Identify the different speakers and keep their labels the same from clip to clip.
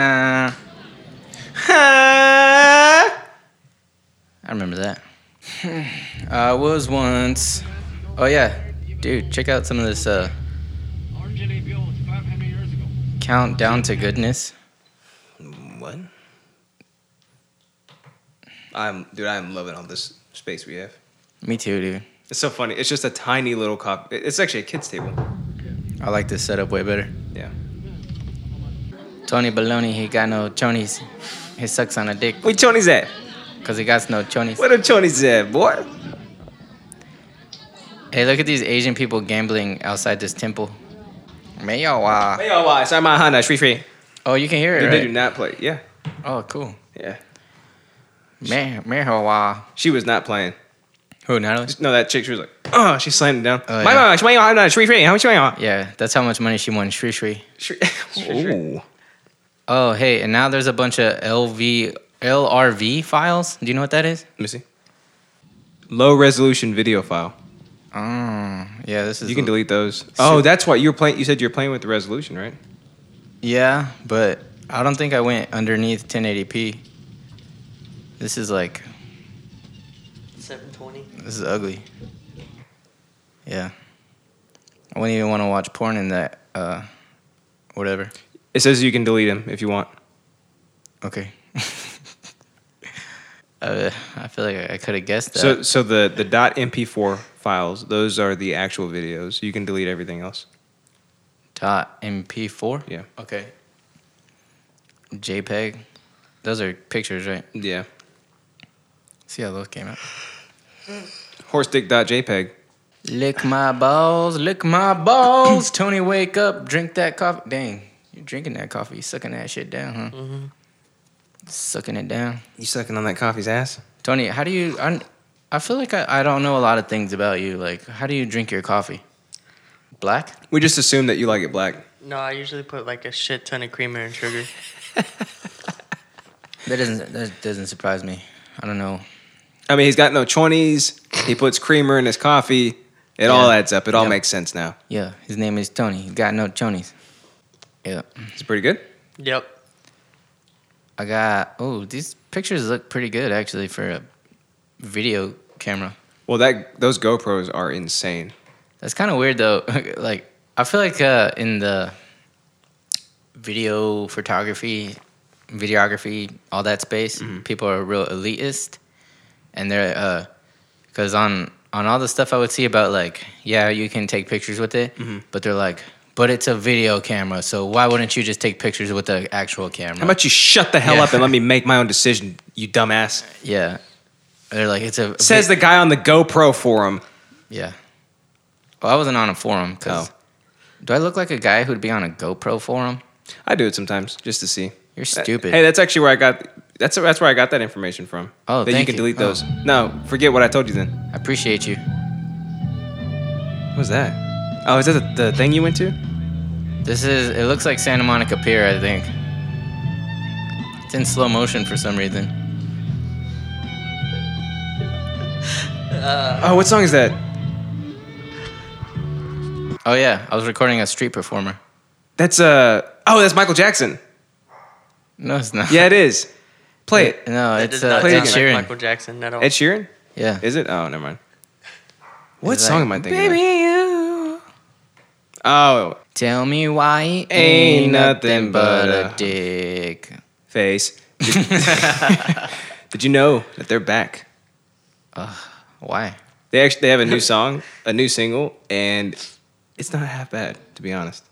Speaker 1: was once. Oh yeah, dude, check out some of this uh,
Speaker 2: RJ Bill was five hundred years ago.
Speaker 1: countdown to goodness.
Speaker 3: What? I'm dude. I'm loving all this space we have.
Speaker 1: Me too, dude.
Speaker 3: It's so funny. It's just a tiny little cop. it- It's actually a kids table.
Speaker 1: I like this setup way better.
Speaker 3: Yeah.
Speaker 1: Tony Baloney, he got no chonies. He sucks on a dick
Speaker 3: Where Tony's at?
Speaker 1: because he got no chonies.
Speaker 3: Where the Tony's at, boy?
Speaker 1: Hey, look at these Asian people gambling outside this temple. Mayo, uh,
Speaker 3: Hey, y'all, why? Sorry, my Hana, free free.
Speaker 1: oh, you can hear it,
Speaker 3: Dude, They do
Speaker 1: right?
Speaker 3: not play. Yeah,
Speaker 1: Oh, cool.
Speaker 3: yeah.
Speaker 1: May- Mayo, uh,
Speaker 3: She was not playing.
Speaker 1: who, Natalie?
Speaker 3: No, that chick. She was like, oh, she slammed it down.
Speaker 1: Oh,
Speaker 3: My
Speaker 1: yeah.
Speaker 3: mama, she- my mama, free free. How much my mama?
Speaker 1: Yeah, that's how much money she won, Shri Shri.
Speaker 3: Shri-
Speaker 2: Ooh.
Speaker 1: Oh, hey, and now there's a bunch of LV, LRV files. Do you know what that is?
Speaker 3: Let me see. Low resolution video file.
Speaker 1: Oh, yeah, this is.
Speaker 3: You can delete those. Oh, that's why you were playing. You said you were playing with the resolution, right?
Speaker 1: Yeah, but I don't think I went underneath 1080p. This is like,
Speaker 4: 720.
Speaker 1: this is ugly. Yeah. I wouldn't even want to watch porn in that, uh, whatever.
Speaker 3: It says you can delete them if you want.
Speaker 1: Okay. uh, I feel like I, I could have guessed that.
Speaker 3: So, so the the .mp4 files, those are the actual videos. You can delete everything else.
Speaker 1: Dot MP4?
Speaker 3: Yeah.
Speaker 1: Okay. JPEG. Those are pictures, right?
Speaker 3: Yeah.
Speaker 1: See how those came out.
Speaker 3: Horsedick.jpg.
Speaker 1: Lick my balls, lick my balls. Tony, wake up, drink that coffee. Dang, you drinking that coffee. You sucking that shit down, huh? Sucking it down.
Speaker 3: You sucking on that coffee's ass?
Speaker 1: Tony, how do you. I, I feel like I, I don't know a lot of things about you. Like, how do you drink your coffee? Black?
Speaker 3: We just assume that you like it black.
Speaker 4: No, I usually put like a shit ton of creamer and sugar.
Speaker 1: That doesn't, that doesn't surprise me. I don't know.
Speaker 3: I mean, he's got no chonies. He puts creamer in his coffee. It all adds up. It all
Speaker 1: Yeah.
Speaker 3: makes sense now.
Speaker 1: Yeah, his name is Tony. He's got no chonies. Yeah.
Speaker 3: It's pretty good.
Speaker 4: Yep.
Speaker 1: I got. Oh, these pictures look pretty good actually for a video camera.
Speaker 3: Well, that those GoPros are insane.
Speaker 1: That's kind of weird though. like I feel like uh, in the video photography, videography, all that space, people are real elitist, and they're because on on all the stuff I would see about like yeah you can take pictures with it, but they're like but it's a video camera, so why wouldn't you just take pictures with the actual camera?
Speaker 3: How about you shut the hell
Speaker 1: Yeah.
Speaker 3: up and let me make my own decision, you dumbass?
Speaker 1: yeah, they're like it's a
Speaker 3: Says the guy on the GoPro forum.
Speaker 1: Yeah. Well, I wasn't on a forum because.
Speaker 3: Oh.
Speaker 1: Do I look like a guy who'd be on a GoPro forum?
Speaker 3: I do it sometimes just to see.
Speaker 1: You're
Speaker 3: That-
Speaker 1: stupid.
Speaker 3: Uh, Hey, that's actually where I got. That's that's where I got that information from.
Speaker 1: Oh,
Speaker 3: that you
Speaker 1: thank
Speaker 3: can
Speaker 1: you.
Speaker 3: delete
Speaker 1: Oh.
Speaker 3: those. No, forget what I told you then.
Speaker 1: I appreciate you.
Speaker 3: What was that? Oh, is that the, the thing you went to?
Speaker 1: This is. It looks like Santa Monica Pier, I think. It's in slow motion for some reason.
Speaker 3: Oh, what song is that?
Speaker 1: Oh yeah, I was recording a street performer.
Speaker 3: That's uh. Oh, that's Michael Jackson.
Speaker 1: No, it's not.
Speaker 3: Yeah, it is. Play it.
Speaker 1: No,
Speaker 4: That
Speaker 1: it's
Speaker 4: does
Speaker 1: uh,
Speaker 4: not
Speaker 1: Ed
Speaker 4: sound
Speaker 1: Sheeran.
Speaker 4: like Michael Jackson at all.
Speaker 3: Ed Sheeran.
Speaker 1: yeah.
Speaker 3: Is it? Oh, never mind. What
Speaker 1: It's
Speaker 3: song
Speaker 1: like,
Speaker 3: am I thinking? Baby, you. Oh,
Speaker 1: Tell me why it ain't, nothing but a dick.
Speaker 3: face. Did you know that they're back?
Speaker 1: Why?
Speaker 3: They actually they have a new song, a new single, and it's not half bad to be honest.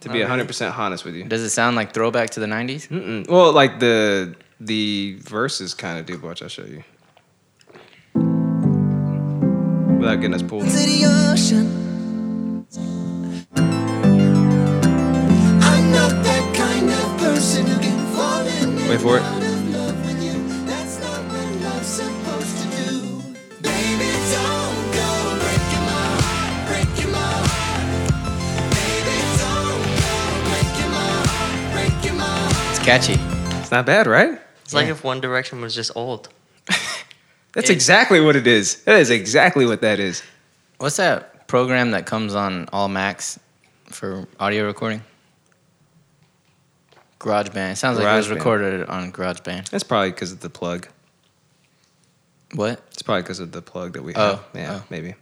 Speaker 3: To be hundred percent honest with you.
Speaker 1: Does it sound like throwback to the '90s?
Speaker 3: Mm-mm. Well, like the the verses kind of do. but Watch, I'll show you. Without getting us pulled.
Speaker 5: to the ocean. I'm not that kind of person who can fall in and
Speaker 3: Wait for it.
Speaker 5: out of love with you. That's not what love's supposed to do. Baby, don't go breaking my heart, breaking my heart. Baby, don't go breaking my heart, breaking my heart.
Speaker 1: It's catchy.
Speaker 3: It's not bad, right?
Speaker 4: it's like if One Direction was just old.
Speaker 3: That's exactly what it is. That is exactly what that is.
Speaker 1: What's that program that comes on all Macs for audio recording? GarageBand. It sounds like it was
Speaker 3: GarageBand.
Speaker 1: recorded on GarageBand.
Speaker 3: That's probably because of the plug.
Speaker 1: What?
Speaker 3: It's probably because of the plug that we have.
Speaker 1: Oh,
Speaker 3: yeah,
Speaker 1: oh.
Speaker 3: maybe.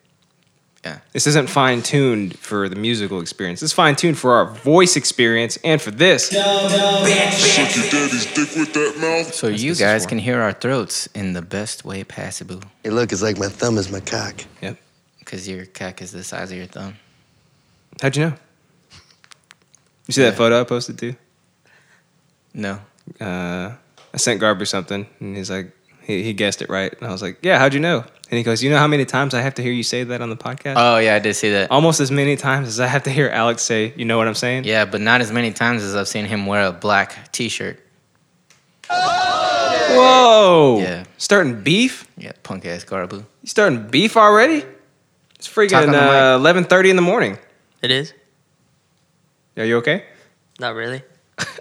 Speaker 1: Yeah.
Speaker 3: This isn't fine tuned for the musical experience. It's fine tuned for our voice experience and for this.
Speaker 6: Suck your daddy's dick with that mouth.
Speaker 1: So you
Speaker 3: this is
Speaker 1: guys
Speaker 3: for.
Speaker 1: can hear our throats in the best way possible,
Speaker 7: Hey, look, it's like my thumb is my cock.
Speaker 3: Yep.
Speaker 1: cause your cock is the size of your thumb.
Speaker 3: How'd you know? You see that photo I posted too?
Speaker 1: No.
Speaker 3: Uh, I sent Garber something, and he's like, he, he guessed it right. And I was like, yeah, how'd you know? And he goes, you know how many times I have to hear you say that on the podcast?
Speaker 1: Oh yeah, I did see that.
Speaker 3: Almost as many times as I have to hear Alex say, you know what I'm saying?
Speaker 1: Yeah, but not as many times as I've seen him wear a black T-shirt.
Speaker 3: Whoa!
Speaker 1: Yeah.
Speaker 3: Starting beef?
Speaker 1: Yeah, punk ass Garbu.
Speaker 3: You starting beef already? It's
Speaker 1: Talk on
Speaker 3: freaking
Speaker 1: the
Speaker 3: uh, eleven thirty in the morning.
Speaker 4: It is?
Speaker 3: Are you okay?
Speaker 4: Not really.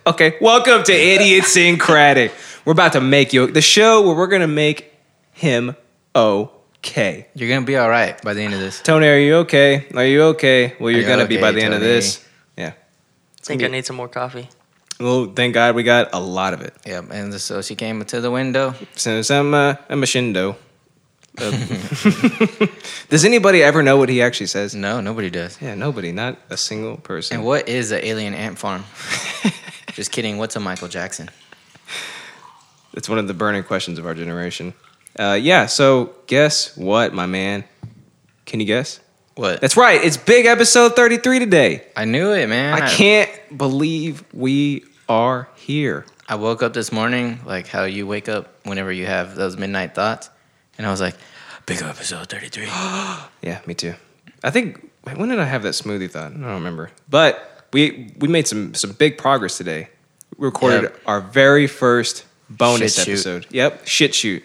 Speaker 3: Okay. Welcome to Idiosyncratic. we're about to make you the show where we're gonna make him okay.
Speaker 1: You're gonna be all right by the end of this.
Speaker 3: Tony, are you okay? Are you okay? Well, you're
Speaker 1: you
Speaker 3: gonna be by
Speaker 1: okay,
Speaker 3: the end of
Speaker 1: Tony?
Speaker 3: this. Yeah.
Speaker 4: think I need some more coffee.
Speaker 3: Well, thank God we got a lot of it.
Speaker 1: Yeah, and so she came to the window.
Speaker 3: Since I'm uh, I'm a shindo. Uh, Does anybody ever know what he actually says?
Speaker 1: No, nobody does.
Speaker 3: Yeah, nobody, not a single person.
Speaker 1: And what is an alien ant farm? Just kidding. What's a Michael Jackson?
Speaker 3: It's one of the burning questions of our generation. Uh, yeah, so guess what, my man? Can you guess?
Speaker 1: What?
Speaker 3: That's right. It's big episode 33 today.
Speaker 1: I knew it, man.
Speaker 3: I can't believe we are here.
Speaker 1: I woke up this morning like how you wake up whenever you have those midnight thoughts, and I was like, "Big episode 33."
Speaker 3: Yeah, me too. I think wait, when did I have that smoothie thought? I don't remember. But we we made some some big progress today. We recorded
Speaker 1: Yep.
Speaker 3: our very first bonus
Speaker 1: Shit shoot.
Speaker 3: episode. Yep, shit shoot.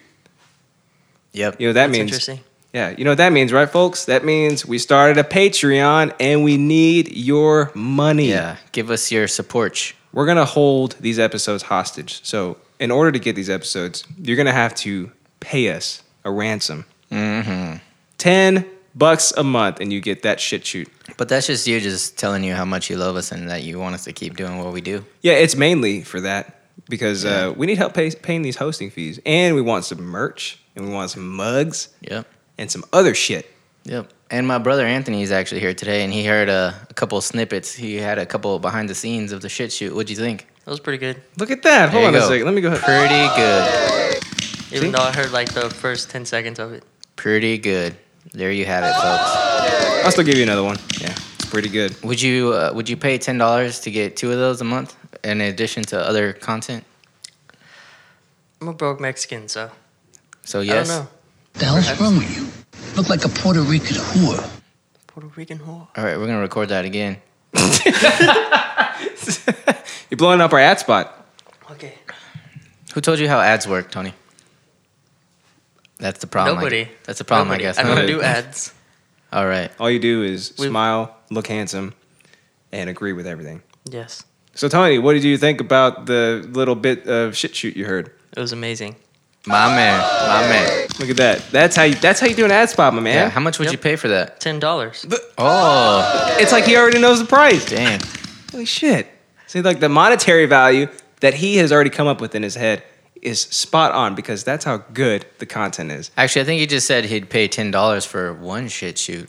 Speaker 1: yep.
Speaker 3: You know what that
Speaker 4: That's
Speaker 3: means
Speaker 4: interesting.
Speaker 3: Yeah, you know what that means, right, folks? That means we started a Patreon and we need your money.
Speaker 1: Yeah. Give us your support.
Speaker 3: We're gonna hold these episodes hostage. So, in order to get these episodes, you're gonna have to pay us a ransom. Mm-hmm. Ten bucks a month, and you get that shit shoot.
Speaker 1: But that's just you just telling you how much you love us and that you want us to keep doing what we do.
Speaker 3: Yeah, it's mainly for that because uh, we need help pay, paying these hosting fees, and we want some merch, and we want some mugs,
Speaker 1: Yep.
Speaker 3: and some other shit.
Speaker 1: Yep. And my brother Anthony is actually here today, and he heard uh, a couple snippets. He had a couple behind the scenes of the shit shoot. What'd you think?
Speaker 4: That was pretty good.
Speaker 3: Look at that. Hold
Speaker 1: There you
Speaker 3: on a
Speaker 1: go.
Speaker 3: second. Let me go ahead.
Speaker 1: Pretty good.
Speaker 4: Even though I heard like the first 10 seconds of it.
Speaker 1: Pretty good. There you have it, folks.
Speaker 3: I'll still give you another one. Yeah, it's pretty good.
Speaker 1: Would you uh, would you pay ten dollars to get two of those a month in addition to other content?
Speaker 4: I'm a broke Mexican, so
Speaker 1: So
Speaker 4: I
Speaker 1: yes
Speaker 4: don't know.
Speaker 8: The hell's wrong with you? Look like a Puerto Rican whore.
Speaker 4: Puerto Rican whore.
Speaker 1: All right, we're gonna record that again.
Speaker 3: You're blowing up our ad spot.
Speaker 4: Okay.
Speaker 1: Who told you how ads work, Tony? That's the problem. I-
Speaker 4: Nobody.
Speaker 1: that's the problem,
Speaker 4: Nobody.
Speaker 1: I guess.
Speaker 4: I
Speaker 1: Nobody.
Speaker 4: don't do ads.
Speaker 1: All right.
Speaker 3: All you do is
Speaker 4: We've-
Speaker 3: smile, look handsome, and agree with everything.
Speaker 4: Yes.
Speaker 3: So, Tony, what did you think about the little bit of shit shoot you heard?
Speaker 4: It was amazing.
Speaker 1: My man. My man.
Speaker 3: Look at that. That's how you. That's how you do an ad spot, my
Speaker 1: Yeah.
Speaker 3: man.
Speaker 1: how much would
Speaker 4: Yep.
Speaker 1: you pay for that?
Speaker 4: Ten dollars.
Speaker 1: Oh,
Speaker 3: It's like he already knows the price.
Speaker 1: dang.
Speaker 3: Holy shit. See, like the monetary value that he has already come up with in his head is spot on because that's how good the content is.
Speaker 1: Actually, I think he just said he'd pay ten dollars for one shit shoot,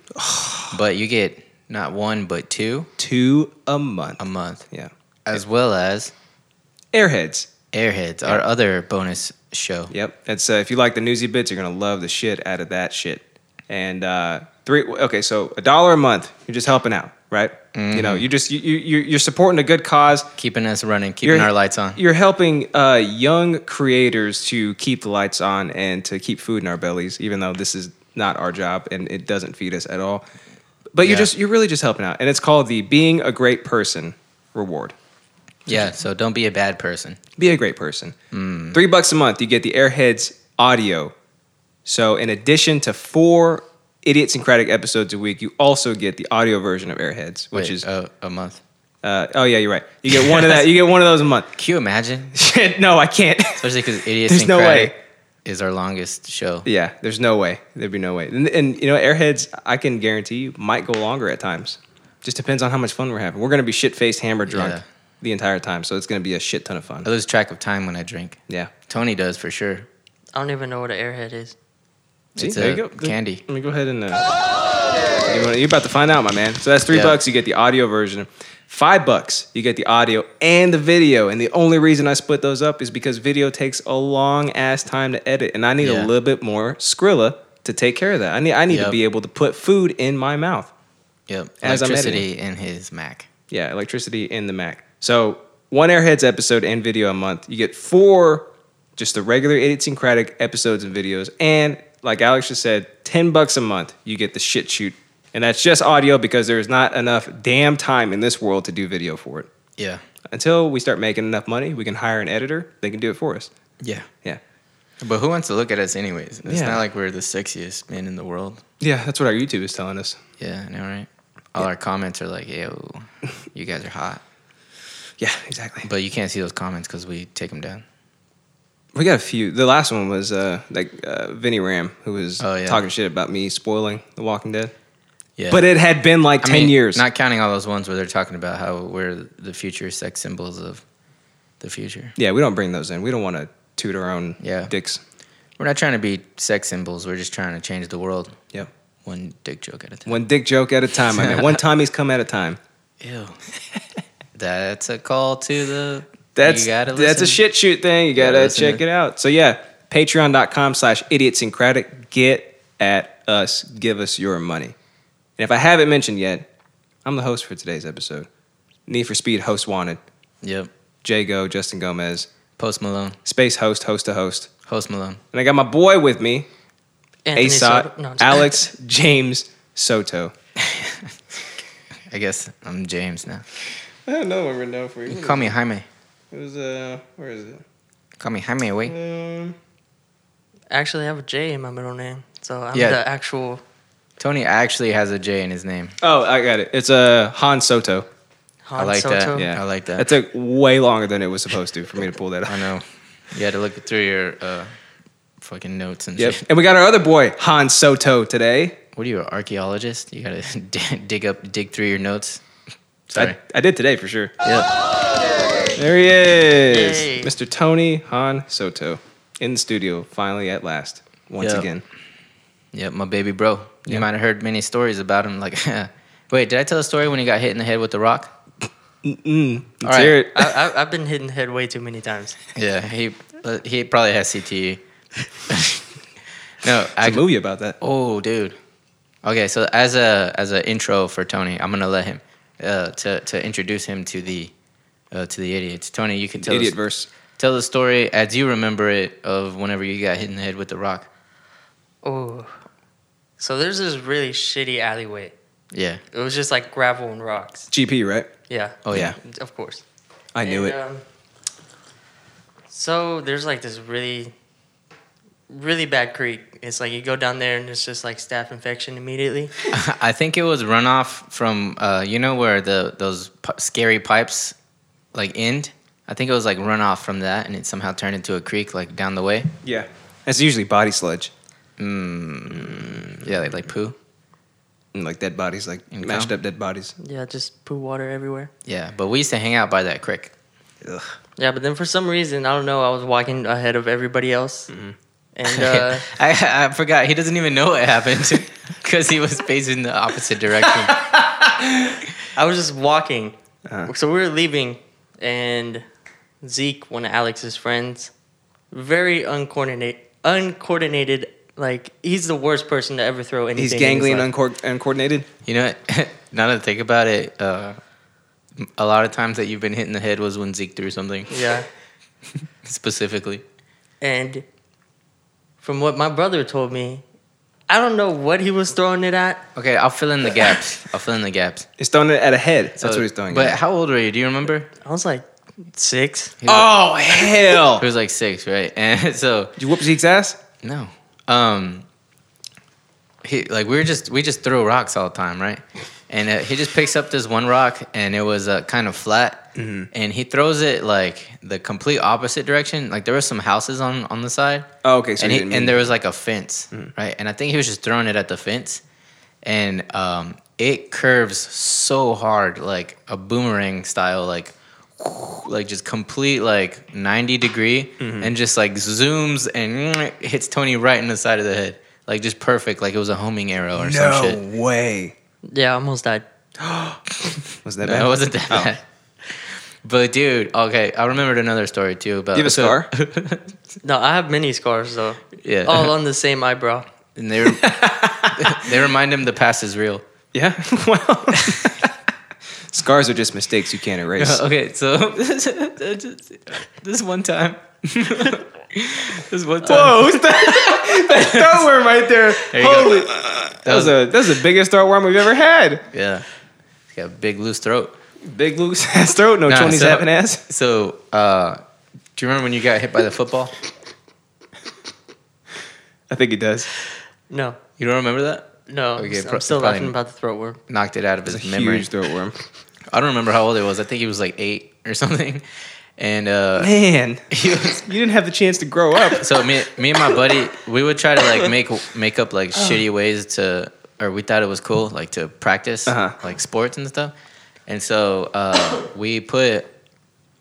Speaker 1: but you get not one but two
Speaker 3: Two a month.
Speaker 1: a month,
Speaker 3: yeah.
Speaker 1: as well as
Speaker 3: Airheads.
Speaker 1: Airheads, our other bonus show.
Speaker 3: Yep. That's uh, if you like the newsy bits, you're gonna love the shit out of that shit. And uh, three. Okay, so a dollar a month. You're just helping out, right? You know, you just you you you're supporting a good cause.
Speaker 1: Keeping us running, keeping
Speaker 3: You're-
Speaker 1: our lights on.
Speaker 3: You're helping uh, young creators to keep the lights on and to keep food in our bellies, even though this is not our job and it doesn't feed us at all. But you're
Speaker 1: Yeah.
Speaker 3: just you're really just helping out, and it's called the being a great person reward.
Speaker 1: Yeah, so don't be a bad person.
Speaker 3: Be a great person.
Speaker 1: Hmm.
Speaker 3: Three bucks a month, you get the Airheads audio. So in addition to four idiosyncratic episodes a week, you also get the audio version of Airheads, which
Speaker 1: Wait,
Speaker 3: is uh,
Speaker 1: a, a month.
Speaker 3: oh yeah, you're right. You get one of that. You get one of those a month.
Speaker 1: Can you imagine?
Speaker 3: Shit, no, I can't.
Speaker 1: Especially because
Speaker 3: There's
Speaker 1: idiosyncratic
Speaker 3: no way.
Speaker 1: is our longest show.
Speaker 3: Yeah, there's no way. There'd be no way. And, and you know, airheads, I can guarantee you, might go longer at times. Just depends on how much fun we're having. We're gonna be shit faced, hammer drunk
Speaker 1: Yeah.
Speaker 3: the entire time, so it's gonna be a shit ton of fun.
Speaker 1: I lose track of time when I drink.
Speaker 3: Yeah,
Speaker 1: Tony does for sure.
Speaker 4: I don't even know what an airhead is.
Speaker 3: See,
Speaker 1: It's
Speaker 3: there
Speaker 1: a
Speaker 3: you go.
Speaker 1: candy.
Speaker 3: Let me go ahead and. Uh, you wanna- you're about to find out, my man. So that's three
Speaker 1: Yeah.
Speaker 3: bucks. You get the audio version. Five bucks. You get the audio and the video. And the only reason I split those up is because video takes a long ass time to edit, and I need
Speaker 1: Yeah.
Speaker 3: a little bit more Skrilla to take care of that. I need I need to
Speaker 1: Yep.
Speaker 3: be able to put food in my mouth.
Speaker 1: Yep.
Speaker 3: As I'm
Speaker 1: Electricity in his Mac.
Speaker 3: Yeah, electricity in the Mac. So one Airheads episode and video a month. You get four just the regular idiosyncratic episodes and videos. And like Alex just said, 10 bucks a month, you get the shit shoot. And that's just audio because there's not enough damn time in this world to do video for it.
Speaker 1: Yeah.
Speaker 3: Until we start making enough money, we can hire an editor. They can do it for us.
Speaker 1: Yeah.
Speaker 3: Yeah.
Speaker 1: But who wants to look at us anyways? It's
Speaker 3: Yeah.
Speaker 1: not like we're the sexiest men in the world.
Speaker 3: Yeah, that's what our YouTube is telling us.
Speaker 1: Yeah, I know, right? All our comments are like, yo, you guys are hot.
Speaker 3: Yeah, exactly.
Speaker 1: But you can't see those comments because we take them down.
Speaker 3: We got a few. The last one was uh, like uh, Vinny Ram, who was
Speaker 1: Oh, yeah.
Speaker 3: talking shit about me spoiling The Walking Dead.
Speaker 1: Yeah.
Speaker 3: But it had been like 10 years.
Speaker 1: Not counting all those ones where they're talking about how we're the future sex symbols of the future.
Speaker 3: Yeah, we don't bring those in. We don't want to toot our own
Speaker 1: Yeah.
Speaker 3: dicks.
Speaker 1: We're not trying to be sex symbols. We're just trying to change the world
Speaker 3: Yep.
Speaker 1: one dick joke at a time.
Speaker 3: One dick joke at a time. I mean, one Tommy's come at a time.
Speaker 1: Ew. That's a call to the.
Speaker 3: That's
Speaker 1: you gotta
Speaker 3: that's a
Speaker 1: listen.
Speaker 3: shit shoot thing. You
Speaker 1: gotta
Speaker 3: gotta
Speaker 1: listen
Speaker 3: check
Speaker 1: to-
Speaker 3: it out. So yeah, patreon.com slash idiotsyncratic. Get at us. Give us your money. And if I haven't mentioned yet, I'm the host for today's episode. Need for Speed host wanted.
Speaker 1: Yep.
Speaker 3: Jago, Justin Gomez,
Speaker 1: Post Malone.
Speaker 3: Space host, host to host.
Speaker 1: Host Malone.
Speaker 3: And I got my boy with me,
Speaker 4: Anthony
Speaker 3: ASOT,
Speaker 4: Soto- no, I'm just-
Speaker 3: Alex James Soto.
Speaker 1: I guess I'm James now.
Speaker 3: I have another one written down for
Speaker 1: You can call me Jaime.
Speaker 3: It was uh, where is it?
Speaker 1: Call me Jaime, wait.
Speaker 3: Um,
Speaker 4: Actually, I have a J in my middle name, so I'm
Speaker 1: Yeah.
Speaker 4: the actual
Speaker 1: Tony actually has a J in his name.
Speaker 3: oh, I got it. It's uh, Han Soto.
Speaker 4: Han
Speaker 1: like that,
Speaker 4: Soto.
Speaker 1: yeah. I like that.
Speaker 3: That took way longer than it was supposed to for me to pull that
Speaker 1: I
Speaker 3: out.
Speaker 1: know. You had to look through your uh, fucking notes and
Speaker 3: Yep.
Speaker 1: shit.
Speaker 3: And we got our other boy, Han Soto, today.
Speaker 1: What are you, an archaeologist? You gotta d- dig up, dig through your notes. Sorry.
Speaker 3: I, I did today for sure.
Speaker 1: Yep.
Speaker 3: There he is,
Speaker 4: Yay.
Speaker 3: Mr. Tony Han Soto, in the studio finally at last once
Speaker 1: Yep.
Speaker 3: again.
Speaker 1: Yep. My baby bro. You
Speaker 3: Yep.
Speaker 1: might have heard many stories about him. Like, wait, did I tell a story when he got hit in the head with the rock?
Speaker 3: Mm, let's
Speaker 1: right.
Speaker 3: hear it.
Speaker 4: I, I, I've been hitting head way too many times.
Speaker 1: Yeah. He uh, he probably has E. CTE. no,
Speaker 3: There's
Speaker 1: I
Speaker 3: a movie about that.
Speaker 1: Oh, dude. Okay, so as a as an intro for Tony, I'm gonna let him uh, to to introduce him to the uh, to the idiots. Tony, you can tell
Speaker 3: Idiot
Speaker 1: us-
Speaker 3: verse.
Speaker 1: tell the story as you remember it of whenever you got hit in the head with the rock.
Speaker 4: Oh, so there's this really shitty alleyway.
Speaker 1: Yeah.
Speaker 4: It was just like gravel and rocks.
Speaker 3: GP, right?
Speaker 4: Yeah,
Speaker 1: Oh yeah.
Speaker 4: of course.
Speaker 3: I knew
Speaker 4: And,
Speaker 3: it.
Speaker 4: um, so there's like this really, really bad creek. It's like you go down there and it's just like staph infection immediately.
Speaker 1: I think it was runoff from uh, you know where the those p- scary pipes like end. I think it was like runoff from that, and it somehow turned into a creek like down the way.
Speaker 3: Yeah. That's usually body sludge.
Speaker 1: Mm, Yeah, like, like poo.
Speaker 3: And like dead bodies, like
Speaker 1: In
Speaker 3: mashed
Speaker 1: town?
Speaker 3: up dead bodies.
Speaker 4: Yeah, just poo water everywhere.
Speaker 1: Yeah, but we used to hang out by that creek.
Speaker 3: Ugh.
Speaker 4: Yeah, but then for some reason I don't know. I was walking ahead of everybody else,
Speaker 1: Mm-hmm.
Speaker 4: and uh,
Speaker 1: I, I forgot. He doesn't even know what happened because he was facing the opposite direction.
Speaker 4: I was just walking.
Speaker 3: Uh-huh.
Speaker 4: So we were leaving, and Zeke, one of Alex's friends, very uncoordinated, uncoordinated. Like he's the worst person to ever throw anything.
Speaker 3: He's
Speaker 4: in his
Speaker 3: gangly and
Speaker 4: life.
Speaker 3: unco- uncoordinated.
Speaker 1: You know, what? now that I think about it, uh, a lot of times that you've been hit in the head was when Zeke threw something
Speaker 4: Yeah.
Speaker 1: specifically.
Speaker 4: And from what my brother told me, I don't know what he was throwing it at.
Speaker 1: Okay, I'll fill in the gaps. I'll fill in the gaps.
Speaker 3: He's throwing it at a head.
Speaker 1: So-
Speaker 3: That's what he's throwing.
Speaker 1: But
Speaker 3: at.
Speaker 1: how old were you? Do you remember?
Speaker 4: I was like six.
Speaker 1: He was,
Speaker 3: oh hell!
Speaker 1: he was like six, right? And so
Speaker 3: Did you whoop Zeke's ass?
Speaker 1: no, um, he like we were just we just threw rocks all the time, right? And uh, he just picks up this one rock, and it was uh, kind of flat,
Speaker 3: Mm-hmm.
Speaker 1: and he throws it like the complete opposite direction. Like there were some houses on on the side.
Speaker 3: Oh, okay. So
Speaker 1: and,
Speaker 3: he
Speaker 1: he,
Speaker 3: didn't mean Mm.
Speaker 1: and there was like a fence, right? And I think he was just throwing it at the fence, and um, it curves so hard, like a boomerang style, like like just complete
Speaker 3: Mm-hmm.
Speaker 1: like ninety degree, and just like zooms and hits Tony right in the side of the head. like just perfect, like it was a homing arrow or some shit.
Speaker 3: way.
Speaker 4: Yeah, I almost died.
Speaker 3: Was that bad?
Speaker 1: No, it wasn't that
Speaker 3: Oh.
Speaker 1: bad. But dude, okay, I remembered another story too about
Speaker 3: Do you have a
Speaker 1: so-
Speaker 3: scar? Oh.
Speaker 4: No, I have many scars though,
Speaker 1: yeah,
Speaker 4: all on the same eyebrow.
Speaker 1: and they re- they remind him the past is real.
Speaker 3: yeah. Well, scars are just mistakes you can't erase.
Speaker 1: Uh, okay, so this one time, this one time,
Speaker 3: Whoa, who's that? that Star Worm right there.
Speaker 1: you go.
Speaker 3: Holy. That was a that's the biggest Star Worm we've ever had.
Speaker 1: yeah, he's got a big loose throat.
Speaker 3: Big Luke's ass throat, no
Speaker 1: Nah,
Speaker 3: chonies
Speaker 1: so-
Speaker 3: happen ass.
Speaker 1: So, uh, do you remember when you got hit by the football?
Speaker 3: I think he does.
Speaker 4: No,
Speaker 1: You don't remember that?
Speaker 4: no,
Speaker 1: Okay,
Speaker 4: I'm
Speaker 1: pro-
Speaker 4: still
Speaker 1: probably-
Speaker 4: laughing about the throat worm.
Speaker 1: Knocked it out of
Speaker 3: It's a
Speaker 1: his memory.
Speaker 3: huge throat worm.
Speaker 1: I don't remember how old he was. I think he was like eight or something. And uh,
Speaker 3: Man,
Speaker 1: he was
Speaker 3: you didn't have the chance to grow up.
Speaker 1: so me, me and my buddy, we would try to like make make up like shitty ways to, or we thought it was cool, like to practice
Speaker 3: Uh-huh.
Speaker 1: like sports and stuff. And so uh, we put,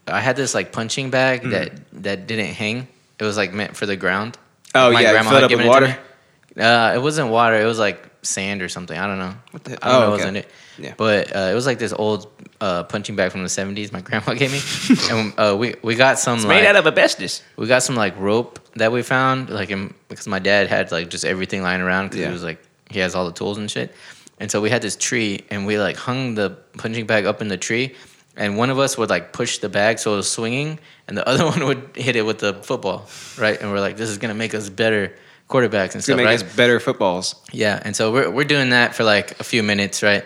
Speaker 1: I had this like punching bag
Speaker 3: Mm.
Speaker 1: that that didn't hang. It was like meant for the ground.
Speaker 3: Oh, yeah, you filled
Speaker 1: had
Speaker 3: up with
Speaker 1: given it to
Speaker 3: water?
Speaker 1: me. Uh, it wasn't water. It was like sand or something. I don't know.
Speaker 3: What the-
Speaker 1: I don't
Speaker 3: oh,
Speaker 1: know what was
Speaker 3: okay.
Speaker 1: in it.
Speaker 3: Yeah.
Speaker 1: But uh, it was like this old uh, punching bag from the '70s. My grandma gave me, and uh, we we got some like,
Speaker 3: of asbestos.
Speaker 1: we got some like rope that we found, like in, because my dad had like just everything lying around because
Speaker 3: Yeah.
Speaker 1: he was like he has all the tools and shit. And so we had this tree, and we like hung the punching bag up in the tree, and one of us would like push the bag so it was swinging, and the other one would hit it with the football, right? And we're like, this is gonna make us better quarterbacks and
Speaker 3: It's gonna
Speaker 1: stuff,
Speaker 3: make
Speaker 1: right?
Speaker 3: us better footballs.
Speaker 1: Yeah, and so we're we're doing that for like a few minutes, right?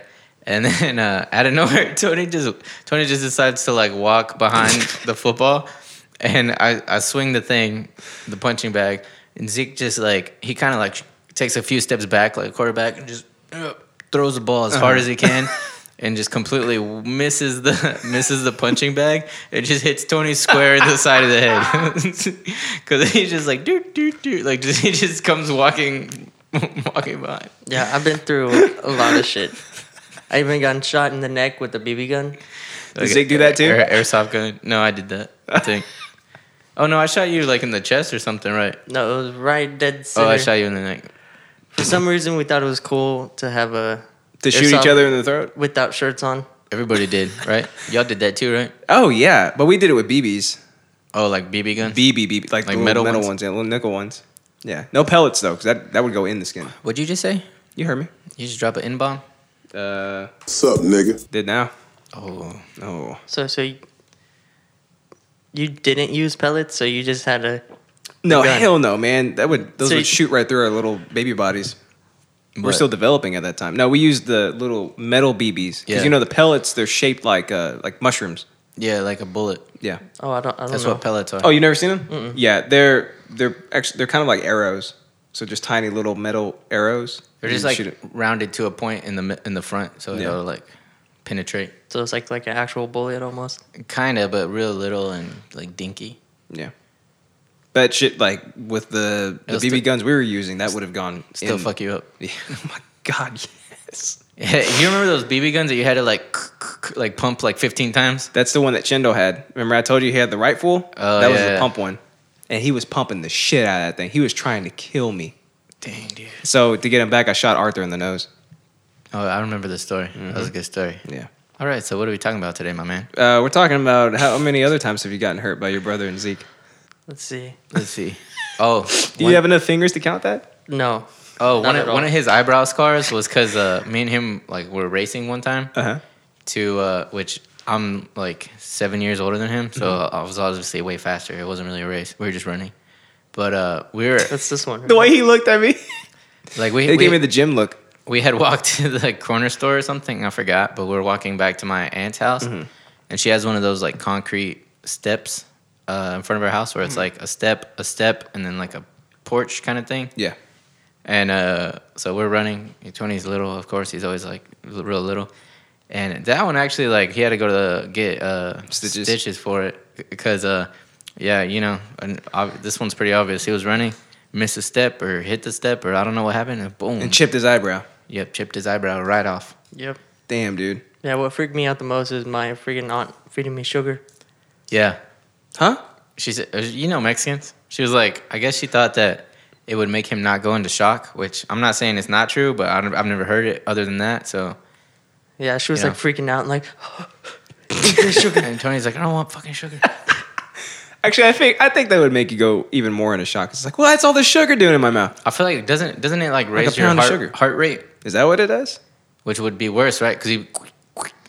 Speaker 1: And then uh, out of nowhere, Tony just Tony just decides to like walk behind the football, and I I swing the thing, the punching bag, and Zeke just like he kind of like takes a few steps back like a quarterback and just uh, throws the ball as hard as he can. And just completely misses the misses the punching bag. It just hits Tony square in the side of the head, because he just like doo doo doo like just he just comes walking walking by.
Speaker 4: Yeah, I've been through a lot of shit. I even got shot in the neck with a BB gun.
Speaker 1: Did
Speaker 3: Zig do that too?
Speaker 1: airsoft gun. No, I did that. I think. oh no, I shot you like in the chest or something, right?
Speaker 4: No, it was right dead
Speaker 1: Oh,
Speaker 4: center.
Speaker 1: I shot you in the neck.
Speaker 4: For some reason, we thought it was cool to have a
Speaker 3: To shoot
Speaker 4: Airsoft-
Speaker 3: each other in the throat?
Speaker 4: without shirts on.
Speaker 1: Everybody did, right? Y'all did that too, right?
Speaker 3: Oh yeah, but we did it with BBs,
Speaker 1: Oh, like BB guns.
Speaker 3: BB BB, like,
Speaker 1: Like
Speaker 3: the little metal,
Speaker 1: metal
Speaker 3: metal
Speaker 1: ones?
Speaker 3: ones? yeah, little nickel ones. Yeah, no pellets though, because that, that would go in the skin.
Speaker 1: What'd you just say?
Speaker 3: You heard me.
Speaker 1: You just drop an N bomb.
Speaker 3: Uh,
Speaker 6: What's up, nigga?
Speaker 3: did now?
Speaker 1: Oh,
Speaker 3: Oh
Speaker 4: So, so you, you didn't use pellets, so you just had a.
Speaker 3: no,
Speaker 4: gun.
Speaker 3: hell no, man. That would those
Speaker 4: So
Speaker 3: would
Speaker 4: you-
Speaker 3: shoot right through our little baby bodies. We're
Speaker 1: But-
Speaker 3: still developing at that time. No, we used the little metal BBs because
Speaker 1: Yeah.
Speaker 3: you know the pellets they're shaped like uh, like mushrooms.
Speaker 1: yeah, like a bullet.
Speaker 3: Yeah.
Speaker 1: Uh-huh.
Speaker 4: Oh, I don't. I don't
Speaker 1: That's
Speaker 4: know.
Speaker 1: what pellets are.
Speaker 3: Oh, you never seen them? Yeah, they're they're actually they're kind of like arrows. So just tiny little metal arrows.
Speaker 1: They're
Speaker 3: You
Speaker 1: just
Speaker 3: can
Speaker 1: like
Speaker 3: shoot it.
Speaker 1: rounded to a point in the mi- in the front, so
Speaker 3: Yeah.
Speaker 1: it'll like penetrate.
Speaker 4: so it's like like an actual bullet almost.
Speaker 1: Kinda, but real little and like dinky.
Speaker 3: Yeah. But shit, like with the, the
Speaker 1: It'll
Speaker 3: BB
Speaker 1: still-
Speaker 3: guns we were using, that would have gone
Speaker 1: Still
Speaker 3: in.
Speaker 1: fuck you up.
Speaker 3: Yeah. Oh my god, yes.
Speaker 1: you remember those BB guns that you had to like like pump like 15 times?
Speaker 3: That's the one that Chendo had. Remember, I told you he had the rifle.
Speaker 1: Oh,
Speaker 3: that was
Speaker 1: yeah,
Speaker 3: the
Speaker 1: yeah.
Speaker 3: pump one, and he was pumping the shit out of that thing. He was trying to kill me.
Speaker 1: Dang, dude.
Speaker 3: So to get him back, I shot Arthur in the nose.
Speaker 1: Oh, I remember the story. That was a good story.
Speaker 3: Mm-hmm. Yeah.
Speaker 1: All right, so what are we talking about today, my man?
Speaker 3: Uh, we're talking about how many other times have you gotten hurt by your brother and Zeke?
Speaker 4: Let's see.
Speaker 1: Let's see. Oh,
Speaker 3: Do
Speaker 1: one-
Speaker 3: you have enough fingers to count that?
Speaker 4: No,
Speaker 1: oh,
Speaker 4: Not
Speaker 1: one of,
Speaker 4: at all.
Speaker 1: one of his eyebrow scars was because uh, me and him like were racing one time
Speaker 3: Uh huh.
Speaker 1: to uh, which I'm like seven years older than him, so
Speaker 3: Mm-hmm.
Speaker 1: I was obviously way faster. It wasn't really a race; we were just running. But uh, we were
Speaker 4: that's this one.
Speaker 3: The way he looked at me.
Speaker 1: like we
Speaker 3: He
Speaker 1: we,
Speaker 3: gave me the gym look.
Speaker 1: we had walked to the corner store or something. I forgot, but we were walking back to my aunt's house, and she has one of those like concrete steps uh, in front of her house where it's like a step, a step, and then like a porch kind of thing.
Speaker 3: Yeah.
Speaker 1: And uh, so we're running. Tony's little, of course. He's always like l- real little. And that one actually, like, he had to go to the, get uh,
Speaker 3: Stitches.
Speaker 1: stitches. for it because, uh, yeah, you know, and ob- this one's pretty obvious. He was running, missed a step or hit the step or I don't know what happened, and boom,
Speaker 3: And chipped his eyebrow.
Speaker 1: yep, chipped his eyebrow right off.
Speaker 4: Yep.
Speaker 3: Damn, dude.
Speaker 4: Yeah, what freaked me out the most is my freaking aunt feeding me sugar.
Speaker 1: Yeah,
Speaker 3: Huh?
Speaker 1: she said, uh, you know, Mexicans. She was like, I guess she thought that it would make him not go into shock, which I'm not saying it's not true, but I don't, I've never heard it other than that. So,
Speaker 4: Yeah, she was
Speaker 1: Yeah.
Speaker 4: like freaking out and like, eat this sugar.
Speaker 1: and Tony's like, I don't want fucking sugar.
Speaker 3: Actually, I think I think that would make you go even more into shock. It's like, well, that's all the sugar doing in my mouth.
Speaker 1: I feel like doesn't doesn't it like raise your
Speaker 3: pound of
Speaker 1: heart,
Speaker 3: sugar.
Speaker 1: heart rate,
Speaker 3: Is that what it does?
Speaker 1: which would be worse, right? Because he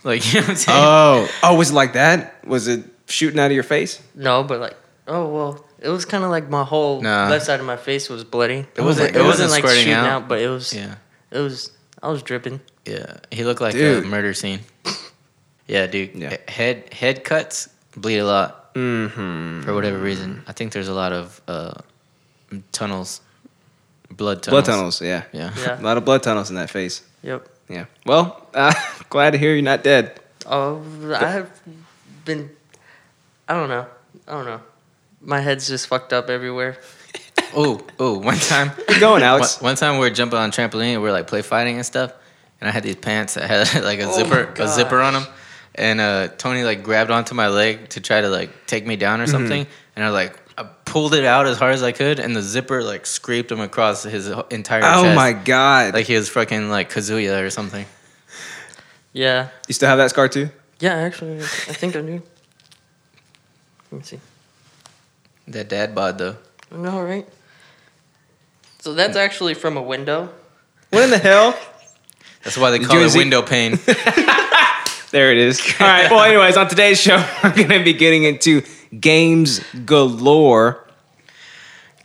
Speaker 1: like you know what I'm saying.
Speaker 3: Oh, oh, was it like that? Was it shooting out of your face?
Speaker 4: No, but like, oh well, it was kind of like my whole
Speaker 1: Nah.
Speaker 4: left side of my face was bloody. It
Speaker 1: wasn't- it wasn't squirting out.
Speaker 4: but it was.
Speaker 1: yeah,
Speaker 4: It was. I was dripping.
Speaker 1: yeah. He looked like
Speaker 3: Dude.
Speaker 1: a murder scene. Yeah, dude.
Speaker 3: Yeah.
Speaker 1: He- Head head cuts bleed a lot
Speaker 3: Mm-hmm.
Speaker 1: for whatever reason. I think there's a lot of uh, tunnels, blood tunnels.
Speaker 3: Blood tunnels, yeah.
Speaker 1: Yeah.
Speaker 3: A
Speaker 4: Yeah.
Speaker 3: lot of blood tunnels in that face.
Speaker 4: Yep.
Speaker 3: Yeah. Well, uh, glad to hear you're not dead.
Speaker 4: Oh, I have been. I don't know. I don't know. My head's just fucked up everywhere.
Speaker 1: Oh, oh, one time.
Speaker 3: Keep going,
Speaker 1: One,
Speaker 3: Alex.
Speaker 1: one time we were jumping on trampoline, we were like play fighting and stuff, and I had these pants that had like a
Speaker 4: Oh
Speaker 1: zipper,
Speaker 4: my
Speaker 1: a zipper on them, and uh, Tony like grabbed onto my leg to try to like take me down
Speaker 3: Mm-hmm.
Speaker 1: or something, and I like I pulled it out as hard as I could, and the zipper like scraped him across his ho- entire
Speaker 3: oh
Speaker 1: chest.
Speaker 3: my god.
Speaker 1: Like he was fucking like Kazuya or something.
Speaker 4: Yeah.
Speaker 3: you still have that scar too?
Speaker 4: Yeah. Actually, I think I do. Let me see.
Speaker 1: That dad bod though.
Speaker 4: No, right? So that's actually from a window.
Speaker 3: What in the hell?
Speaker 1: That's why they
Speaker 3: Did
Speaker 1: call
Speaker 3: you
Speaker 1: it
Speaker 3: see-
Speaker 1: window pane.
Speaker 3: There it is. All right. Well, anyways, on today's show, we're gonna be getting into games galore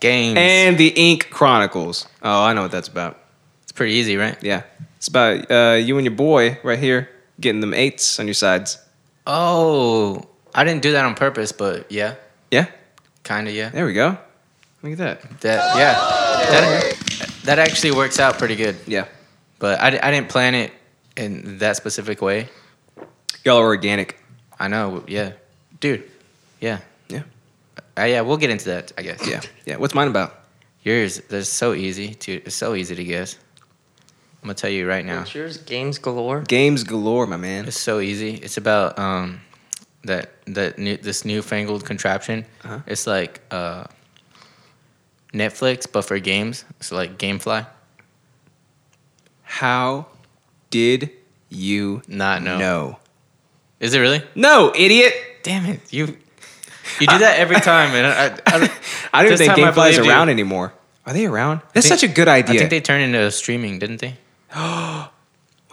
Speaker 1: Games.
Speaker 3: and the Ink Chronicles. Oh, I know what that's about.
Speaker 1: it's pretty easy, right?
Speaker 3: Yeah, it's about uh, you and your boy right here getting them eights on your sides.
Speaker 1: Oh, I didn't do that on purpose, but yeah,
Speaker 3: Yeah,
Speaker 1: kind of yeah.
Speaker 3: there we go. Look at that.
Speaker 1: That yeah, that, that actually works out pretty good.
Speaker 3: Yeah,
Speaker 1: But I, di- I didn't plan it in that specific way.
Speaker 3: y'all are organic.
Speaker 1: I know, yeah, dude, yeah,
Speaker 3: Yeah,
Speaker 1: uh, yeah. We'll get into that, I guess.
Speaker 3: yeah, yeah. What's mine about?
Speaker 1: yours. That's so easy to. It's so easy to guess. I'm gonna tell you right now.
Speaker 4: What's yours? Games galore.
Speaker 3: Games galore, my man.
Speaker 1: It's so easy. It's about um that that new this newfangled contraption.
Speaker 3: Uh-huh.
Speaker 1: It's like uh Netflix, but for games. It's like GameFly.
Speaker 3: How did you
Speaker 1: Not know.
Speaker 3: know?
Speaker 1: Is it really?
Speaker 3: No, idiot.
Speaker 1: Damn it, you. You do that every time, and I, I, I,
Speaker 3: I don't
Speaker 1: This
Speaker 3: think
Speaker 1: time
Speaker 3: Gamefly
Speaker 1: I
Speaker 3: is
Speaker 1: believed you.
Speaker 3: around anymore. Are they around? That's
Speaker 1: think-
Speaker 3: such a good idea.
Speaker 1: I think they turned into streaming, didn't they?
Speaker 3: Why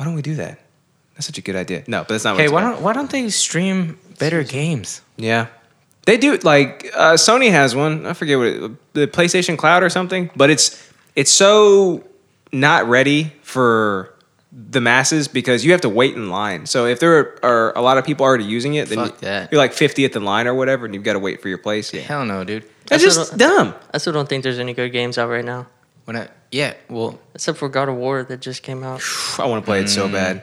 Speaker 3: don't we do that? That's such a good idea. No, but that's not. what
Speaker 1: Hey,
Speaker 3: it's
Speaker 1: why
Speaker 3: about.
Speaker 1: don't why don't they stream better games?
Speaker 3: Yeah. They do like uh, Sony has one. I forget what it, the PlayStation Cloud or something, but it's it's so not ready for the masses because you have to wait in line. So if there are, a lot of people already using it, then
Speaker 1: Fuck
Speaker 3: you-
Speaker 1: that.
Speaker 3: you're like 50th in line or whatever, and you've got to wait for your place. Yeah,
Speaker 1: Hell no, dude.
Speaker 3: that's
Speaker 4: That's
Speaker 3: just
Speaker 4: what-
Speaker 3: dumb.
Speaker 4: I still don't think there's any good games out right now,
Speaker 1: When I yeah, well,
Speaker 4: except for God of War that just came out.
Speaker 3: I want to play it so bad.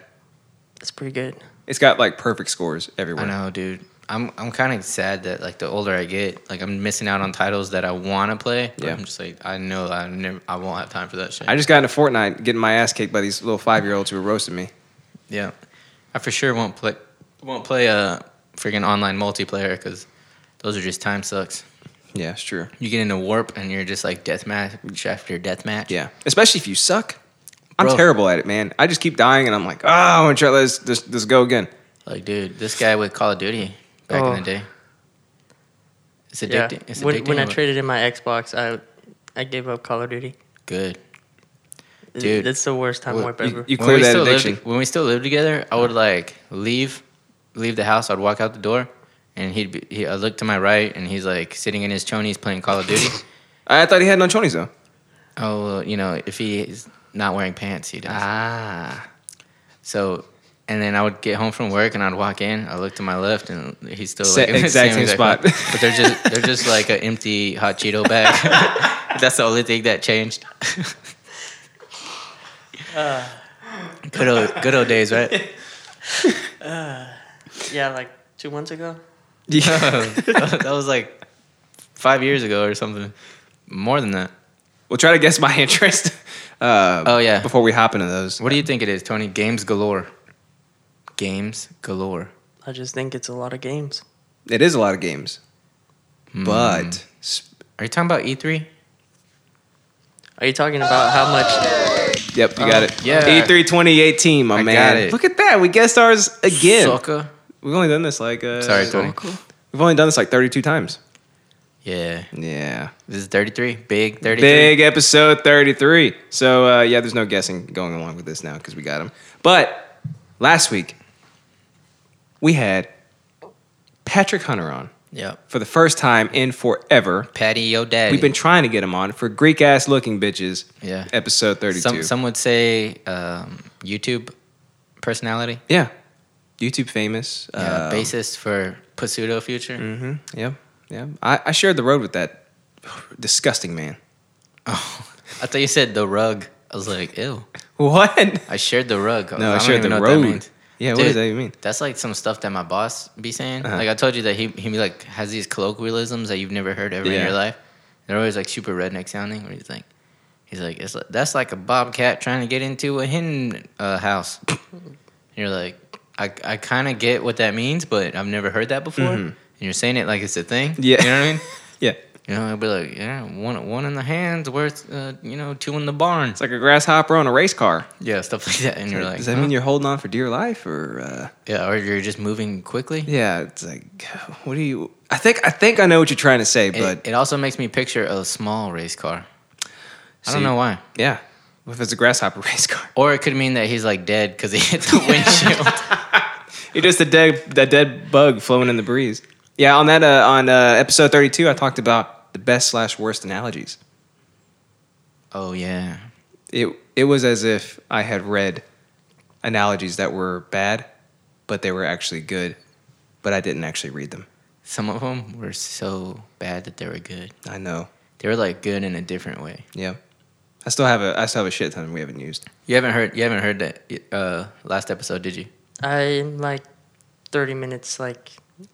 Speaker 4: It's pretty good.
Speaker 3: It's got like perfect scores
Speaker 1: I
Speaker 3: everywhere.
Speaker 1: know, dude. I'm I'm kind of sad that like the older I get, like I'm missing out on titles that I want to play. but
Speaker 3: Yeah.
Speaker 1: I'm just like I know I never I won't have time for that shit.
Speaker 3: I just got into Fortnite, getting my ass kicked by these little five year olds who roasted me.
Speaker 1: yeah, I for sure won't play won't play a freaking online multiplayer because those are just time sucks.
Speaker 3: Yeah, it's true.
Speaker 1: You get in a warp and you're just like deathmatch after deathmatch.
Speaker 3: Yeah, especially if you suck. I'm
Speaker 1: Bro.
Speaker 3: terrible at it, man. I just keep dying, and I'm like, ah, I want to try this, this, this go again.
Speaker 1: Like, dude, this guy with Call of Duty back
Speaker 4: Oh.
Speaker 1: in the day. It's
Speaker 4: Yeah.
Speaker 1: addicting. It's
Speaker 4: when
Speaker 1: addicting.
Speaker 4: when I
Speaker 1: but
Speaker 4: traded in my Xbox, I I gave up Call of Duty.
Speaker 1: good.
Speaker 4: It-
Speaker 1: Dude.
Speaker 4: it's the worst time
Speaker 1: Well,
Speaker 4: warp
Speaker 3: You,
Speaker 4: ever.
Speaker 3: you
Speaker 1: When
Speaker 3: clear
Speaker 1: we
Speaker 3: that
Speaker 1: still
Speaker 3: addiction.
Speaker 1: Lived, when we still lived together, I would like leave, leave the house. I'd walk out the door, and he'd be, he, I look to my right, and he's like sitting in his chonies playing Call of Duty.
Speaker 3: I I thought he had no chonies though.
Speaker 1: oh, well, you know, if he's not wearing pants, he does.
Speaker 3: Ah,
Speaker 1: So, and then I would get home from work and I'd walk in. I look to my left and he's still
Speaker 3: Sa-
Speaker 1: like in the
Speaker 3: exact same spot.
Speaker 1: But they're just they're just like an empty hot Cheeto bag. That's the only thing that changed. good old good old days, right?
Speaker 4: yeah, like two months ago.
Speaker 1: that was like five years ago or something. More than that.
Speaker 3: we'll try to guess my interest. Uh,
Speaker 1: Oh, yeah.
Speaker 3: Before we hop into those,
Speaker 1: What do you think it is, Tony? Games galore. Games galore.
Speaker 4: I just think it's a lot of games.
Speaker 3: it is a lot of
Speaker 1: Hmm.
Speaker 3: games, but sp-
Speaker 1: E Are you talking about E3?
Speaker 4: Are you talking about how much?
Speaker 3: Yep, you got it.
Speaker 1: Oh,
Speaker 3: E
Speaker 1: yeah.
Speaker 3: E3 2018, my
Speaker 1: I
Speaker 3: man.
Speaker 1: got it.
Speaker 3: Look at that. We guessed ours again.
Speaker 1: Sucker.
Speaker 3: We've only done this like uh,
Speaker 1: Sorry, Tony.
Speaker 3: We've only done this like 32 times.
Speaker 1: Yeah.
Speaker 3: Yeah.
Speaker 1: This is 33. Big 33.
Speaker 3: Big episode 33. So, uh, yeah, there's no guessing going along with this now because we got them. But last week, we had Patrick Hunter on
Speaker 1: Yep.
Speaker 3: for the first time in forever.
Speaker 1: Patty, yo, daddy.
Speaker 3: We've been trying to get him on for Greek ass looking bitches.
Speaker 1: Yeah.
Speaker 3: Episode 32.
Speaker 1: Some, some would say um, YouTube personality.
Speaker 3: yeah. YouTube famous.
Speaker 1: Yeah,
Speaker 3: uh,
Speaker 1: bassist for Pseudo Future.
Speaker 3: hmm Yeah. Yeah. I, I shared the road with that disgusting man.
Speaker 1: Oh, I thought you said the rug. I was like, ew.
Speaker 3: What?
Speaker 1: I shared the rug.
Speaker 3: No, I
Speaker 1: don't
Speaker 3: shared
Speaker 1: even
Speaker 3: the
Speaker 1: know what that
Speaker 3: road.
Speaker 1: means.
Speaker 3: Yeah, what does
Speaker 1: Dude,
Speaker 3: that even mean?
Speaker 1: That's like some stuff that my boss be saying.
Speaker 3: Uh-huh.
Speaker 1: Like I told you that he he like has these colloquialisms that you've never heard ever
Speaker 3: Yeah.
Speaker 1: in your life. They're always like super redneck sounding. Where he's like, he's like, it's like, that's like a bobcat trying to get into a hen uh, house. And you're like, I I kind of get what that means, but I've never heard that before. And you're saying it like it's a thing.
Speaker 3: Mm-hmm. Yeah.
Speaker 1: you know what I mean.
Speaker 3: Yeah.
Speaker 1: You know, I'd be like, yeah, one one in the hands, worth uh, you know two in the barn.
Speaker 3: It's like a grasshopper on a race car.
Speaker 1: Yeah, stuff like that. And you're like,
Speaker 3: Does that
Speaker 1: huh?
Speaker 3: mean you're holding on for dear life or uh
Speaker 1: Yeah, or you're just moving quickly.
Speaker 3: yeah, it's like what do you I think I think I know what you're trying to say,
Speaker 1: It,
Speaker 3: but
Speaker 1: it also makes me picture a small race car. I
Speaker 3: See-
Speaker 1: don't know why.
Speaker 3: yeah. What if it's a grasshopper race car?
Speaker 1: Or it could mean that he's like dead because he hit the windshield.
Speaker 3: You're just a dead a dead bug floating in the breeze. Yeah, on that uh, on uh, episode 32 I talked about the best slash worst analogies.
Speaker 1: oh yeah,
Speaker 3: It it was as if I had read analogies that were bad, but they were actually good, but I didn't actually read them.
Speaker 1: some of them were so bad that they were good.
Speaker 3: I know.
Speaker 1: They were like good in a different way.
Speaker 3: Yeah. I still have a I still have a shit ton we haven't used.
Speaker 1: You haven't heard. You haven't heard that uh, last episode, did you?
Speaker 4: I'm like 30 minutes, like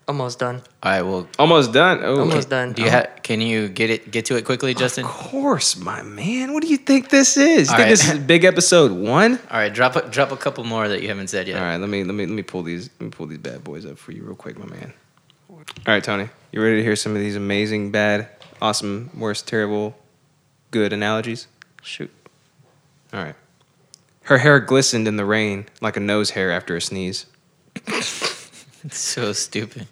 Speaker 4: almost done.
Speaker 1: All right. Well,
Speaker 3: Almost done. Oh.
Speaker 4: Almost done.
Speaker 1: do you ha- can you get it? Get to it quickly, Justin.
Speaker 3: Of course, my man. What do you think this is? You
Speaker 1: All
Speaker 3: think
Speaker 1: right.
Speaker 3: this is big episode one?
Speaker 1: All right. Drop a, drop a couple more that you haven't said yet.
Speaker 3: All right, let me let me let me pull these let me pull these bad boys up for you real quick, my man. All right, Tony, you ready to hear some of these amazing, bad, awesome, worst, terrible, good analogies?
Speaker 4: Shoot.
Speaker 3: All right. Her hair glistened in the rain like a nose hair after a sneeze.
Speaker 1: It's so stupid.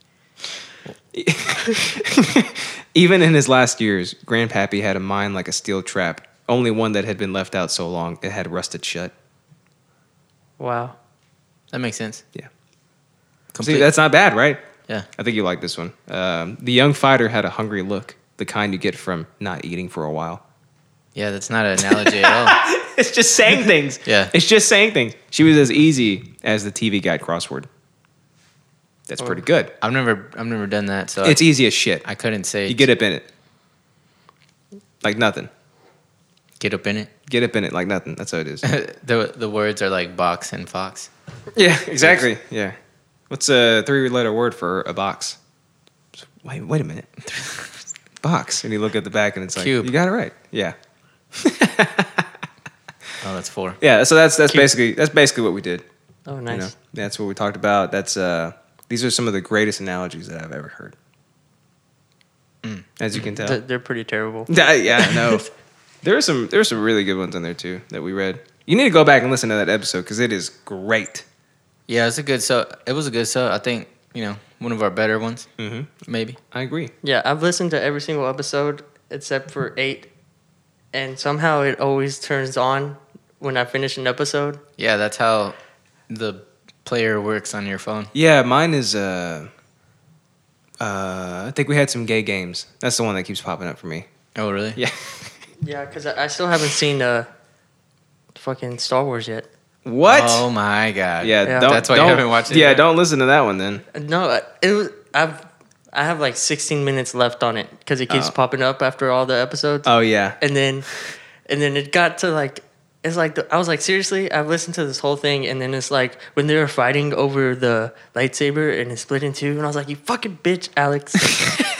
Speaker 3: Even in his last years, Grandpappy had a mind like a steel trap, only one that had been left out so long it had rusted shut.
Speaker 4: Wow.
Speaker 1: That makes sense.
Speaker 3: Yeah.
Speaker 1: Complete.
Speaker 3: See, that's not bad, right?
Speaker 1: yeah.
Speaker 3: I think you like this one. Um, the young fighter had a hungry look, the kind you get from not eating for a while.
Speaker 1: Yeah. That's not an analogy at all.
Speaker 3: It's just saying things.
Speaker 1: Yeah.
Speaker 3: It's just saying things. She was as easy as the TV guide crossword. That's pretty good.
Speaker 1: I've never I've never done that. So I-
Speaker 3: It's easy as shit.
Speaker 1: I couldn't say
Speaker 3: You get up in it. Like nothing.
Speaker 1: get up in it.
Speaker 3: Get up in it like nothing. That's how it is.
Speaker 1: the the words are like box and fox.
Speaker 3: yeah, exactly. Yeah. What's a three letter word for a box? Wait, wait a minute. box. And you look at the back and it's like,
Speaker 1: Cube.
Speaker 3: you got it right. Yeah.
Speaker 1: Oh, that's four.
Speaker 3: Yeah, so that's that's basically that's basically what we did.
Speaker 4: Oh,
Speaker 3: You know,
Speaker 4: nice.
Speaker 3: that's what we talked about. That's uh, these are some of the greatest analogies that I've ever heard.
Speaker 1: Mm.
Speaker 3: As you can tell,
Speaker 4: Th- They're pretty terrible.
Speaker 3: Yeah, yeah, I know. there are some there are some really good ones on there too that we read. You need to go back and listen to that episode because it is great.
Speaker 1: Yeah, it's a good so it was a good so I think, you know, one of our better ones,
Speaker 3: Mm-hmm.
Speaker 1: maybe.
Speaker 3: I agree.
Speaker 4: Yeah, I've listened to every single episode except for eight, and somehow it always turns on when I finish an episode.
Speaker 1: Yeah, that's how the player works on your phone.
Speaker 3: Yeah, mine is. Uh, uh, I think we had some gay games. That's the one that keeps popping up for me.
Speaker 1: Oh really?
Speaker 3: Yeah.
Speaker 4: Yeah, because I, I still haven't seen uh, fucking Star Wars yet.
Speaker 3: What?
Speaker 1: Oh my god.
Speaker 3: yeah,
Speaker 4: Yeah.
Speaker 3: Don't,
Speaker 1: That's why you
Speaker 3: don't-
Speaker 1: haven't watched it
Speaker 3: Yeah,
Speaker 1: yet.
Speaker 3: don't listen to that one then.
Speaker 4: No, I- it was I've I have like 16 minutes left on it because it keeps popping up after all the episodes,
Speaker 3: Oh yeah.
Speaker 4: and then and then it got to like. It's like the, I was like, seriously, I've listened to this whole thing, and then it's like when they were fighting over the lightsaber and it split in two, and I was like, "You fucking bitch, Alex!"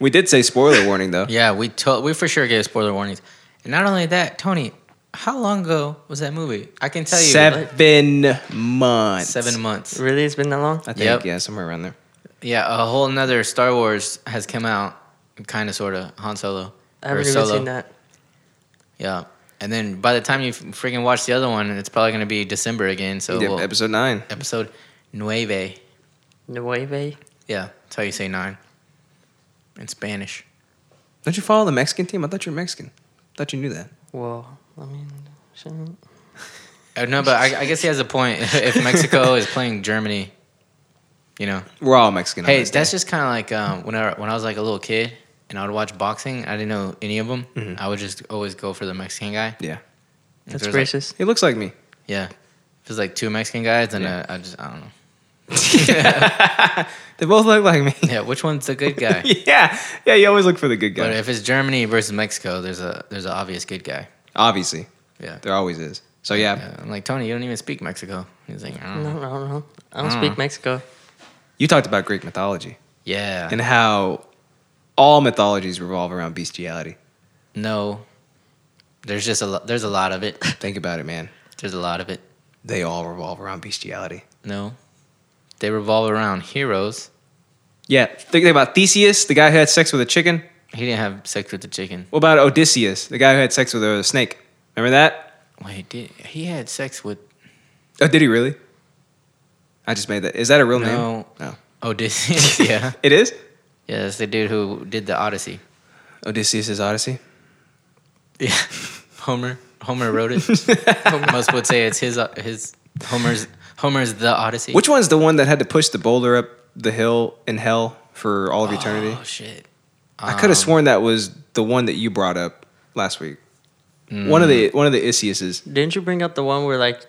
Speaker 3: We did say spoiler warning though.
Speaker 1: Yeah, we to- we for sure gave spoiler warnings. And not only that, Tony, how long ago was that movie? I can tell you like,
Speaker 3: Seven months.
Speaker 1: seven months.
Speaker 4: really, it's been that long?
Speaker 3: I think,
Speaker 1: Yep.
Speaker 3: yeah, somewhere around there.
Speaker 1: Yeah, a whole another Star Wars has come out, kind of, sort of Han Solo.
Speaker 4: I haven't even seen that.
Speaker 1: Yeah. And then by the time you f- freaking watch the other one, it's probably gonna be December again. So
Speaker 3: Yeah,
Speaker 1: we'll, episode
Speaker 3: episode nine.
Speaker 1: nueve.
Speaker 4: Nueve.
Speaker 1: Yeah, that's how you say nine in Spanish.
Speaker 3: Don't you follow the Mexican team? I thought you were Mexican. thought you knew that.
Speaker 4: Well, I mean, shouldn't.
Speaker 1: Uh, no, but I, I guess he has a point. if Mexico is playing Germany, you know,
Speaker 3: We're all Mexican. on
Speaker 1: hey,
Speaker 3: this
Speaker 1: that's
Speaker 3: day.
Speaker 1: just kind of like um, when I when I was like a little kid and I would watch boxing. I didn't know any of them. I would just always go for the Mexican guy. If
Speaker 3: Mm-hmm. yeah.
Speaker 4: That's
Speaker 1: there was, like-
Speaker 4: racist.
Speaker 3: He looks like me.
Speaker 1: yeah, if it's like two Mexican guys, then
Speaker 3: Yeah.
Speaker 1: I, I just I don't know.
Speaker 3: They both look like me.
Speaker 1: Yeah, which one's the good guy?
Speaker 3: yeah, yeah. You always look for the good guy.
Speaker 1: But if it's Germany versus Mexico, there's a there's an obvious good guy.
Speaker 3: Obviously,
Speaker 1: Yeah.
Speaker 3: there always is. So yeah,
Speaker 1: Yeah, I'm like Tony, you don't even speak Mexico. He's like, I don't
Speaker 4: No,
Speaker 1: know.
Speaker 4: no, no. I don't
Speaker 1: Mm.
Speaker 3: Hmm.
Speaker 4: speak Mexico.
Speaker 3: you talked about Greek mythology
Speaker 1: yeah,
Speaker 3: and how all mythologies revolve around bestiality.
Speaker 1: no. There's just a lo- there's a lot of it.
Speaker 3: Think about it, man.
Speaker 1: There's a lot of it.
Speaker 3: They all revolve around bestiality.
Speaker 1: No, they revolve around heroes.
Speaker 3: Yeah, think about Theseus, the guy who had sex with a chicken.
Speaker 1: He didn't have sex with the chicken.
Speaker 3: What about Odysseus, the guy who had sex with a snake? Remember that?
Speaker 1: Wait, did he had sex with
Speaker 3: Oh, did he really? I just made that. Is that a real name?
Speaker 1: No.
Speaker 3: No.
Speaker 1: Odysseus? Oh, yeah,
Speaker 3: It is.
Speaker 1: yeah, that's the dude who did the Odyssey.
Speaker 3: Odysseus' Odyssey.
Speaker 1: Yeah, Homer. Homer wrote it. Most would say it's his uh, his Homer's Homer's the Odyssey.
Speaker 3: Which one's the one that had to push the boulder up the hill in hell for all of eternity?
Speaker 1: Oh shit.
Speaker 3: I could have sworn that was the one that you brought up last week. One of the one of the Iseuses.
Speaker 4: Didn't you bring up the one where like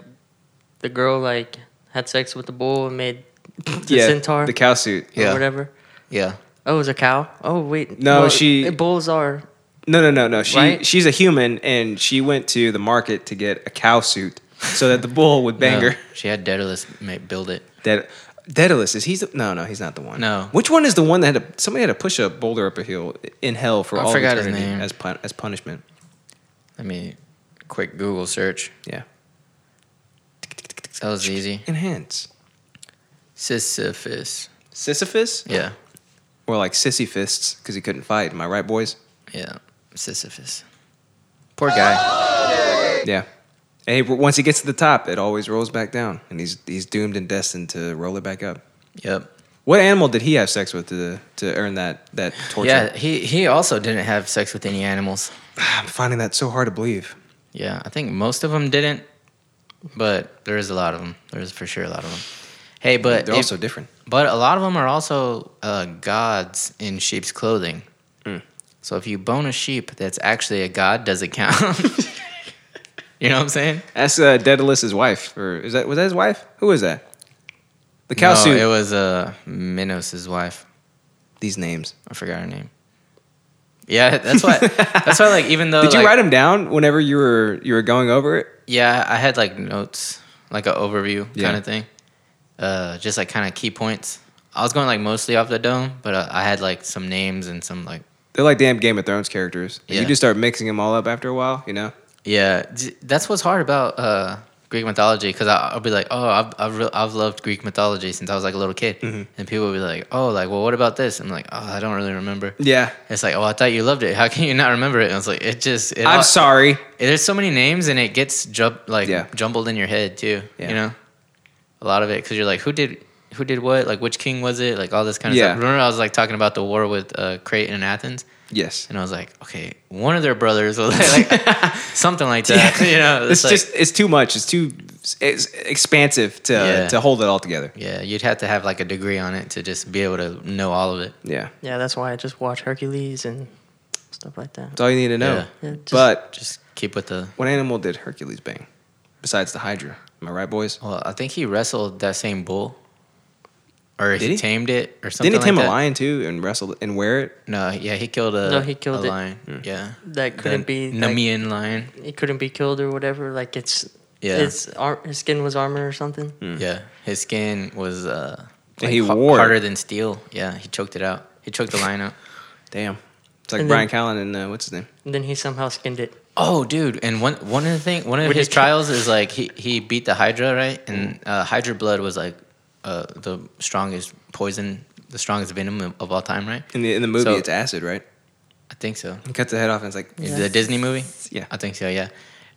Speaker 4: the girl like had sex with the bull and made the centaur
Speaker 3: the cow suit.
Speaker 1: Yeah.
Speaker 4: or whatever?
Speaker 1: Yeah.
Speaker 4: Oh, it was a cow. Oh wait,
Speaker 3: No, she-
Speaker 4: eh, Bulls are
Speaker 3: No, no, no, no. She
Speaker 4: Right?
Speaker 3: she's a human, and she went to the market to get a cow suit so that the bull would bang
Speaker 1: No,
Speaker 3: her.
Speaker 1: she had Daedalus ma- build it.
Speaker 3: Dead, Daedalus is he's the, no, no, he's not the one.
Speaker 1: No.
Speaker 3: Which one is the one that had to, somebody had to push a boulder up a hill in hell for
Speaker 1: I
Speaker 3: all of
Speaker 1: forgot his
Speaker 3: eternity
Speaker 1: name.
Speaker 3: as pun, as punishment?
Speaker 1: Let me quick Google search.
Speaker 3: Yeah.
Speaker 1: That was easy.
Speaker 3: Enhance
Speaker 1: Sisyphus.
Speaker 3: Sisyphus
Speaker 1: Yeah.
Speaker 3: or like sissy fists because he couldn't fight. Am I right, boys?
Speaker 1: Yeah. Sisyphus. Poor guy.
Speaker 3: Yeah. And he, once he gets to the top, it always rolls back down, and he's he's doomed and destined to roll it back up.
Speaker 1: Yep.
Speaker 3: What animal did he have sex with to to earn that that torture?
Speaker 1: Yeah, he, he also didn't have sex with any animals.
Speaker 3: I'm finding that so hard to believe.
Speaker 1: Yeah, I think most of them didn't, but there is a lot of them. There is for sure a lot of them. Hey, but
Speaker 3: They're
Speaker 1: if-
Speaker 3: also different.
Speaker 1: But a lot of them are also uh, gods in sheep's clothing.
Speaker 3: Hmm.
Speaker 1: So if you bone a sheep that's actually a god, does it count? you know what I'm saying?
Speaker 3: That's uh, Daedalus's wife, or is that was that his wife? Who was that? The cow
Speaker 1: no,
Speaker 3: suit.
Speaker 1: it was uh, Minos' wife.
Speaker 3: These names.
Speaker 1: I forgot her name. Yeah, that's why. that's why. Like, even though
Speaker 3: Did you
Speaker 1: like-
Speaker 3: write them down whenever you were you were going over it?
Speaker 1: Yeah, I had like notes, like an overview
Speaker 3: Yeah.
Speaker 1: kind of thing. Uh, just like kind of key points. I was going like mostly off the dome, but uh, I had like some names and some like
Speaker 3: They're like damn Game of Thrones characters.
Speaker 1: Yeah.
Speaker 3: You just start mixing them all up after a while, you know.
Speaker 1: Yeah, d- that's what's hard about uh, Greek mythology because I'll be like, oh, I've I've, re- I've loved Greek mythology since I was like a little kid,
Speaker 3: Mm-hmm.
Speaker 1: and people will be like, oh, like well, what about this? I'm like, oh, I don't really remember.
Speaker 3: Yeah.
Speaker 1: It's like, oh, I thought you loved it. How can you not remember it? And I was like, it just. It
Speaker 3: I'm
Speaker 1: all-
Speaker 3: sorry.
Speaker 1: There's so many names, and it gets jump like
Speaker 3: Yeah.
Speaker 1: jumbled in your head too.
Speaker 3: Yeah.
Speaker 1: You know, a lot of it because you're like, who did who did what? Like, which king was it? Like all this kind of
Speaker 3: Yeah.
Speaker 1: stuff. Remember, I was like talking about the war with uh, Crete and Athens.
Speaker 3: Yes.
Speaker 1: And I was like, okay, one of their brothers was like, like, something like that. You know,
Speaker 3: It's,
Speaker 1: it's, like,
Speaker 3: just it's too much. It's too it's expansive to
Speaker 1: Yeah.
Speaker 3: to hold it all together.
Speaker 1: yeah, you'd have to have like a degree on it to just be able to know all of it.
Speaker 3: Yeah.
Speaker 4: yeah. That's why I just watch Hercules and stuff like that.
Speaker 3: That's all you need to know.
Speaker 1: Yeah.
Speaker 4: Yeah, just-
Speaker 3: but
Speaker 1: Just keep with the.
Speaker 3: what animal did Hercules bang? Besides the Hydra. Am I right, boys?
Speaker 1: Well, I think he wrestled that same bull, or he,
Speaker 3: he?
Speaker 1: tamed it, or something.
Speaker 3: Didn't he tame
Speaker 1: like that.
Speaker 3: a lion too and wrestle and wear it?
Speaker 1: No, yeah, he killed a.
Speaker 4: No, he killed
Speaker 1: a
Speaker 4: it.
Speaker 1: lion.
Speaker 3: Hmm.
Speaker 1: Yeah,
Speaker 4: That couldn't be like,
Speaker 1: Nemean lion.
Speaker 4: It couldn't be killed or whatever. Like it's
Speaker 1: Yeah.
Speaker 4: It's ar- his skin was armor or something.
Speaker 1: Yeah, his skin was uh,
Speaker 3: Hmm. And he
Speaker 1: har-
Speaker 3: wore it.
Speaker 1: harder than steel. Yeah, he choked it out. He choked the lion out.
Speaker 3: Damn. It's like
Speaker 4: And
Speaker 3: Brian
Speaker 4: then-
Speaker 3: Callen and uh, what's his name?
Speaker 4: And then he somehow skinned it.
Speaker 1: Oh, dude! And one one of the thing, one of
Speaker 4: When
Speaker 1: his
Speaker 4: you-
Speaker 1: trials is like he, he beat the Hydra, right? And uh, Hydra blood was like uh, the strongest poison, the strongest venom of, of all time, right?
Speaker 3: In the in the movie,
Speaker 1: So-
Speaker 3: it's acid, right?
Speaker 1: I think so.
Speaker 3: He cuts the head off and it's like,
Speaker 1: Is it a Disney movie?
Speaker 3: Yeah.
Speaker 1: I think so. Yeah,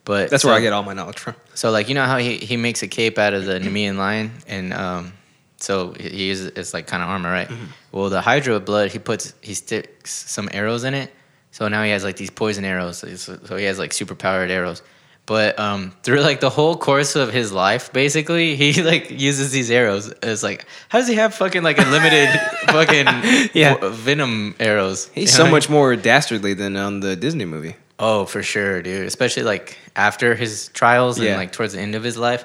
Speaker 1: but
Speaker 3: that's where
Speaker 1: so-
Speaker 3: I get all my knowledge from.
Speaker 1: So like you know how he, he makes a cape out of the Nemean lion, and um, so he- he uses it's like kind of armor, right? Well, the Hydra blood he puts he sticks some arrows in it, so now he has like these poison arrows. So he's- So he has like super powered arrows. But um, through like the whole course of his life, basically, he like uses these arrows. It's like, how does he have fucking like unlimited fucking
Speaker 3: Yeah.
Speaker 1: w- venom arrows?
Speaker 3: He's
Speaker 1: You know
Speaker 3: so
Speaker 1: what I mean?
Speaker 3: much more dastardly than on the Disney movie.
Speaker 1: Oh, for sure, dude. Especially like after his trials
Speaker 3: Yeah.
Speaker 1: and like towards the end of his life,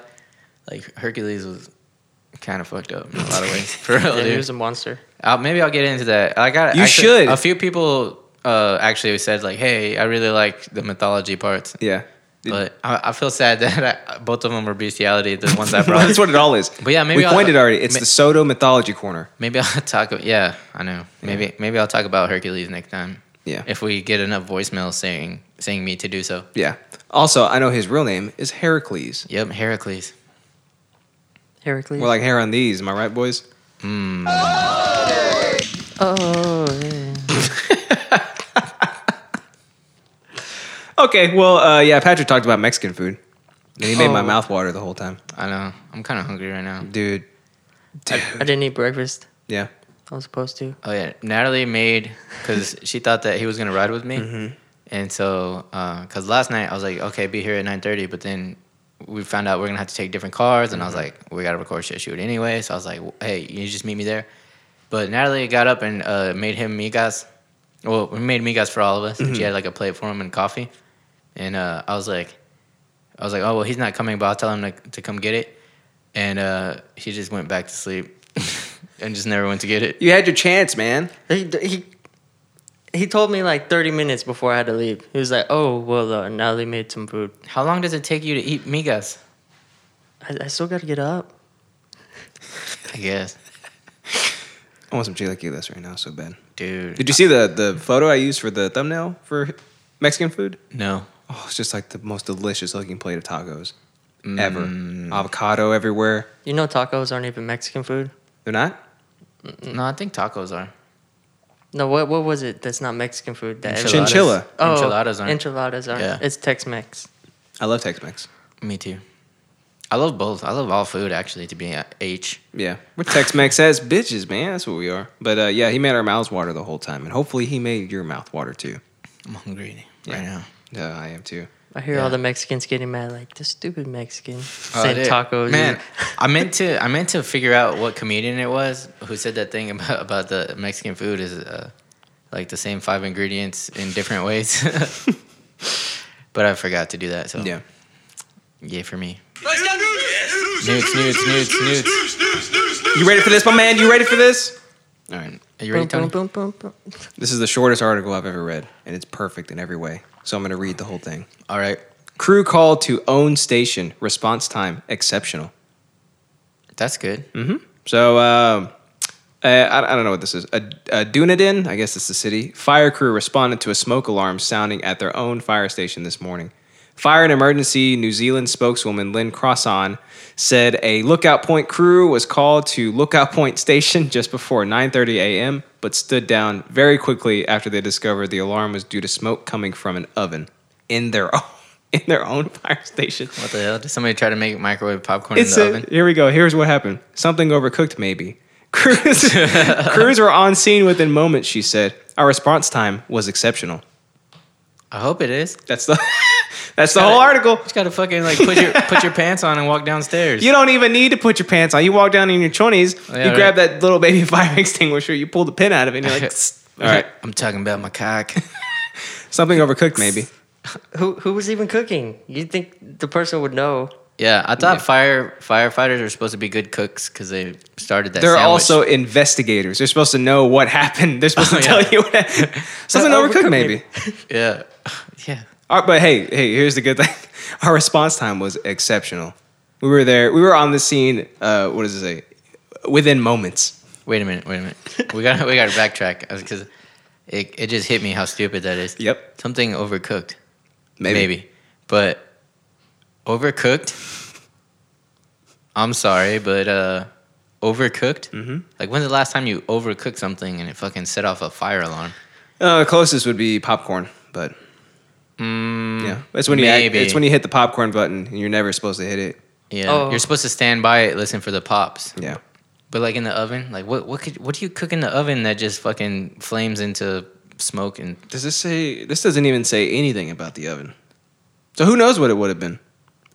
Speaker 1: like Hercules was kind of fucked up in a lot of ways. For real,
Speaker 4: And he was
Speaker 1: Oh, dude.
Speaker 4: a monster.
Speaker 1: I'll, maybe I'll get into that. I got
Speaker 3: You
Speaker 1: actually-
Speaker 3: should.
Speaker 1: A few people uh, actually said like, "Hey, I really like the mythology parts,"
Speaker 3: Yeah.
Speaker 1: but I, I feel sad that I, both of them were bestiality. The ones I brought.
Speaker 3: that's what it all is.
Speaker 1: But yeah, maybe
Speaker 3: we
Speaker 1: I'll-
Speaker 3: coined it already. It's
Speaker 1: ma-
Speaker 3: the Soto mythology corner.
Speaker 1: Maybe I'll talk. Yeah, I know. Maybe maybe I'll talk about Hercules next time.
Speaker 3: Yeah.
Speaker 1: If we get enough voicemails saying saying me to do so.
Speaker 3: Yeah. Also, I know his real name is Heracles.
Speaker 1: Yep, Heracles.
Speaker 4: Heracles.
Speaker 3: We're like hair on these. Am I right, boys?
Speaker 1: Hmm.
Speaker 4: oh, yeah.
Speaker 3: Okay. Well, uh, yeah. Patrick talked about Mexican food, and he made my
Speaker 4: Oh.
Speaker 3: mouth water the whole time,
Speaker 1: I know. I'm kind of hungry right now.
Speaker 3: dude.
Speaker 4: I didn't eat breakfast.
Speaker 3: Yeah.
Speaker 4: I was supposed to.
Speaker 1: Oh yeah, Natalie made because she thought that he was gonna ride with me, and so because last night I was like, okay, be here at nine thirty, but then we found out we're gonna have to take different cars, and I was like, we gotta record shit shoot anyway, so I was like, hey, you just meet me there. But Natalie got up and uh, made him migas. Well, we made migas for all of us. and She had like a plate for him and coffee, and uh, I was like, I was like, oh well, he's not coming, but I'll tell him to, to come get it, and uh, he just went back to sleep. And just never went to get it.
Speaker 3: You had your chance, man.
Speaker 4: He, he he told me like 30 minutes before I had to leave. He was like, "Oh, well, uh, now they made some food.
Speaker 1: How long does it take you to eat migas?
Speaker 4: I, I still got to get up."
Speaker 1: I guess,
Speaker 3: I want some chilaquiles right now, so bad.
Speaker 1: dude.
Speaker 3: Did you see the the photo I used for the thumbnail for Mexican food?
Speaker 1: no,
Speaker 3: Oh, it's just like the most delicious looking plate of tacos ever. Avocado everywhere.
Speaker 4: You know, tacos aren't even Mexican food.
Speaker 3: They're not.
Speaker 1: no. I think tacos are.
Speaker 4: No, what what was it? That's not Mexican food. That
Speaker 1: Enchiladas.
Speaker 3: Chinchilla.
Speaker 4: Oh,
Speaker 1: Enchiladas aren't.
Speaker 4: Enchiladas aren't.
Speaker 1: Yeah.
Speaker 4: It's Tex-Mex.
Speaker 3: I love Tex-Mex.
Speaker 1: Me too. I love both. I love all food actually. To be a H.
Speaker 3: Yeah, we're Tex-Mex as bitches, man. That's what we are. But uh, yeah, he made our mouths water the whole time, and hopefully, he made your mouth water too.
Speaker 1: I'm hungry
Speaker 3: Yeah.
Speaker 1: right now.
Speaker 3: Yeah, I am too.
Speaker 4: I hear
Speaker 1: Yeah.
Speaker 4: all the Mexicans getting mad, like the stupid Mexican
Speaker 1: Oh,
Speaker 4: saying
Speaker 1: dude.
Speaker 4: tacos.
Speaker 1: Man, I meant to. I meant to figure out what comedian it was who said that thing about about the Mexican food is uh, like the same five ingredients in different ways. but I forgot to do that. So
Speaker 3: Yeah,
Speaker 1: yay for me. Newts, newts, newts, newts.
Speaker 3: you ready for this, my man? You ready for this? All right,
Speaker 1: Are you ready,
Speaker 4: Boom, boom,
Speaker 1: Tony?
Speaker 4: boom, boom, boom.
Speaker 3: this is the shortest article I've ever read, and it's perfect in every way. So I'm going to read the whole thing.
Speaker 1: All right.
Speaker 3: Crew call to own station. Response time exceptional.
Speaker 1: That's good.
Speaker 3: Mm-hmm. So um, I, I I don't know what this is. A, a Dunedin, I guess it's the city. Fire crew responded to a smoke alarm sounding at their own fire station this morning. Fire and Emergency New Zealand spokeswoman Lynn Crossan said a lookout point crew was called to lookout point station just before 9:30 a.m. but stood down very quickly after they discovered the alarm was due to smoke coming from an oven in their own in their own fire station.
Speaker 1: What the hell? Did somebody try to make microwave popcorn
Speaker 3: It's
Speaker 1: in the
Speaker 3: a-
Speaker 1: oven?
Speaker 3: Here we go. Here's what happened. Something overcooked, maybe. Crews, crews were on scene within moments. She said, "Our response time was exceptional."
Speaker 1: I hope it is.
Speaker 3: That's the that's the whole article.
Speaker 1: Just gotta fucking like put your put your pants on and walk downstairs.
Speaker 3: You don't even need to put your pants on. You walk down in your twenties.
Speaker 1: Oh, yeah,
Speaker 3: you
Speaker 1: right.
Speaker 3: grab that little baby fire extinguisher. You pull the pin out of it. and You're like, "Tss." "All right,
Speaker 1: I'm talking about my cock.
Speaker 3: something overcooked, maybe."
Speaker 4: Who who was even cooking? You'd think the person would know.
Speaker 1: yeah, I thought fire firefighters are supposed to be good cooks because they started that.
Speaker 3: They're
Speaker 1: sandwich.
Speaker 3: also investigators. They're supposed to know what happened. They're supposed
Speaker 1: Oh,
Speaker 3: to
Speaker 1: yeah.
Speaker 3: tell you what happened. something overcooked,
Speaker 4: overcooked,
Speaker 3: maybe.
Speaker 4: maybe.
Speaker 1: yeah, yeah.
Speaker 3: Our, Uh, but hey, hey, here's the good thing. Our response time was exceptional. We were there. We were on the scene. Uh, what does it say? Within moments.
Speaker 1: Wait a minute, wait a minute. We got to we got to backtrack because it it just hit me how stupid that is.
Speaker 3: Yep.
Speaker 1: Something overcooked,
Speaker 3: Maybe.
Speaker 1: maybe, but overcooked. I'm sorry, but uh, overcooked. Mm-hmm. Like when's the last time you overcooked something and it fucking set off a fire alarm?
Speaker 3: Uh, closest would be popcorn, but yeah, it's when you act-
Speaker 1: Hmm. maybe.
Speaker 3: it's when you hit the popcorn button and you're never supposed to hit it.
Speaker 1: Yeah,
Speaker 4: Oh.
Speaker 1: you're supposed to stand by it, listen for the pops.
Speaker 3: Yeah,
Speaker 1: But like in the oven, like what what could what do you cook in the oven that just fucking flames into smoke and
Speaker 3: does this say this doesn't even say anything about the oven? So who knows what it would have been?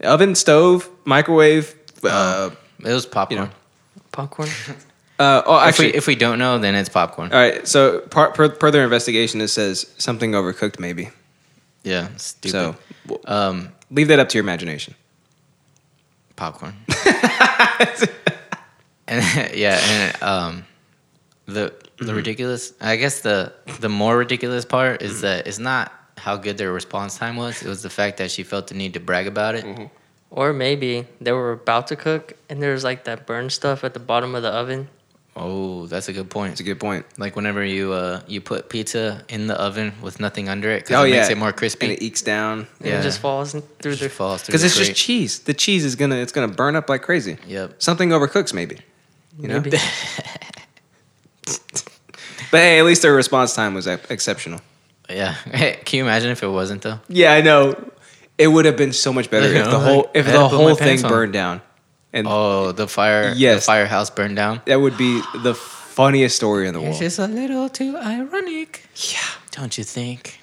Speaker 3: Oven, stove, microwave. Uh,
Speaker 1: it was popcorn.
Speaker 3: You know,
Speaker 4: Popcorn.
Speaker 3: uh, oh,
Speaker 1: if we
Speaker 3: actually,
Speaker 1: if we don't know, then it's popcorn.
Speaker 3: all right. So par, per, further investigation, it says something overcooked, maybe.
Speaker 1: Yeah, stupid.
Speaker 3: So w-
Speaker 1: um,
Speaker 3: leave that up to your imagination.
Speaker 1: popcorn. and yeah, and um, the
Speaker 3: Mm-hmm.
Speaker 1: the ridiculous. I guess the the more ridiculous part
Speaker 3: Mm-hmm.
Speaker 1: is that it's not how good their response time was. It was the fact that she felt the need to brag about it.
Speaker 3: Mm-hmm.
Speaker 4: Or maybe they were about to cook and there was like that burn stuff at the bottom of the oven.
Speaker 1: Oh, that's a good
Speaker 3: That's
Speaker 1: point.
Speaker 3: a good point.
Speaker 1: Like whenever you uh you put pizza in the oven with nothing under it, because
Speaker 3: oh
Speaker 1: it
Speaker 3: yeah,
Speaker 1: makes it more crispy.
Speaker 3: and it ekes down
Speaker 4: And
Speaker 1: Yeah.
Speaker 4: it just falls in- through
Speaker 1: It
Speaker 4: the
Speaker 1: just falls through
Speaker 3: because
Speaker 1: the
Speaker 3: it's just
Speaker 1: grate.
Speaker 3: cheese. The cheese is gonna it's gonna burn up like crazy.
Speaker 1: Yep.
Speaker 3: Something overcooks maybe. You know?
Speaker 4: maybe.
Speaker 3: But hey, at least their response time was ex- exceptional.
Speaker 1: Yeah. Can you imagine if it wasn't though?
Speaker 3: Yeah, I know. It would have been so much better
Speaker 1: You
Speaker 3: if the
Speaker 1: know,
Speaker 3: whole
Speaker 1: like,
Speaker 3: if
Speaker 1: I
Speaker 3: the
Speaker 1: had to put
Speaker 3: whole
Speaker 1: my
Speaker 3: thing
Speaker 1: pants on.
Speaker 3: burned down, and
Speaker 1: Oh, the fire.
Speaker 3: Mm. Yes.
Speaker 1: The firehouse burned down.
Speaker 3: that would be the funniest story in the
Speaker 1: It's
Speaker 3: world.
Speaker 1: just a little too ironic. Yeah. Don't you think?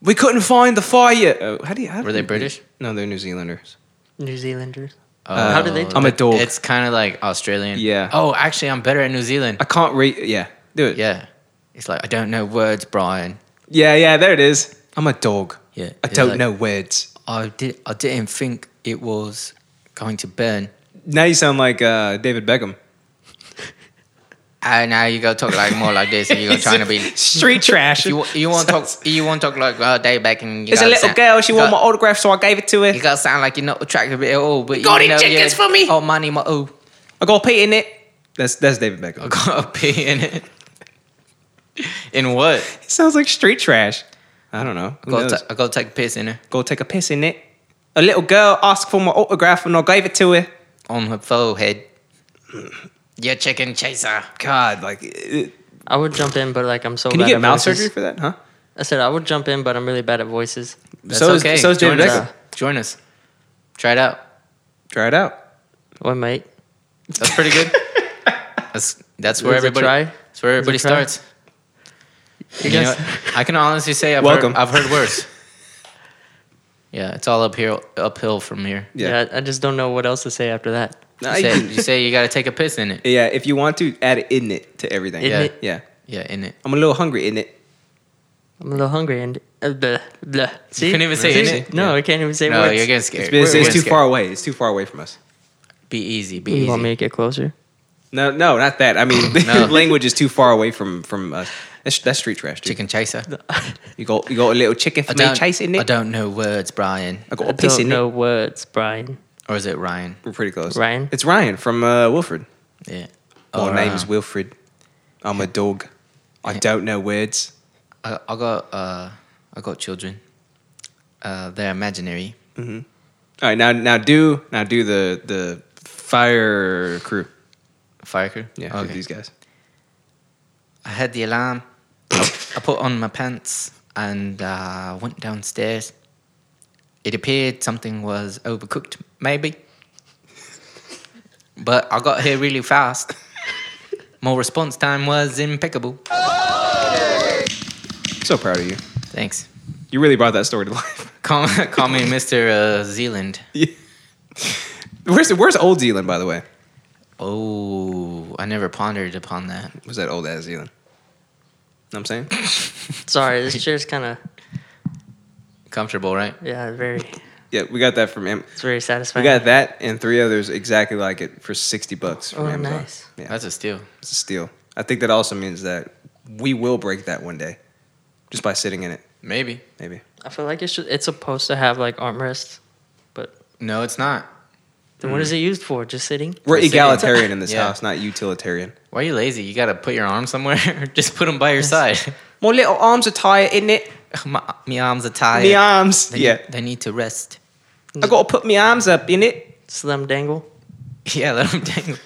Speaker 3: we couldn't find the fire. Oh, how do you? How
Speaker 1: Were
Speaker 3: do
Speaker 1: they
Speaker 3: you-
Speaker 1: British?
Speaker 3: No, they're New Zealanders.
Speaker 4: New Zealanders.
Speaker 1: Uh,
Speaker 4: How did they do
Speaker 3: I'm a
Speaker 4: it?
Speaker 3: dog.
Speaker 1: It's kind of like Australian.
Speaker 3: Yeah.
Speaker 1: Oh, actually, I'm better at New Zealand.
Speaker 3: I can't read. Yeah, do it.
Speaker 1: Yeah. It's like I don't know words, Brian.
Speaker 3: yeah, yeah. There it is. I'm a dog.
Speaker 1: Yeah,
Speaker 3: I
Speaker 1: it's
Speaker 3: don't
Speaker 1: like-
Speaker 3: know words.
Speaker 1: I did. I didn't think it was going to burn.
Speaker 3: Now you sound like uh, David Beckham.
Speaker 1: And Ah, now you go talk like more like this, and you're trying to be.
Speaker 3: street trash.
Speaker 1: You you want talk you want talk like oh, day back and you
Speaker 3: It's a
Speaker 1: gotta
Speaker 3: little
Speaker 1: sound-
Speaker 3: girl. She
Speaker 1: you
Speaker 3: wanted my
Speaker 1: gotta-
Speaker 3: autograph, so I gave it to her.
Speaker 1: You gotta sound like you're not attractive at all, but you
Speaker 3: got any
Speaker 1: know
Speaker 3: chickens
Speaker 1: you're-
Speaker 3: for me?
Speaker 1: Oh, money, my oh,
Speaker 3: I got Pete in it. That's that's David Beckham.
Speaker 1: I got a pee in it. In what?
Speaker 3: It sounds like street trash. I don't know. Who
Speaker 1: Go,
Speaker 3: knows?
Speaker 1: ta- I go take a piss in it
Speaker 3: go take a piss in it. A little girl asked for my autograph and I gave it to her.
Speaker 1: on her forehead. Your chicken chaser.
Speaker 3: God, like, it-
Speaker 4: I would jump in, but like I'm so
Speaker 3: can
Speaker 4: bad
Speaker 3: you get
Speaker 4: at
Speaker 3: mouth
Speaker 4: voices.
Speaker 3: surgery for that? Huh?
Speaker 4: I said I would jump in, but I'm really bad at voices.
Speaker 1: That's
Speaker 3: so
Speaker 1: okay.
Speaker 3: Is, so is
Speaker 1: Join
Speaker 3: David
Speaker 1: us.
Speaker 3: Beckham.
Speaker 1: Join us. Try it out.
Speaker 3: Try it out.
Speaker 4: What mate?
Speaker 1: That's pretty good. that's that's where
Speaker 4: Is it
Speaker 1: everybody.
Speaker 4: try?
Speaker 1: That's where everybody
Speaker 4: try?
Speaker 1: starts. You know
Speaker 4: guys-
Speaker 1: what? I can honestly say I've
Speaker 3: Welcome.
Speaker 1: Heard, I've heard worse. yeah, it's all up here, uphill from here.
Speaker 3: Yeah.
Speaker 4: Yeah. I I just don't know what else to say after that.
Speaker 3: No,
Speaker 1: You
Speaker 3: you
Speaker 1: say,
Speaker 3: can-
Speaker 1: you say you got to take a piss in it.
Speaker 3: yeah, if you want to, add in it to everything.
Speaker 4: In
Speaker 3: yeah.
Speaker 4: it.
Speaker 3: Yeah.
Speaker 1: Yeah, in it.
Speaker 3: I'm a little hungry in it.
Speaker 4: I'm a little hungry and uh, blah, blah. See?
Speaker 1: couldn't even say
Speaker 4: See?
Speaker 1: innit?
Speaker 4: No, I can't even say
Speaker 1: No,
Speaker 4: words.
Speaker 1: you're getting scared.
Speaker 3: It's, it's,
Speaker 1: We're
Speaker 3: it's
Speaker 1: getting
Speaker 3: too
Speaker 1: scared.
Speaker 3: far away. It's too far away from us.
Speaker 1: Be easy. Be
Speaker 4: you
Speaker 1: easy.
Speaker 4: want me to get closer?
Speaker 3: No, no, not that. I mean, the
Speaker 1: No.
Speaker 3: language is too far away from from us. That's, that's street trash, dude.
Speaker 1: Chicken chaser.
Speaker 3: You got you got a little chicken for me chasing it.
Speaker 1: I don't know words, Brian.
Speaker 3: I got
Speaker 4: I
Speaker 3: a piss
Speaker 4: don't
Speaker 3: in
Speaker 4: know
Speaker 3: it.
Speaker 4: words, Brian.
Speaker 1: Or is it Ryan?
Speaker 3: We're pretty close.
Speaker 4: Ryan? Oh,
Speaker 3: It's Ryan from uh, Wilfred.
Speaker 1: Yeah.
Speaker 3: My
Speaker 1: Or,
Speaker 3: name's
Speaker 1: uh,
Speaker 3: Wilfred. I'm a dog. I don't know words.
Speaker 1: I, I got uh, I got children. Uh, they're imaginary.
Speaker 3: All right, now now do now do the the fire crew.
Speaker 1: Fire crew.
Speaker 3: Yeah, do these guys.
Speaker 1: I heard the alarm. I put on my pants and uh, went downstairs. It appeared something was overcooked, maybe. But I got here really fast. My response time was impeccable.
Speaker 3: So proud of you.
Speaker 1: Thanks.
Speaker 3: You really brought that story to life.
Speaker 1: Call, call me Mr. Uh, Zealand.
Speaker 3: Where's where's old Zealand by the way?
Speaker 1: Oh, I never pondered upon that.
Speaker 3: Was that old ass Zealand? Know what I'm saying
Speaker 4: Sorry, this chair's kind of,
Speaker 1: Comfortable, right?
Speaker 4: yeah, very,
Speaker 3: yeah, we got that from Am-
Speaker 4: it's very
Speaker 3: we
Speaker 4: satisfying.
Speaker 3: got that and three others exactly like it for sixty bucks from
Speaker 4: Oh,
Speaker 3: Amazon.
Speaker 4: nice.
Speaker 3: Yeah,
Speaker 1: That's a steal.
Speaker 3: it's a steal. I think that also means that we will break that one day, just by sitting in it.
Speaker 1: Maybe.
Speaker 3: Maybe
Speaker 4: I feel like it's, it's supposed to have like armrests, but
Speaker 1: No, it's not.
Speaker 4: then what is it used for? Just sitting?
Speaker 3: we're
Speaker 1: Just sitting.
Speaker 3: egalitarian in this
Speaker 1: Yeah.
Speaker 3: house, not utilitarian.
Speaker 1: Why are you lazy? You gotta put your arm somewhere. Just put them by your side.
Speaker 3: My little arms are tired, isn't it?
Speaker 1: my, my arms are tired.
Speaker 3: My arms.
Speaker 1: They,
Speaker 3: yeah.
Speaker 1: need, they need to rest.
Speaker 3: I gotta put my arms up in it.
Speaker 4: Slim dangle?
Speaker 1: Yeah, let him dangle.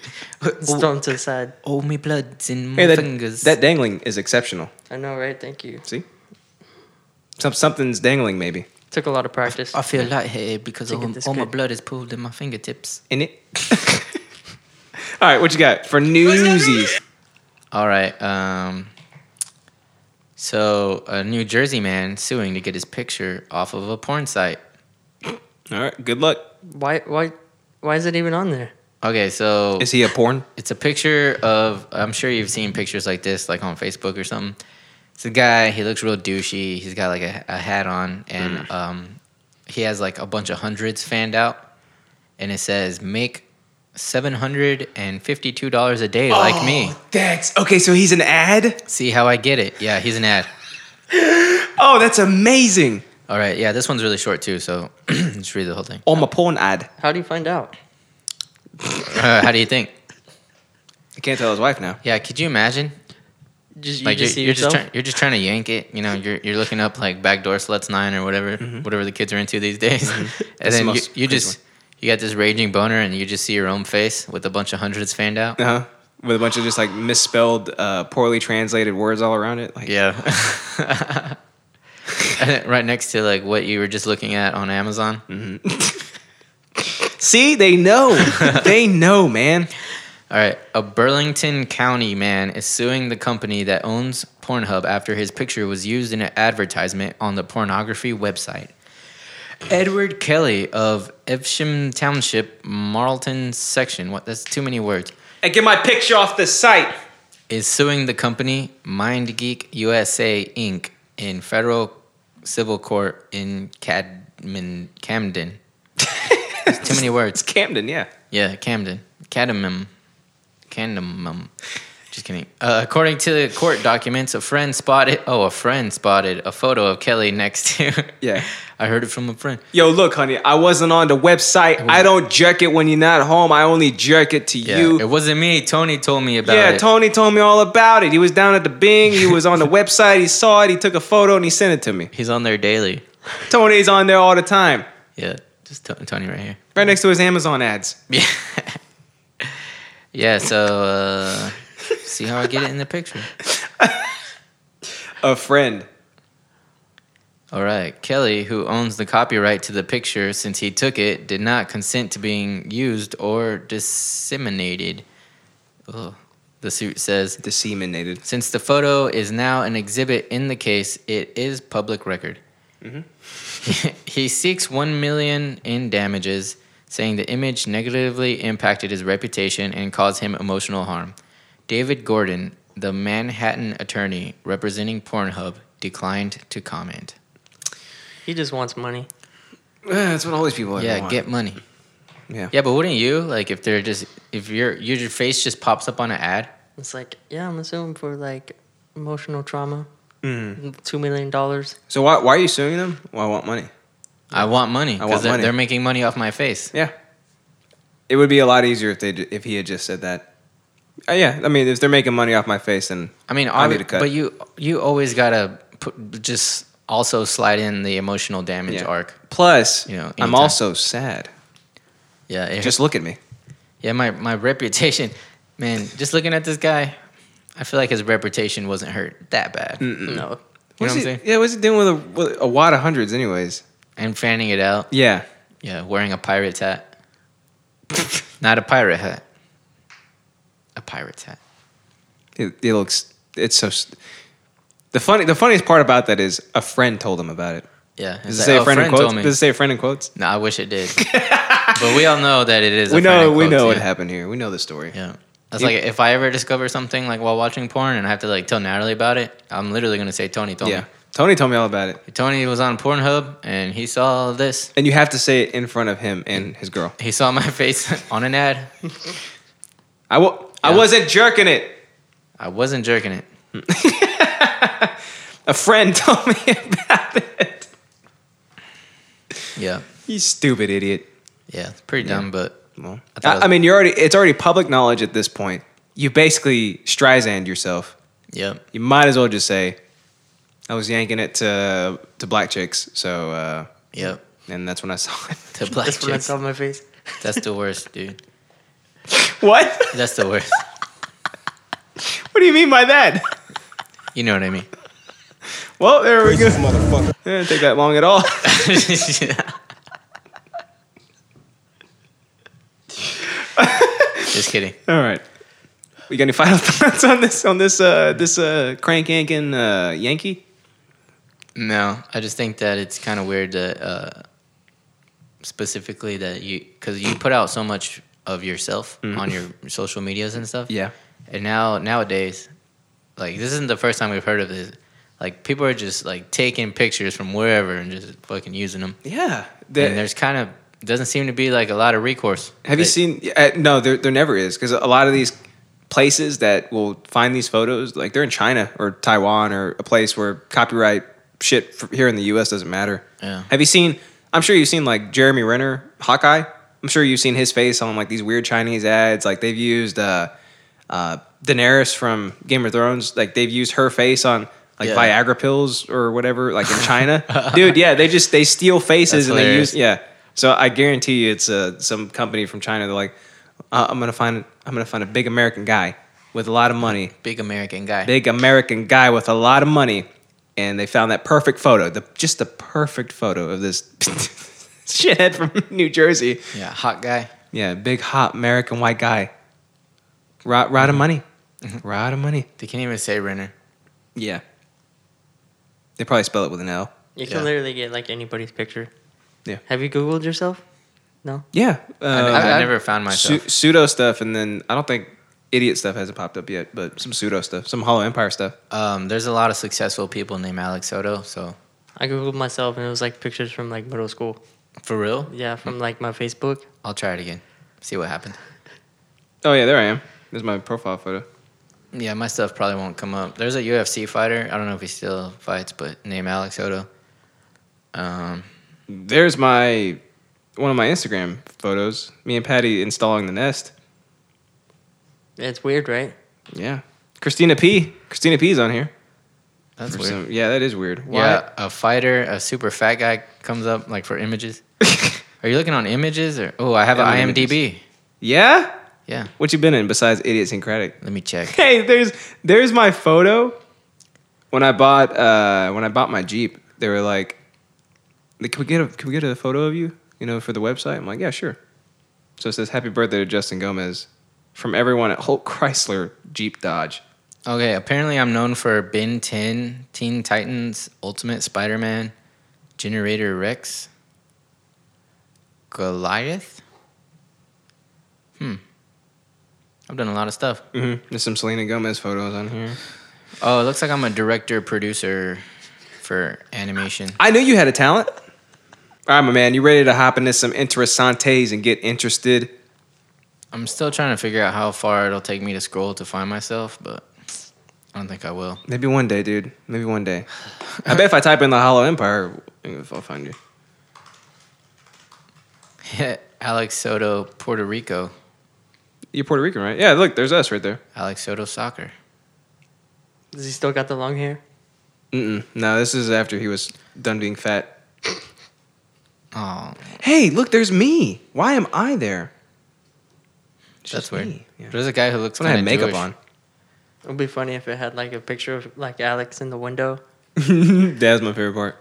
Speaker 4: Just throw him to the side.
Speaker 1: Oh, me blood's in my
Speaker 3: Hey, that,
Speaker 1: fingers.
Speaker 3: that dangling is exceptional.
Speaker 4: I know, right? Thank you.
Speaker 3: See? Some, something's dangling, maybe.
Speaker 4: Took a lot of practice.
Speaker 1: I feel lightheaded because
Speaker 4: Take it
Speaker 1: all,
Speaker 4: this
Speaker 1: all my
Speaker 4: good.
Speaker 1: blood is pooled in my fingertips.
Speaker 3: In it. All right, what you got for newsies?
Speaker 1: All right. Um, so, a New Jersey man suing to get his picture off of a porn site.
Speaker 3: All right, good luck.
Speaker 4: Why? Why? Why is it even on there?
Speaker 1: Okay, so
Speaker 3: Is he a porn?
Speaker 1: it's a picture of, I'm sure you've seen pictures like this, like on Facebook or something. It's a guy, he looks real douchey. He's got like a, a hat on, and um, he has like a bunch of hundreds fanned out. And it says, make $752 a day like me.
Speaker 3: That's okay. So he's an ad.
Speaker 1: See how I get it. Yeah, he's an ad.
Speaker 3: Oh, that's amazing.
Speaker 1: All right, yeah, this one's really short too, so just read the whole thing.
Speaker 3: Oh, my porn ad.
Speaker 4: How do you find out?
Speaker 1: Uh, how do you think?
Speaker 3: I can't tell his wife now.
Speaker 1: Yeah, could you imagine?
Speaker 4: Just you
Speaker 1: Like
Speaker 4: just see
Speaker 1: you're, you're just
Speaker 4: yourself.
Speaker 1: trying, you're just trying to yank it. You know, you're you're looking up like backdoor sluts nine or whatever whatever the kids are into these days, and
Speaker 3: That's the
Speaker 1: then you,
Speaker 3: most
Speaker 1: you
Speaker 3: crazy
Speaker 1: just you got this raging boner, and you just see your own face with a bunch of hundreds fanned out.
Speaker 3: Uh huh. With a bunch of just like misspelled, uh, poorly translated words all around it. Like,
Speaker 1: Yeah. And then right next to like what you were just looking at on Amazon.
Speaker 3: see, they know. they know, man.
Speaker 1: All right, a Burlington County man is suing the company that owns Pornhub after his picture was used in an advertisement on the pornography website. Edward Kelly of Evesham Township, Marlton section, what that's too many words,
Speaker 3: And get my picture off the site.
Speaker 1: is suing the company MindGeek USA Inc. in federal civil court in Cadman, Camden. That's too many words.
Speaker 3: Camden, yeah.
Speaker 1: Yeah, Camden. Cadamum. Cadamum. Just kidding. Uh, according to the court documents, a friend spotted. Oh, a friend spotted a photo of Kelly next to.
Speaker 3: Yeah.
Speaker 1: I heard it from a friend.
Speaker 3: Yo, look, honey, I wasn't on the website. I don't jerk it when you're not home. I only jerk it to
Speaker 1: Yeah,
Speaker 3: you.
Speaker 1: it wasn't me. Tony told me about
Speaker 3: yeah,
Speaker 1: it.
Speaker 3: Tony told me all about it. He was down at the Bing. He was on the website. He saw it. He took a photo and he sent it to me.
Speaker 1: He's on there daily.
Speaker 3: Tony's on there all the time,
Speaker 1: Yeah, just Ton- Tony right here.
Speaker 3: right next to his Amazon ads.
Speaker 1: Yeah. yeah. So uh, see how I get it in the picture.
Speaker 3: A friend.
Speaker 1: All right. Kelly, who owns the copyright to the picture since he took it, did not consent to being used or disseminated. Ugh. The suit says
Speaker 3: Disseminated.
Speaker 1: since the photo is now an exhibit in the case, it is public record. he seeks 1 million in damages, saying the image negatively impacted his reputation and caused him emotional harm. David Gordon, the Manhattan attorney representing Pornhub, declined to comment.
Speaker 4: he just wants money.
Speaker 3: Yeah, that's what all these people
Speaker 1: yeah,
Speaker 3: want.
Speaker 1: get money.
Speaker 3: Yeah.
Speaker 1: Yeah, but wouldn't you like if they're just if your your face just pops up on an ad?
Speaker 4: It's like, yeah, I'm assuming for like emotional trauma.
Speaker 3: Mm.
Speaker 4: Two million dollars.
Speaker 3: So why, why are you suing them? Well, I want money.
Speaker 1: I want money because
Speaker 3: want
Speaker 1: they're,
Speaker 3: money.
Speaker 1: they're making money off my face.
Speaker 3: Yeah. It would be a lot easier if they ju- if he had just said that. Uh, yeah, I mean, if they're making money off my face, then
Speaker 1: I mean,
Speaker 3: I need
Speaker 1: obvi-
Speaker 3: a cut.
Speaker 1: but you you always gotta put, just also slide in the emotional damage
Speaker 3: Yeah.
Speaker 1: arc.
Speaker 3: plus,
Speaker 1: You know,
Speaker 3: I'm
Speaker 1: anytime.
Speaker 3: also sad.
Speaker 1: Yeah, it,
Speaker 3: Just look at me.
Speaker 1: yeah, my my reputation, man. Just looking at this guy, I feel like his reputation wasn't hurt that bad.
Speaker 4: No.
Speaker 1: You know
Speaker 3: Mm. What's
Speaker 1: what I'm
Speaker 3: he-
Speaker 1: saying?
Speaker 3: Yeah, what's he doing with a, with a wad of hundreds, anyways?
Speaker 1: And fanning it out,
Speaker 3: Yeah.
Speaker 1: yeah, wearing a pirate's hat, not a pirate hat, a pirate's hat.
Speaker 3: It, it looks. It's so. s- The funny. The funniest part about that is a friend told him about it.
Speaker 1: Yeah, it's
Speaker 3: Does it
Speaker 1: like,
Speaker 3: say
Speaker 1: "Oh,
Speaker 3: a friend, in quotes?
Speaker 1: told me.
Speaker 3: Does it say a friend in quotes?
Speaker 1: No, I wish it did. but we all know that it is.
Speaker 3: we
Speaker 1: a friend
Speaker 3: know.
Speaker 1: in
Speaker 3: We
Speaker 1: quotes,
Speaker 3: know
Speaker 1: yeah.
Speaker 3: what happened here. We know the story.
Speaker 1: Yeah, that's
Speaker 3: You-
Speaker 1: like if I ever discover something like while watching porn and I have to like tell Natalie about it, I'm literally gonna say Tony told
Speaker 3: yeah. Tony told me all about it,
Speaker 1: me. Tony was on Pornhub and he saw this.
Speaker 3: and you have to say it in front of him and his girl.
Speaker 1: He saw my face on an ad.
Speaker 3: I w- I
Speaker 1: Yeah.
Speaker 3: wasn't jerking it.
Speaker 1: I wasn't jerking it.
Speaker 3: A friend told me about it.
Speaker 1: Yeah,
Speaker 3: You stupid idiot.
Speaker 1: yeah, it's pretty dumb, but
Speaker 3: Well,
Speaker 1: I thought it
Speaker 3: I,
Speaker 1: was-
Speaker 3: I mean, you're already. It's already public knowledge at this point. You basically Streisand yourself.
Speaker 1: yeah,
Speaker 3: You might as well just say, "I was yanking it to to black chicks." So, uh,
Speaker 1: yeah.
Speaker 3: and that's when I saw it.
Speaker 1: To black
Speaker 4: That's what I
Speaker 1: chicks.
Speaker 4: saw on my face.
Speaker 1: That's the worst, dude.
Speaker 3: What?
Speaker 1: That's the worst.
Speaker 3: What do you mean by that?
Speaker 1: You know what I mean.
Speaker 3: Well, there we go. Motherfucker. It didn't take that long at all.
Speaker 1: Just kidding.
Speaker 3: All right. We got any final thoughts on this on this uh this uh crank yanking uh Yankee?
Speaker 1: No, I just think that it's kind of weird that uh, specifically that you because you put out so much of yourself
Speaker 3: Mm-hmm.
Speaker 1: on your social medias and stuff. And now nowadays, like this isn't the first time we've heard of this. Like people are just like taking pictures from wherever and just fucking using them.
Speaker 3: Yeah.
Speaker 1: and there's kind of doesn't seem to be like a lot of recourse.
Speaker 3: Have you
Speaker 1: They-
Speaker 3: seen? Uh, no, there, there never is because a lot of these places that will find these photos, like they're in China or Taiwan or a place where copyright shit f here in the U.S. doesn't matter.
Speaker 1: Yeah.
Speaker 3: Have you seen? I'm sure you've seen like Jeremy Renner, Hawkeye. I'm sure you've seen his face on like these weird Chinese ads. Like they've used uh, uh, Daenerys from Game of Thrones. Like they've used her face on. Like
Speaker 1: Yeah.
Speaker 3: Viagra pills or whatever, like in China, dude. Yeah, they just they steal faces
Speaker 1: That's
Speaker 3: and they
Speaker 1: hilarious.
Speaker 3: use yeah. So I guarantee you, it's uh, some company from China. They're like, uh, I'm gonna find I'm gonna find a big American guy with a lot of money,
Speaker 1: big American guy.
Speaker 3: big American guy with a lot of money, and they found that perfect photo, the just the perfect photo of this shithead from New Jersey.
Speaker 1: Yeah, hot guy.
Speaker 3: Yeah, big hot American white guy, rot rot of
Speaker 1: Mm-hmm.
Speaker 3: money, rot of money.
Speaker 1: They can't even say Renner.
Speaker 3: Yeah, they probably spell it with an L.
Speaker 4: You can
Speaker 1: Yeah.
Speaker 4: literally get like anybody's picture.
Speaker 3: Yeah.
Speaker 4: Have you Googled yourself?
Speaker 3: Yeah, uh,
Speaker 1: I,
Speaker 3: I-
Speaker 1: have never found myself.
Speaker 3: Su- pseudo stuff, and then I don't think idiot stuff hasn't popped up yet, but some pseudo stuff, some Hollow Empire stuff.
Speaker 1: um, there's a lot of successful people named Alex Soto. So
Speaker 4: I Googled myself and it was like pictures from like middle school.
Speaker 1: for real,
Speaker 4: Yeah, from like my Facebook.
Speaker 1: I'll try it again. See what happens.
Speaker 3: Oh yeah, there I am. There's my profile photo.
Speaker 1: Yeah, my stuff probably won't come up. There's a UFC fighter. I don't know if he still fights, but named Alex Soto. Um,
Speaker 3: There's my one of my Instagram photos. Me and Patty installing the Nest.
Speaker 4: It's weird, right?
Speaker 3: Yeah, Christina P. Christina P's on here.
Speaker 1: that's
Speaker 3: For
Speaker 1: weird.
Speaker 3: some- yeah, that is weird. Why?
Speaker 1: Yeah, a fighter, a super fat guy comes up like for images. Are you looking on images or? Oh, I have
Speaker 3: I'm on
Speaker 1: an IMDb.
Speaker 3: Yeah.
Speaker 1: Yeah,
Speaker 3: What you been in besides idiosyncratic?
Speaker 1: let me check.
Speaker 3: hey, there's there's my photo. When I bought uh, when I bought my Jeep, they were like, "Can we get a can we get a photo of you? You know, for the website." I'm like, "Yeah, sure." So it says, "Happy birthday to Justin Gomez from everyone at Holt Chrysler Jeep Dodge."
Speaker 1: Okay, apparently I'm known for Bin 10, Teen Titans, Ultimate Spider Man, Generator Rex, Goliath. Hmm. I've done a lot of stuff.
Speaker 3: Mm-hmm. There's some Selena Gomez photos on here.
Speaker 1: Oh, it looks like I'm a director producer for animation.
Speaker 3: I knew you had a talent. All right, my man, you ready to hop into some interesantes and get interested?
Speaker 1: I'm still trying to figure out how far it'll take me to scroll to find myself, but I don't think I will.
Speaker 3: Maybe one day, dude. Maybe one day. I bet if I type in the Hollow Empire, I'll find you.
Speaker 1: Alex Soto, Puerto Rico.
Speaker 3: You're Puerto Rican, right? Yeah, look, there's us right there.
Speaker 1: Alex Soto soccer.
Speaker 4: Does he still got the long hair?
Speaker 3: Mm-mm. No, this is after he was done being fat.
Speaker 1: Oh,
Speaker 3: Hey, look, there's me. Why am I there? It's
Speaker 1: that's
Speaker 3: just
Speaker 1: weird.
Speaker 3: me. Yeah.
Speaker 1: There's a guy who looks
Speaker 3: When I
Speaker 1: kind
Speaker 3: had
Speaker 1: of
Speaker 3: makeup
Speaker 1: Jewish.
Speaker 3: on.
Speaker 4: It would be funny if it had like a picture of like Alex in the window.
Speaker 3: that was my favorite part.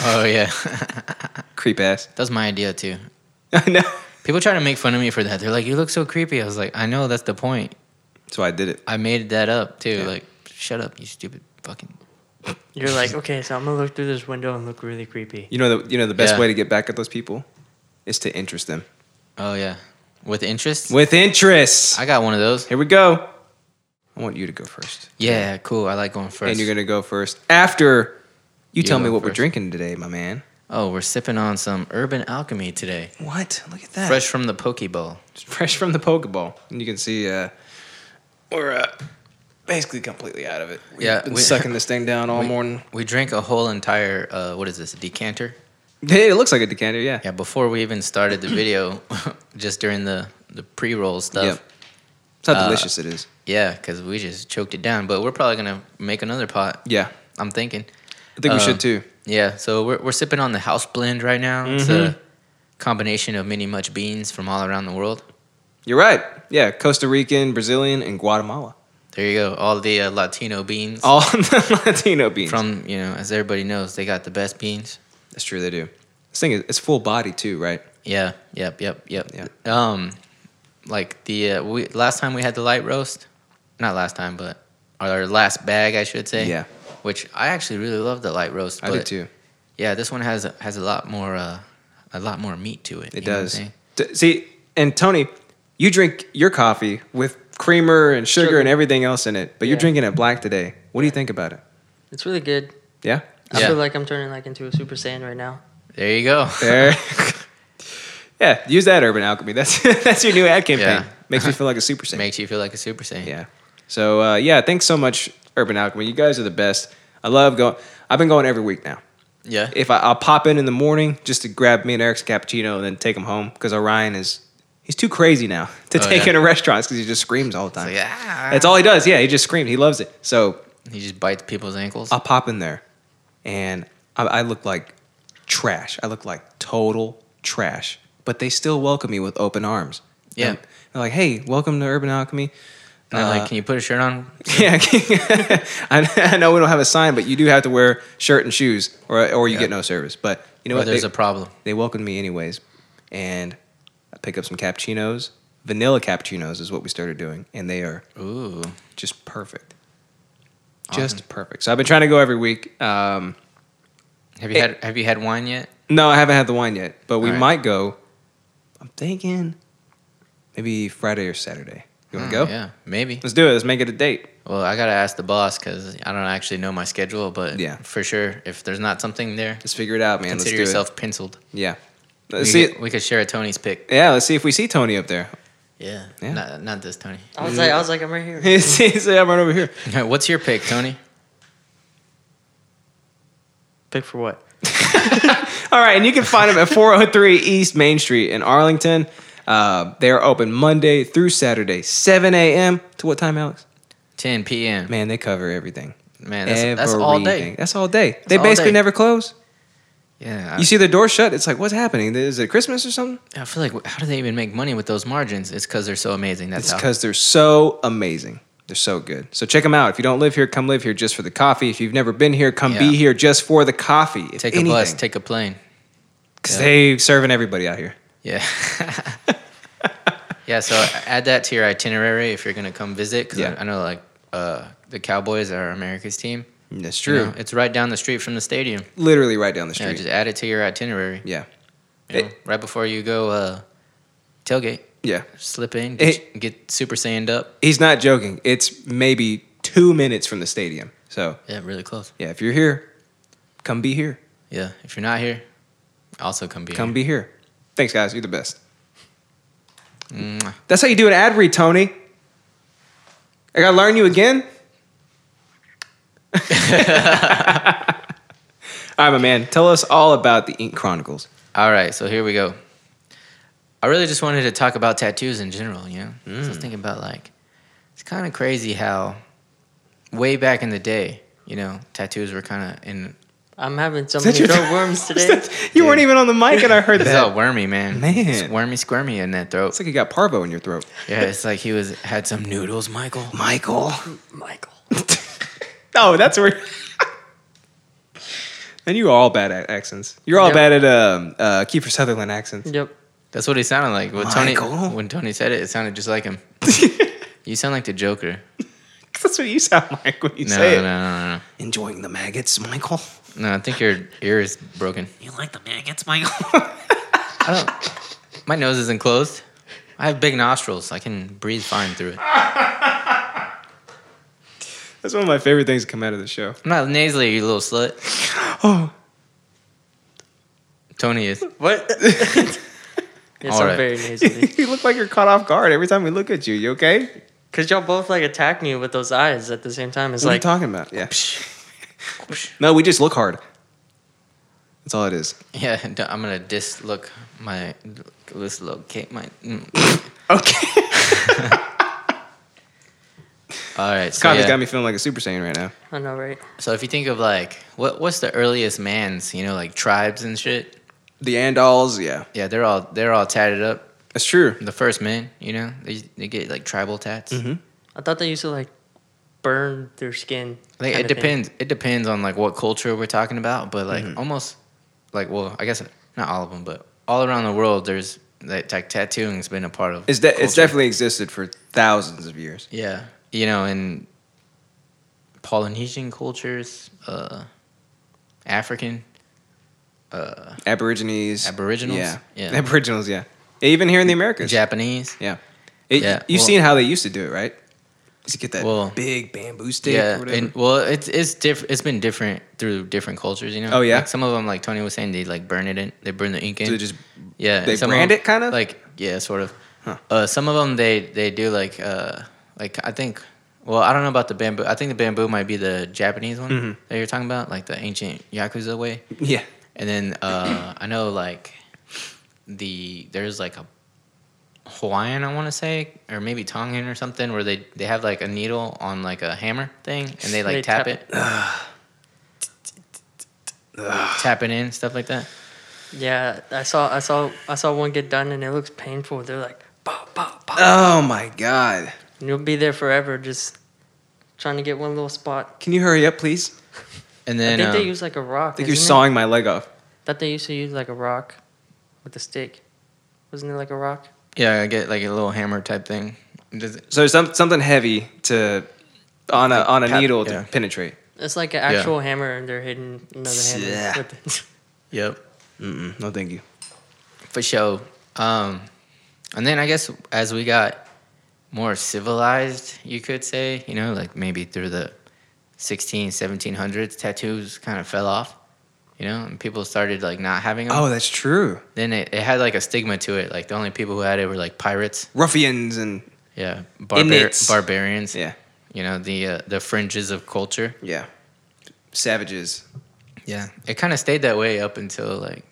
Speaker 1: Oh yeah,
Speaker 3: Creep ass.
Speaker 1: that's my idea too.
Speaker 3: I know.
Speaker 1: People try to make fun of me for that. They're like, "You look so creepy." I was like, "I know that's the point.
Speaker 3: So I did it.
Speaker 1: I made that up too."
Speaker 3: Yeah.
Speaker 1: Like, shut up, you stupid fucking.
Speaker 4: You're like, okay, so I'm gonna look through this window and look really creepy.
Speaker 3: You know the you know the best
Speaker 1: Yeah.
Speaker 3: way to get back at those people is to interest them.
Speaker 1: Oh yeah, with interest.
Speaker 3: With interest.
Speaker 1: I got one of those.
Speaker 3: Here we go. I want you to go first.
Speaker 1: Yeah, cool. I like going first.
Speaker 3: And you're gonna go first after you,
Speaker 1: You
Speaker 3: tell me
Speaker 1: go
Speaker 3: what we're
Speaker 1: first.
Speaker 3: drinking today, my man.
Speaker 1: oh, we're sipping on some Urban Alchemy today,
Speaker 3: What? Look at that.
Speaker 1: fresh from the Pokeball.
Speaker 3: fresh from the Pokeball. And you can see uh, we're uh, basically completely out of it. We've
Speaker 1: Yeah,
Speaker 3: been
Speaker 1: we-
Speaker 3: sucking this thing down all
Speaker 1: we,
Speaker 3: morning.
Speaker 1: We drank a whole entire uh, what is this? A decanter?
Speaker 3: Hey, it looks like a decanter, yeah.
Speaker 1: Yeah. Before we even started the video, just during the the pre roll stuff.
Speaker 3: Yep. It's how
Speaker 1: Uh,
Speaker 3: delicious it is.
Speaker 1: Yeah, because we just choked it down. But we're probably gonna make another pot.
Speaker 3: Yeah,
Speaker 1: I'm thinking.
Speaker 3: I think we
Speaker 1: uh,
Speaker 3: should too.
Speaker 1: Yeah, so we're we're sipping on the
Speaker 3: Mm-hmm.
Speaker 1: house blend right now. It's a combination of many much beans from all around the world.
Speaker 3: You're right. Yeah, Costa Rican, Brazilian, and Guatemala.
Speaker 1: There you go. All the uh, Latino beans.
Speaker 3: All the Latino beans.
Speaker 1: from you know, as everybody knows, they got the best beans.
Speaker 3: That's true, they do. This thing is it's full body too, right?
Speaker 1: Yeah. Yep. Yep. Yep.
Speaker 3: Yeah.
Speaker 1: Um, like the uh, we last time we had the light roast, not last time, but our last bag, I should say.
Speaker 3: Yeah.
Speaker 1: Which I actually really love the light roast.
Speaker 3: I do
Speaker 1: but
Speaker 3: too.
Speaker 1: Yeah, this one has has a lot more uh, a lot more meat to
Speaker 3: It
Speaker 1: it. you know what I'm
Speaker 3: does.
Speaker 1: saying?
Speaker 3: D- See, and Tony, you drink your coffee with creamer and sugar,
Speaker 4: Sugar.
Speaker 3: and everything else in it, but you're
Speaker 4: Yeah.
Speaker 3: drinking it black today. What do you think about it?
Speaker 4: It's really good.
Speaker 3: Yeah?
Speaker 4: I
Speaker 1: Yeah.
Speaker 4: feel like I'm turning like into a Super Saiyan right now.
Speaker 1: There you go.
Speaker 3: There. yeah, use that Urban Alchemy. That's that's your new ad campaign.
Speaker 1: Yeah.
Speaker 3: Makes me feel like a super saiyan.
Speaker 1: Makes you feel like a super saiyan.
Speaker 3: Yeah. So uh, yeah, thanks so much, Urban Alchemy. You guys are the best. I love going. I've been going every week now.
Speaker 1: Yeah.
Speaker 3: If I, I'll pop in in the morning just to grab me and Eric's cappuccino and then take him home because Orion is he's too crazy now to
Speaker 1: Oh,
Speaker 3: take
Speaker 1: yeah.
Speaker 3: in a restaurant because he just screams all the time.
Speaker 1: It's like, ah.
Speaker 3: That's all he does. Yeah, he just screams. He loves it. So
Speaker 1: He just bites people's ankles.
Speaker 3: I'll pop in there, and I, I look like trash. I look like total trash. But they still welcome me with open arms.
Speaker 1: Yeah.
Speaker 3: And they're like, "Hey, welcome to Urban Alchemy." Uh,
Speaker 1: And I'm like, can you put a shirt on?
Speaker 3: Yeah, I, I know we don't have a sign, but you do have to wear shirt and shoes, or or you
Speaker 1: Yeah.
Speaker 3: get no service. But you know
Speaker 1: Or
Speaker 3: what?
Speaker 1: there's
Speaker 3: they,
Speaker 1: a problem.
Speaker 3: they welcomed me anyways, and I pick up some cappuccinos. Vanilla cappuccinos is what we started doing, and they are
Speaker 1: Ooh.
Speaker 3: just perfect, just perfect. So I've been trying to go every week. Um,
Speaker 1: Have you
Speaker 3: Hey.
Speaker 1: had Have you had wine yet?
Speaker 3: no, I haven't had the wine yet, but we
Speaker 1: All right.
Speaker 3: might go. I'm thinking maybe Friday or Saturday. You want
Speaker 1: Hmm,
Speaker 3: to go?
Speaker 1: Yeah, maybe.
Speaker 3: Let's do it. Let's make it a date.
Speaker 1: Well, I gotta ask the boss because I don't actually know my schedule, but
Speaker 3: Yeah.
Speaker 1: for sure, if there's not something there,
Speaker 3: Let's figure it out, man.
Speaker 1: consider
Speaker 3: Let's do
Speaker 1: yourself penciled.
Speaker 3: It. Yeah.
Speaker 1: We
Speaker 3: Let's see.
Speaker 1: could, we could share a Tony's pick.
Speaker 3: Yeah, let's see if we see Tony up there.
Speaker 1: Yeah,
Speaker 3: Yeah.
Speaker 1: Not, not this Tony.
Speaker 4: I was like, I was like, I'm right here.
Speaker 3: he's, he's like, I'm right over here.
Speaker 1: What's your pick, Tony?
Speaker 4: Pick for what?
Speaker 3: All right, and you can find him at 403 East Main Street in Arlington. Uh, they are open Monday through Saturday, 7 a.m. to what time, Alex?
Speaker 1: 10 p.m.
Speaker 3: Man, they cover everything.
Speaker 1: Man, that's, that's all
Speaker 3: Everything.
Speaker 1: day.
Speaker 3: That's all day. they
Speaker 1: all
Speaker 3: basically
Speaker 1: day.
Speaker 3: never close.
Speaker 1: Yeah, I-
Speaker 3: You see their door shut. It's like, what's happening? Is it Christmas or something?
Speaker 1: I feel like how do they even make money with those margins? It's because they're so amazing. That's
Speaker 3: It's
Speaker 1: how.
Speaker 3: because they're so amazing. They're so good. So check them out. If you don't live here, come live here just for the coffee. If you've never been here, come
Speaker 1: Yeah.
Speaker 3: be here just for the coffee. If
Speaker 1: Take a bus,
Speaker 3: anything.
Speaker 1: take a plane.
Speaker 3: Because
Speaker 1: Yeah.
Speaker 3: they serving everybody out here.
Speaker 1: Yeah. yeah, so add that to your itinerary if you're going to come visit. Because
Speaker 3: Yeah.
Speaker 1: I, I know, like, uh, the Cowboys are America's team.
Speaker 3: That's
Speaker 1: You know, it's right down the street from the stadium.
Speaker 3: Literally right down the
Speaker 1: Yeah,
Speaker 3: street.
Speaker 1: just add it to your itinerary.
Speaker 3: Yeah.
Speaker 1: you know,
Speaker 3: It-
Speaker 1: right before you go uh, tailgate,
Speaker 3: Yeah.
Speaker 1: slip in, get,
Speaker 3: It-
Speaker 1: you- get Super Saiyan up.
Speaker 3: He's not joking. It's maybe two minutes from the stadium. So,
Speaker 1: Yeah, really close.
Speaker 3: yeah, if you're here, come be here.
Speaker 1: Yeah, if you're not here, also come be
Speaker 3: Come
Speaker 1: here.
Speaker 3: be here. Thanks, guys. You're the best.
Speaker 1: Mwah.
Speaker 3: That's how you do an ad read, Tony. I got to learn you again. all right, my man. Tell us all about the Ink Chronicles.
Speaker 1: All right, so here we go. I really just wanted to talk about tattoos in general, you know? So
Speaker 3: Mm.
Speaker 1: I was thinking about like, it's kind of crazy how way back in the day, you know, tattoos were kind of in.
Speaker 4: I'm having so
Speaker 3: that
Speaker 4: many
Speaker 3: your-
Speaker 4: throat worms today.
Speaker 3: You weren't even on the mic, and I heard
Speaker 1: It's
Speaker 3: that.
Speaker 1: all wormy, man.
Speaker 3: Man.
Speaker 1: It's wormy, squirmy in that throat.
Speaker 3: It's like you got parvo in your throat.
Speaker 1: yeah, it's like he was had some noodles, Michael.
Speaker 3: Michael.
Speaker 4: Michael.
Speaker 3: No, Oh, that's where. and you're all bad at accents. You're all
Speaker 4: Yep.
Speaker 3: bad at um, uh, Kiefer Sutherland accents.
Speaker 4: Yep.
Speaker 1: That's what he sounded like. When
Speaker 3: Michael.
Speaker 1: Tony when Tony said it, it sounded just like him. you sound like the Joker.
Speaker 3: that's what you sound like when you
Speaker 1: No,
Speaker 3: say it.
Speaker 1: no, no, no, no.
Speaker 3: Enjoying the maggots, Michael.
Speaker 1: No, I think your ear is broken.
Speaker 3: You like the maggots, Michael?
Speaker 1: I don't. My nose isn't closed. I have big nostrils. I can breathe fine through it. I'm
Speaker 3: that's one of my favorite things to come out of the show.
Speaker 1: not nasally, you little slut.
Speaker 3: Oh,
Speaker 1: Tony is.
Speaker 4: What? yes,
Speaker 1: All
Speaker 4: I'm
Speaker 1: right.
Speaker 4: very nasally.
Speaker 3: you look like you're caught off guard every time we look at you. You okay? What
Speaker 4: Cause y'all both like attack me with those eyes at the same time. It's
Speaker 3: are you
Speaker 4: like
Speaker 3: talking about? Yeah. no, we just look hard. That's all it is.
Speaker 1: Yeah, d- I'm gonna dislook my dislocate my. mm.
Speaker 3: Okay.
Speaker 1: All right, so
Speaker 3: Coffee's
Speaker 1: yeah.
Speaker 3: got me feeling like a super saiyan right now.
Speaker 4: I know, right?
Speaker 1: so if you think of like what what's the earliest man's you know like tribes and shit.
Speaker 3: The Andals, yeah.
Speaker 1: Yeah, they're all they're all tatted up.
Speaker 3: That's true.
Speaker 1: The first men, you know, they they get like tribal tats.
Speaker 3: Mm-hmm.
Speaker 4: I thought they used to like burn their skin.
Speaker 1: Like,
Speaker 4: kinda
Speaker 1: it
Speaker 4: thing.
Speaker 1: depends. It depends on like what culture we're talking about, but like
Speaker 3: Mm-hmm.
Speaker 1: almost like well, I guess not all of them, but all around the world, there's that like, tattooing's been a part of.
Speaker 3: It's, de- it's
Speaker 1: culture.
Speaker 3: definitely existed for thousands of years.
Speaker 1: yeah, you know, in Polynesian cultures, uh, African, uh,
Speaker 3: Aborigines,
Speaker 1: Aboriginals?
Speaker 3: yeah,
Speaker 1: Yeah.
Speaker 3: Aboriginals, yeah. Even here in the Americas,
Speaker 1: Japanese.
Speaker 3: yeah. It-
Speaker 1: Yeah,
Speaker 3: You've
Speaker 1: well-
Speaker 3: seen how they used to do it, right? Used to get that
Speaker 1: Well-
Speaker 3: big bamboo stick, or
Speaker 1: yeah,
Speaker 3: whatever.
Speaker 1: and well, it's it's diff- It's been different through different cultures, you know.
Speaker 3: Oh, yeah?
Speaker 1: Like, some of them, like Tony was saying, they like burn it in. They burn the ink in.
Speaker 3: so they just
Speaker 1: yeah,
Speaker 3: they
Speaker 1: and some
Speaker 3: brand
Speaker 1: them,
Speaker 3: it, kind of?
Speaker 1: like yeah, sort of.
Speaker 3: Huh.
Speaker 1: Uh, some of them they they do like uh like I think well I don't know about the bamboo. I think the bamboo might be the Japanese one
Speaker 3: Mhm.
Speaker 1: that you're talking about, like the ancient yakuza way.
Speaker 3: yeah,
Speaker 1: And then uh, I know like the there's like a Hawaiian I want to say or maybe Tongan or something where they they have like a needle on like a hammer thing and they like
Speaker 4: They
Speaker 1: tap,
Speaker 4: tap
Speaker 1: it. tap it in stuff like that.
Speaker 4: Yeah, I saw I saw I saw one get done and it looks painful. They're like, bah, bah, bah.
Speaker 3: Oh my god!
Speaker 4: and you'll be there forever just trying to get one little spot.
Speaker 3: Can you hurry up, please?
Speaker 1: And
Speaker 4: I
Speaker 1: then
Speaker 4: think
Speaker 1: um,
Speaker 4: they use like a rock.
Speaker 3: I think you're
Speaker 4: isn't it?
Speaker 3: sawing my leg off.
Speaker 4: That they used to use like a rock with a stick. Wasn't it like a rock?
Speaker 1: yeah, I get like a little hammer type thing. Does it-
Speaker 3: So some, something heavy to on a on a
Speaker 1: Tap-
Speaker 3: needle
Speaker 1: yeah.
Speaker 3: to penetrate.
Speaker 4: It's like an actual hammer and they're hitting another hammer.
Speaker 3: Yeah.
Speaker 4: with it.
Speaker 1: Yep.
Speaker 3: Mm-mm, no, thank you.
Speaker 1: For sure. Um, and then I guess as we got more civilized, you could say, you know, like maybe through the 16, 1700s, tattoos kind of fell off, you know, and people started like not having them.
Speaker 3: Oh, that's true.
Speaker 1: Then it, it had like a stigma to it. Like the only people who had it were like pirates.
Speaker 3: Ruffians and
Speaker 1: Yeah. Barbar-
Speaker 3: Inmates.
Speaker 1: barbarians.
Speaker 3: yeah,
Speaker 1: You know, the, uh, the fringes of culture.
Speaker 3: yeah, savages.
Speaker 1: Yeah. It kind of stayed that way up until like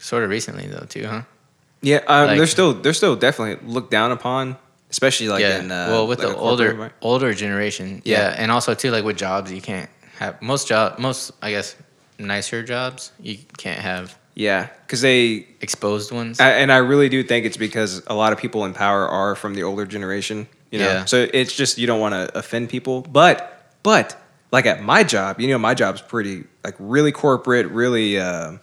Speaker 1: sort of recently though, too, huh?
Speaker 3: Yeah, um,
Speaker 1: Like-
Speaker 3: they're still they're still definitely looked down upon, especially like
Speaker 1: yeah.
Speaker 3: in uh,
Speaker 1: well, with
Speaker 3: like a
Speaker 1: the
Speaker 3: corporate
Speaker 1: older
Speaker 3: environment.
Speaker 1: older generation,
Speaker 3: Yeah.
Speaker 1: yeah. and also too like with jobs, you can't have most job most I guess nicer jobs you can't have
Speaker 3: Yeah, because they
Speaker 1: exposed ones.
Speaker 3: I, and I really do think it's because a lot of people in power are from the older generation. You know,
Speaker 1: Yeah.
Speaker 3: so it's just you don't want to offend people. But but like at my job, you know, my job's pretty like really corporate, really. Uh,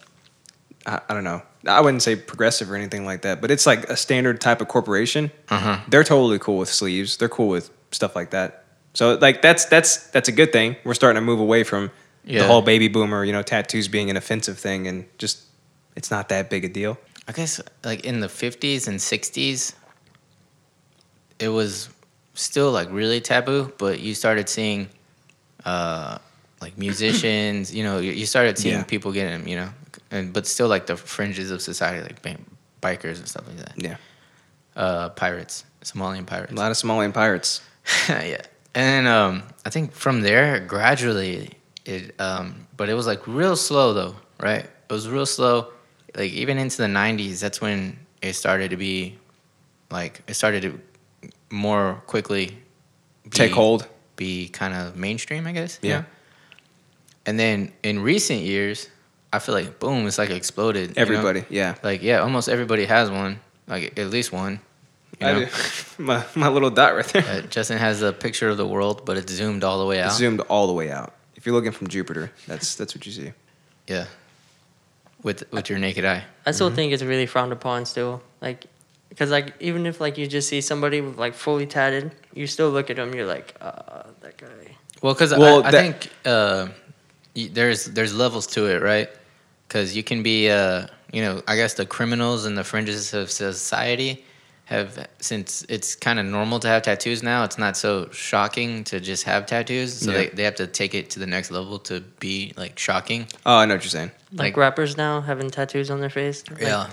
Speaker 3: I, I don't know. I wouldn't say progressive or anything like that, but it's like a standard type of corporation.
Speaker 1: Uh-huh.
Speaker 3: They're totally cool with sleeves. They're cool with stuff like that. So like that's that's that's a good thing. We're starting to move away from
Speaker 1: Yeah.
Speaker 3: the whole baby boomer, you know, tattoos being an offensive thing, and just it's not that big a deal.
Speaker 1: I guess like in the fifties and sixties, it was still like really taboo, but you started seeing uh, like musicians. you know, you- you started seeing
Speaker 3: Yeah.
Speaker 1: people getting them. You know, and but still like the fringes of society, like bam, bikers and stuff like that.
Speaker 3: Yeah.
Speaker 1: Uh, pirates, Somalian pirates.
Speaker 3: A lot of Somalian pirates.
Speaker 1: yeah. And then, um, I think from there, gradually, it, um, but it was like real slow though, right? It was real slow. Like even into the 90s, that's when it started to be like, it started to more quickly be-
Speaker 3: Take hold.
Speaker 1: be kind of mainstream, I guess. you
Speaker 3: Yeah.
Speaker 1: know? And then in recent years, I feel like boom, it's like exploded. you know?
Speaker 3: Everybody. Yeah.
Speaker 1: Like, yeah, almost everybody has one, like at least one. You
Speaker 3: I
Speaker 1: know?
Speaker 3: do. my, my little dot right there.
Speaker 1: Uh, Justin has a picture of the world, but it's zoomed all the way out.
Speaker 3: It's Zoomed all the way out. If you're looking from Jupiter, that's that's what you see.
Speaker 1: Yeah, with with your naked eye.
Speaker 4: I still think it's really frowned upon still. Like, because like even if like you just see somebody with like fully tatted, you still look at them. You're like, uh, that guy.
Speaker 1: Well, because
Speaker 3: Well,
Speaker 1: I, I
Speaker 3: that-
Speaker 1: think uh, y- there's there's levels to it, right? Because you can be, uh, you know, I guess the criminals and the fringes of society have since it's kind of normal to have tattoos now. It's not so shocking to just have tattoos, so
Speaker 3: Yeah.
Speaker 1: they they have to take it to the next level to be like shocking.
Speaker 3: Oh, I know what you're saying.
Speaker 4: Like,
Speaker 1: Like-
Speaker 4: rappers now having tattoos on their face. Like,
Speaker 1: Yeah,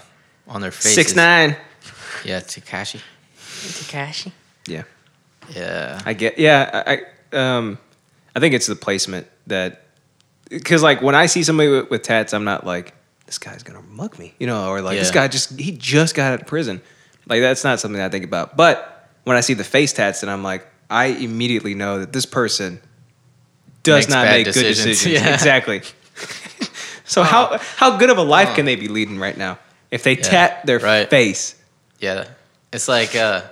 Speaker 1: on their faces.
Speaker 3: Six nine.
Speaker 1: Yeah, Takashi.
Speaker 4: Takashi.
Speaker 3: Yeah,
Speaker 1: Yeah.
Speaker 3: I get. Yeah, I, I um, I think it's the placement that, because like when I see somebody with, with tats, I'm not like this guy's gonna mug me, you know, or like this
Speaker 1: Yeah.
Speaker 3: guy just he just got out of prison. Like that's not something I think about. But when I see the face tats, and I'm like, I immediately know that this person does
Speaker 1: Makes
Speaker 3: not
Speaker 1: bad
Speaker 3: make good
Speaker 1: decisions.
Speaker 3: decisions.
Speaker 1: Yeah. Oh.
Speaker 3: Exactly. so how how good of a life can they be leading right now if they tat their
Speaker 1: Right.
Speaker 3: face?
Speaker 1: Yeah. It's like, uh,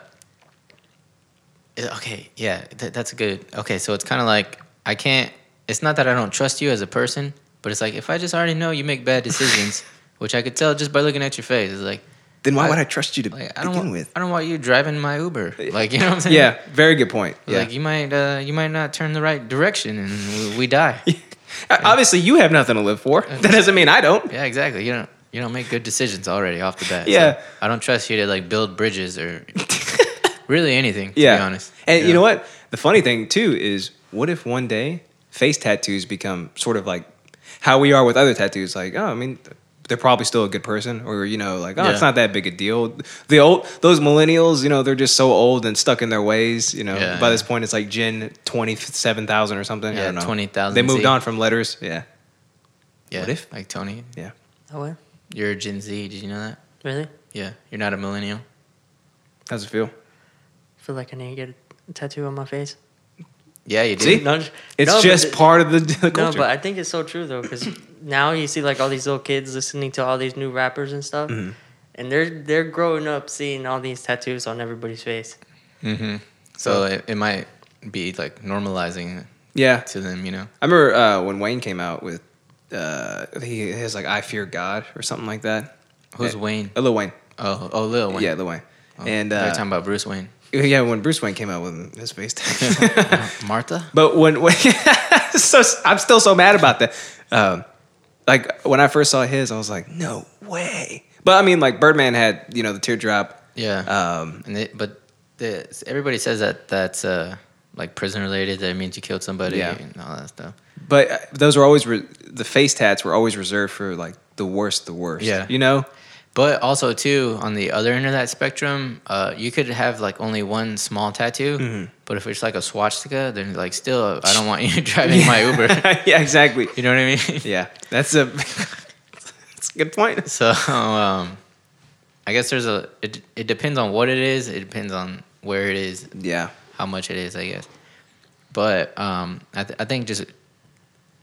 Speaker 1: it- okay, yeah, th- that's a good. Okay, so it's kind of like I can't. It's not that I don't trust you as a person, but it's like if I just already know you make bad decisions, which I could tell just by looking at your face. It's like,
Speaker 3: Then why
Speaker 1: I-
Speaker 3: would I trust you to
Speaker 1: like I don't,
Speaker 3: begin
Speaker 1: want,
Speaker 3: with?
Speaker 1: I don't want you driving my Uber. Like you know what I'm saying?
Speaker 3: Yeah, very good point. Yeah.
Speaker 1: Like you might, uh, you might not turn the right direction, and we, we die.
Speaker 3: Obviously, you have nothing to live for. That doesn't mean I don't.
Speaker 1: Yeah, exactly. You don't you don't make good decisions already off the bat.
Speaker 3: Yeah.
Speaker 1: So I don't trust you to like build bridges or really anything. To
Speaker 3: yeah.
Speaker 1: be honest.
Speaker 3: And you know what? The funny thing too is, what if one day face tattoos become sort of like how we are with other tattoos? Like, oh, I mean, they're probably still a good person, or you know, like, oh,
Speaker 1: Yeah.
Speaker 3: it's not that big a deal. The old those millennials, you know, they're just so old and stuck in their ways. You know,
Speaker 1: Yeah,
Speaker 3: by
Speaker 1: yeah.
Speaker 3: this point, it's like Gen twenty seven thousand or something. I
Speaker 1: Yeah,
Speaker 3: don't know.
Speaker 1: 20,000
Speaker 3: They moved
Speaker 1: Z.
Speaker 3: on from letters. Yeah.
Speaker 1: Yeah.
Speaker 3: What if-
Speaker 1: like Tony,
Speaker 3: Yeah.
Speaker 4: Oh, what?
Speaker 1: you're a Gen Z. Did you know that?
Speaker 4: Really? I
Speaker 1: Yeah. You're not a millennial.
Speaker 3: How's it feel?
Speaker 4: feel like I need to get a tattoo on my face.
Speaker 1: Yeah, you do.
Speaker 3: See?
Speaker 4: No, j-
Speaker 3: It's
Speaker 4: no, but
Speaker 3: just
Speaker 4: th-
Speaker 3: part of the, the culture.
Speaker 4: No, but I think it's so true though, because now you see like all these little kids listening to all these new rappers and stuff, and they're they're growing up seeing all these tattoos on everybody's face.
Speaker 3: Mm-hmm.
Speaker 1: So it, it might be like normalizing
Speaker 3: yeah.
Speaker 1: to them. You know.
Speaker 3: I remember uh, when Wayne came out with uh, he has like I fear God or something like that.
Speaker 1: Who's
Speaker 3: Yeah.
Speaker 1: Wayne?
Speaker 3: Uh, Lil Wayne.
Speaker 1: Oh, oh, Lil Wayne.
Speaker 3: Yeah, Lil Wayne.
Speaker 1: Oh,
Speaker 3: and
Speaker 1: they're
Speaker 3: uh,
Speaker 1: talking about Bruce Wayne.
Speaker 3: yeah, when Bruce Wayne came out with his face.
Speaker 1: Martha.
Speaker 3: but when, when so I'm still so mad about that. Um, like when I first saw his, I was like, no way. But I mean, like Birdman had you know the teardrop.
Speaker 1: Yeah.
Speaker 3: Um,
Speaker 1: and it, but the, everybody says that that's uh, like prison related. That it means you killed somebody
Speaker 3: Yeah.
Speaker 1: and all that stuff.
Speaker 3: but uh, those were always re- the face tats were always reserved for like the worst, the worst.
Speaker 1: Yeah.
Speaker 3: you know.
Speaker 1: But also too, on the other end of that spectrum, uh, you could have like only one small tattoo.
Speaker 3: Mm-hmm.
Speaker 1: But if it's like a swastika, then like still, I don't want you driving my Uber.
Speaker 3: yeah, exactly.
Speaker 1: You know what I mean?
Speaker 3: Yeah, that's a that's a good point.
Speaker 1: So um, I guess there's a. It, it depends on what it is. It depends on where it is,
Speaker 3: Yeah,
Speaker 1: how much it is, I guess. But um, I, th- I think just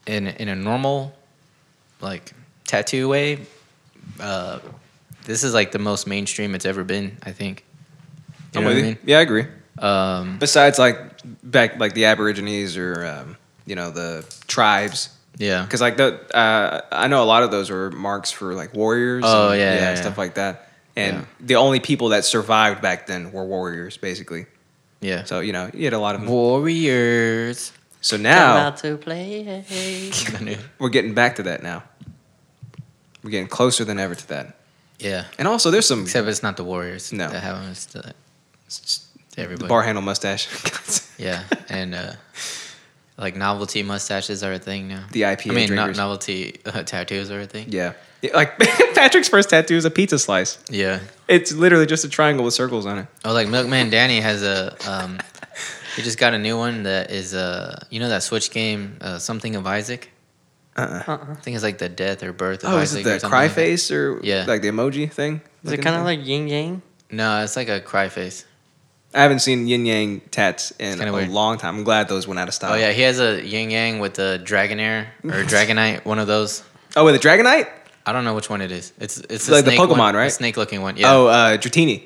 Speaker 1: in in a normal like tattoo way, uh, this is like the most mainstream it's ever been. I think. You
Speaker 3: I'm
Speaker 1: know what
Speaker 3: with
Speaker 1: I
Speaker 3: you.
Speaker 1: mean?
Speaker 3: Yeah, I agree.
Speaker 1: Um,
Speaker 3: Besides, like back like the Aborigines or um, you know the tribes,
Speaker 1: yeah.
Speaker 3: because like the uh, I know a lot of those were marks for like warriors.
Speaker 1: Oh,
Speaker 3: and,
Speaker 1: yeah, yeah,
Speaker 3: stuff
Speaker 1: yeah.
Speaker 3: like that. And
Speaker 1: Yeah.
Speaker 3: the only people that survived back then were warriors, basically.
Speaker 1: Yeah.
Speaker 3: So you know you had a lot of
Speaker 1: Warriors.
Speaker 3: So
Speaker 4: Come
Speaker 3: now
Speaker 4: out to play.
Speaker 3: we're getting back to that. Now we're getting closer than ever to that.
Speaker 1: yeah.
Speaker 3: And also, there's some
Speaker 1: Except it's not the Warriors.
Speaker 3: No.
Speaker 1: That have them. It's the, it's
Speaker 3: the
Speaker 1: everybody.
Speaker 3: bar handle mustache,
Speaker 1: Yeah. And uh, like novelty mustaches are a thing now.
Speaker 3: the IPA
Speaker 1: I mean, no,
Speaker 3: drinkers.
Speaker 1: novelty uh, tattoos are a thing.
Speaker 3: Yeah. Yeah, Like Patrick's first tattoo is a pizza slice.
Speaker 1: Yeah.
Speaker 3: It's literally just a triangle with circles on it.
Speaker 1: Oh, like Milkman Danny has a. Um, he just got a new one that is uh, you know that Switch game, uh, something of Isaac.
Speaker 3: Uh-uh.
Speaker 4: Uh-uh.
Speaker 1: I think it's like the death or birth of
Speaker 3: Oh, is
Speaker 1: Isaac.
Speaker 3: it
Speaker 1: or
Speaker 3: the
Speaker 1: something
Speaker 3: cry
Speaker 1: like that.
Speaker 3: face or
Speaker 1: Yeah.
Speaker 3: like the emoji thing?
Speaker 4: Is it kind of like yin yang?
Speaker 1: No, it's like a cry face.
Speaker 3: I haven't seen yin yang tats in
Speaker 1: kinda
Speaker 3: a
Speaker 1: weird.
Speaker 3: long time. I'm glad those went out of style.
Speaker 1: Oh yeah, he has a yin yang with a Dragonair or Dragonite, one of those.
Speaker 3: Oh, with the Dragonite?
Speaker 1: I don't know which one it is. It's it's
Speaker 3: Like the
Speaker 1: snake one-
Speaker 3: Pokemon, right?
Speaker 1: a snake looking one. Yeah,
Speaker 3: Oh, uh, Dratini.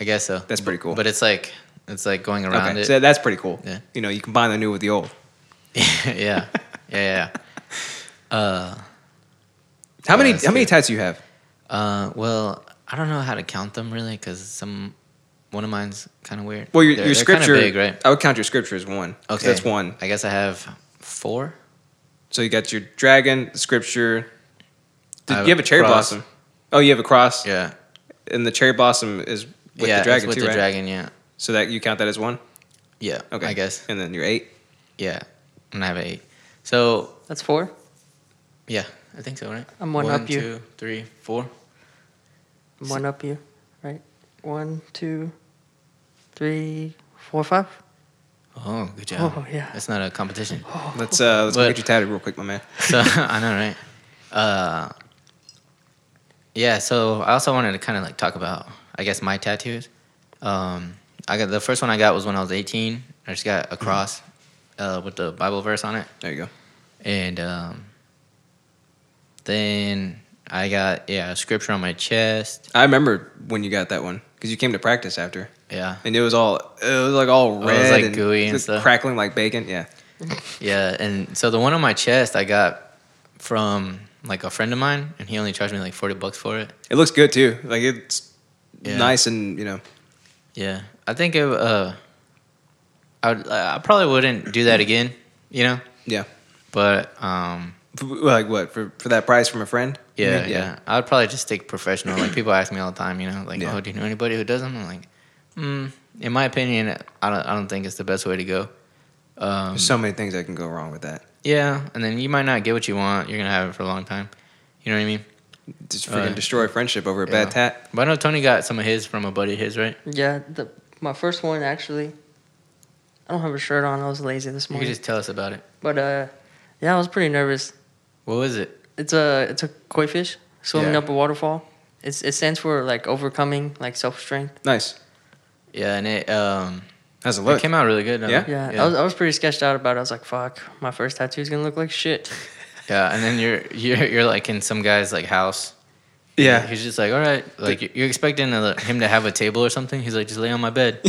Speaker 1: I guess so.
Speaker 3: That's pretty cool.
Speaker 1: But it's like it's like going around
Speaker 3: okay,
Speaker 1: it.
Speaker 3: so that's pretty cool.
Speaker 1: Yeah.
Speaker 3: You know, you combine the new with the old.
Speaker 1: yeah, yeah, yeah.
Speaker 3: How many?
Speaker 1: that's
Speaker 3: How many
Speaker 1: good.
Speaker 3: tats you have?
Speaker 1: Uh, well, I don't know how to count them really because some one of mine's kind of weird.
Speaker 3: Well, your,
Speaker 1: They're-
Speaker 3: your
Speaker 1: they're kinda
Speaker 3: scripture.
Speaker 1: big, right?
Speaker 3: I would count your scripture as one. Oh, 'cause
Speaker 1: Okay,
Speaker 3: That's one.
Speaker 1: I guess I have four.
Speaker 3: So you got your dragon scripture.
Speaker 1: I
Speaker 3: Did
Speaker 1: have
Speaker 3: you have a cherry
Speaker 1: cross.
Speaker 3: blossom? Oh, you have a cross.
Speaker 1: Yeah,
Speaker 3: and the cherry blossom is with
Speaker 1: yeah,
Speaker 3: the
Speaker 1: it's
Speaker 3: dragon
Speaker 1: with
Speaker 3: too,
Speaker 1: the
Speaker 3: right?
Speaker 1: dragon. Yeah,
Speaker 3: So that you count that as one.
Speaker 1: yeah.
Speaker 3: Okay,
Speaker 1: Okay, I guess.
Speaker 3: And then you're eight.
Speaker 1: Yeah, and I have eight. So
Speaker 4: That's four.
Speaker 1: yeah, I think so, right?
Speaker 4: I'm one up you.
Speaker 1: two, three, four.
Speaker 4: I'm one up you, right? One, two, three, four, five.
Speaker 1: Oh, good job.
Speaker 4: Oh, yeah. Oh.
Speaker 1: That's not a competition.
Speaker 3: Let's uh let's go get
Speaker 1: But-
Speaker 3: you tatted real quick, my man.
Speaker 1: So I know, right? Uh, yeah. So I also wanted to kind of like talk about, I guess, my tattoos. Um, I got the first one I got was when I was 18. I just got a cross uh, with the Bible verse on it,
Speaker 3: There you go.
Speaker 1: and um, then I got yeah, scripture on my chest.
Speaker 3: I remember when you got that one because you came to practice after,
Speaker 1: Yeah.
Speaker 3: and it was all it was like all red,
Speaker 1: Oh, was, like,
Speaker 3: and
Speaker 1: gooey and
Speaker 3: just
Speaker 1: stuff.
Speaker 3: crackling like bacon. Yeah,
Speaker 1: Yeah, and so the one on my chest I got from like a friend of mine and he only charged me like 40 bucks for it.
Speaker 3: it looks good too. Like it's
Speaker 1: Yeah.
Speaker 3: nice and you know
Speaker 1: Yeah. I think it uh I would, I probably wouldn't do that again, you know?
Speaker 3: yeah.
Speaker 1: But um
Speaker 3: F- Like what for for that price from a friend? You
Speaker 1: yeah,
Speaker 3: mean?
Speaker 1: yeah. I would probably just stick professional. Like people ask me all the time, you know, like,
Speaker 3: Yeah.
Speaker 1: "Oh, do you know anybody who does them?" I'm like, mm, in my opinion, I don't I don't think it's the best way to go. Um
Speaker 3: There's so many things that can go wrong with that.
Speaker 1: Yeah, and then you might not get what you want. You're gonna have it for a long time. You know what I mean?
Speaker 3: Just freaking
Speaker 1: Uh,
Speaker 3: destroy friendship over a
Speaker 1: yeah.
Speaker 3: bad tat.
Speaker 1: But I know Tony got some of his from a buddy of his, right?
Speaker 4: Yeah, the, my first one actually. I don't have a shirt on. I was lazy this
Speaker 1: You could
Speaker 4: morning.
Speaker 1: just tell us about it.
Speaker 4: but uh, yeah, I was pretty nervous.
Speaker 1: What was it?
Speaker 4: It's a it's a koi fish swimming
Speaker 3: Yeah.
Speaker 4: up a waterfall. It's it stands for like overcoming like self strength.
Speaker 3: Nice.
Speaker 1: Yeah, and it um
Speaker 3: How's it
Speaker 1: it
Speaker 3: look?
Speaker 1: came out really good. huh?
Speaker 3: Yeah?
Speaker 4: Yeah, I was I was pretty sketched out about it. I was like, fuck, my first tattoo's gonna look like shit.
Speaker 1: Yeah, and then you're you're you're like in some guy's like house.
Speaker 3: yeah.
Speaker 1: He's just like, all right, like you- you're expecting uh, him to have a table or something. He's like, just lay on my bed.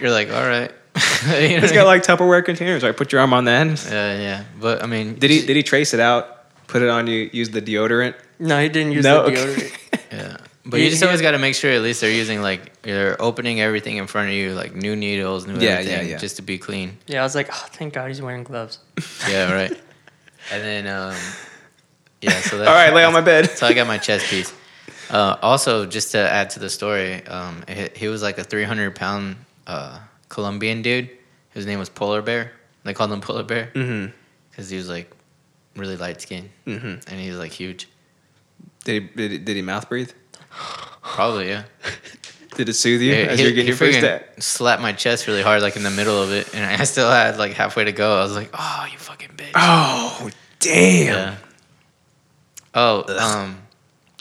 Speaker 1: you're like, all right. you know
Speaker 3: It's got like Tupperware containers. Like put your arm on that.
Speaker 1: yeah, yeah, but I mean,
Speaker 3: Did he did he trace it out? Put it on you. Use the deodorant.
Speaker 4: No, he didn't use
Speaker 3: No,
Speaker 4: the
Speaker 3: okay.
Speaker 4: deodorant.
Speaker 1: Yeah. But
Speaker 4: He-
Speaker 1: you just
Speaker 4: he
Speaker 1: always
Speaker 4: had-
Speaker 1: got to make sure at least they're using like they're opening everything in front of you, like new needles, new
Speaker 3: Yeah,
Speaker 1: everything,
Speaker 3: yeah, yeah.
Speaker 1: just to be clean.
Speaker 4: Yeah, I was like, oh, thank God he's wearing gloves.
Speaker 1: Yeah, right. and then, um, yeah. So that's,
Speaker 3: All right, lay on my bed.
Speaker 1: So I got my chest piece. Uh, also, just to add to the story, um, he, he was like a 300 pound uh, Colombian dude. His name was Polar Bear. They called him Polar Bear
Speaker 3: Mhm.
Speaker 1: because he was like really light skinned
Speaker 3: Mhm.
Speaker 1: and he was like huge.
Speaker 3: Did he, did he did he mouth breathe?
Speaker 1: Probably, yeah.
Speaker 3: Did it soothe you
Speaker 1: Yeah,
Speaker 3: as
Speaker 1: he-
Speaker 3: you're getting
Speaker 1: he
Speaker 3: your first
Speaker 1: freaking
Speaker 3: tat?
Speaker 1: Slapped my chest really hard, like in the middle of it, and I still had like halfway to go. I was like, "Oh, you fucking bitch!"
Speaker 3: Oh damn!
Speaker 1: yeah. Oh, um,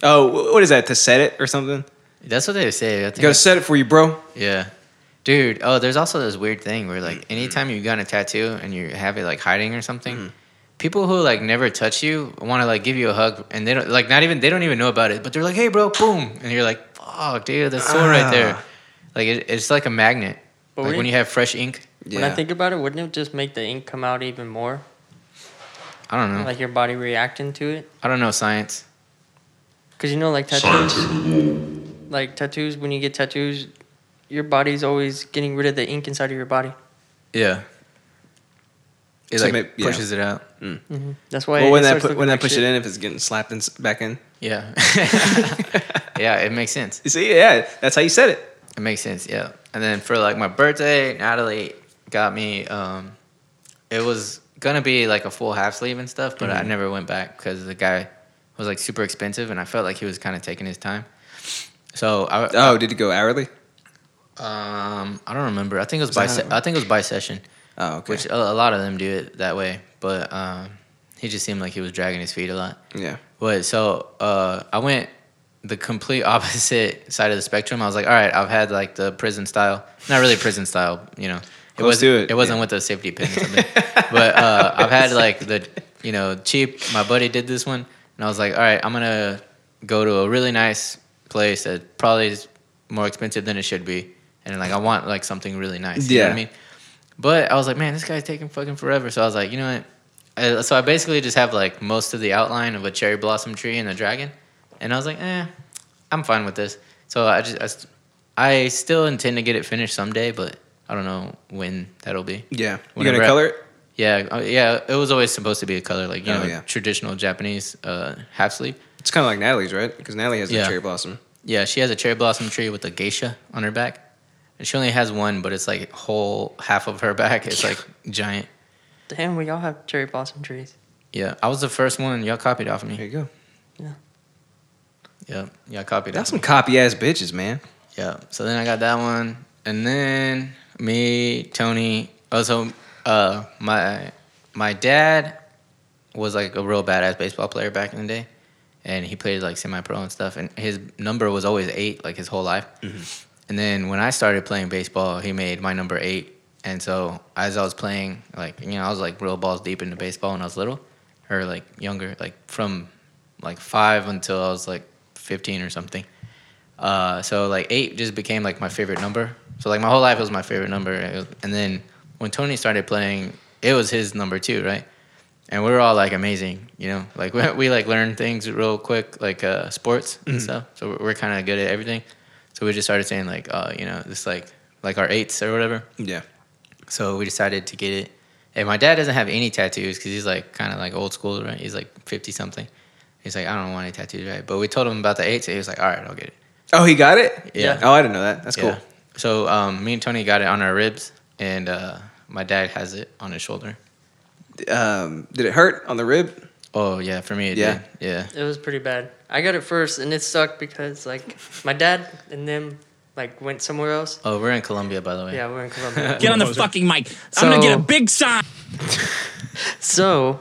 Speaker 3: Oh, wh- what is that? To set it or something?
Speaker 1: that's what they say. I
Speaker 3: You
Speaker 1: think
Speaker 3: gotta set it for you, bro.
Speaker 1: yeah, dude. Oh, there's also this weird thing where like anytime you got a tattoo and you have it like hiding or something.
Speaker 3: Mm-hmm.
Speaker 1: People who like never touch you want to like give you a hug and they don't like not even they don't even know about it but they're like hey bro boom and you're like fuck dude that's sore right there
Speaker 3: Ah.
Speaker 1: like it, it's like a magnet
Speaker 4: But
Speaker 1: like
Speaker 4: we-
Speaker 1: when you have fresh ink
Speaker 3: Yeah.
Speaker 4: When I think about it, wouldn't it just make the ink come out even more?
Speaker 1: I don't know
Speaker 4: Like your body reacting to it?
Speaker 1: I don't know science
Speaker 4: Because you know, like tattoos, like tattoos, when you get tattoos, your body's always getting rid of the ink inside of your body.
Speaker 1: Yeah. It
Speaker 3: So
Speaker 1: like
Speaker 3: may- yeah.
Speaker 1: pushes it out.
Speaker 4: That's why.
Speaker 3: well, when that
Speaker 4: starts
Speaker 3: put,
Speaker 4: looking
Speaker 3: when that
Speaker 4: like
Speaker 3: push
Speaker 4: shit.
Speaker 3: it in, if it's getting slapped in, s- back in,
Speaker 1: Yeah. yeah, it makes sense.
Speaker 3: you see, yeah, that's how you set it.
Speaker 1: It makes sense, yeah. And then for like my birthday, Natalie got me um it was gonna be like a full half sleeve and stuff, but
Speaker 3: Mm-hmm.
Speaker 1: I never went back because the guy was like super expensive and I felt like he was kinda taking his time. So I
Speaker 3: Oh, did it go hourly?
Speaker 1: um I don't remember. I think it was,
Speaker 3: Is
Speaker 1: by
Speaker 3: that
Speaker 1: se-
Speaker 3: how it
Speaker 1: I think it was by session.
Speaker 3: Oh, okay.
Speaker 1: Which a, a lot of them do it that way. But um he just seemed like he was dragging his feet a lot.
Speaker 3: yeah,
Speaker 1: But so uh, I went the complete opposite side of the spectrum. I was like, all right, I've had like the prison style, not really prison style, you know. It
Speaker 3: Close
Speaker 1: was
Speaker 3: to it,
Speaker 1: It wasn't
Speaker 3: yeah.
Speaker 1: with a safety pin or something. but uh, I've had like the you know cheap. My buddy did this one, and I was like, all right, I'm gonna go to a really nice place that probably is more expensive than it should be, and like I want like something really nice. You know what
Speaker 3: Yeah.
Speaker 1: I mean. But I was like, man, this guy's taking fucking forever. So I was like, you know what? Uh, so I basically just have like most of the outline of a cherry blossom tree and a dragon, and I was like, eh, I'm fine with this. So I just I, st- I still intend to get it finished someday, but I don't know when that'll be.
Speaker 3: yeah. You
Speaker 1: Whenever
Speaker 3: gonna
Speaker 1: I-
Speaker 3: color it?
Speaker 1: Yeah, uh, yeah. It was always supposed to be a color, like you
Speaker 3: Oh,
Speaker 1: know,
Speaker 3: yeah.
Speaker 1: traditional Japanese uh, half sleeve.
Speaker 3: It's kind of like Natalie's, right? Because Natalie has
Speaker 1: Yeah.
Speaker 3: the cherry blossom.
Speaker 1: Yeah, she has a cherry blossom tree with a geisha on her back, and she only has one, but it's like whole half of her back. It's like giant.
Speaker 4: Damn, we all have cherry blossom trees.
Speaker 1: Yeah, I was the first one. Y'all copied off of
Speaker 3: There
Speaker 1: me.
Speaker 3: you go.
Speaker 1: Yeah, y'all copied
Speaker 3: That's
Speaker 1: off.
Speaker 3: some
Speaker 1: me.
Speaker 3: copy ass bitches, man.
Speaker 1: Yeah. So then I got that one, and then me, Tony. Also, uh, my my dad was like a real badass baseball player back in the day, and he played like semi pro and stuff. And his number was always eight, like his whole life. And then when I started playing baseball, he made my number eight. And so as I was playing, like you know, I was like real balls deep into baseball when I was little, or like younger, like from like five until I was like 15 or something. Uh, so like eight just became like my favorite number. So like my whole life it was my favorite number. It was- And then when Tony started playing, it was his number too, right? And we were all like amazing, you know, like we, we like learn things real quick, like uh, sports and stuff. So we're, we're kind of good at everything. So we just started saying like, uh, you know, this like like our eights or whatever.
Speaker 3: Yeah.
Speaker 1: So we decided to get it. And my dad doesn't have any tattoos because he's like kind of like old school, right? He's like 50 something. He's like, I don't want any tattoos, right? But we told him about the eights. And he was like, all right, I'll get it.
Speaker 3: Oh, he got it.
Speaker 1: Yeah.
Speaker 3: Oh, I didn't know that. That's
Speaker 1: Yeah.
Speaker 3: cool.
Speaker 1: So um, me and Tony got it on our ribs, and uh, my dad has it on his shoulder.
Speaker 3: Um, did it hurt on the rib?
Speaker 1: Oh, yeah, for me, it
Speaker 3: Yeah.
Speaker 1: yeah. did. Yeah.
Speaker 4: It was pretty bad. I got it first, and it sucked because like my dad and them like went somewhere else.
Speaker 1: Oh, we're in Colombia, by the way.
Speaker 4: Yeah, we're in Colombia.
Speaker 9: Get on the fucking mic.
Speaker 4: So-
Speaker 9: I'm gonna get a big sign.
Speaker 4: so,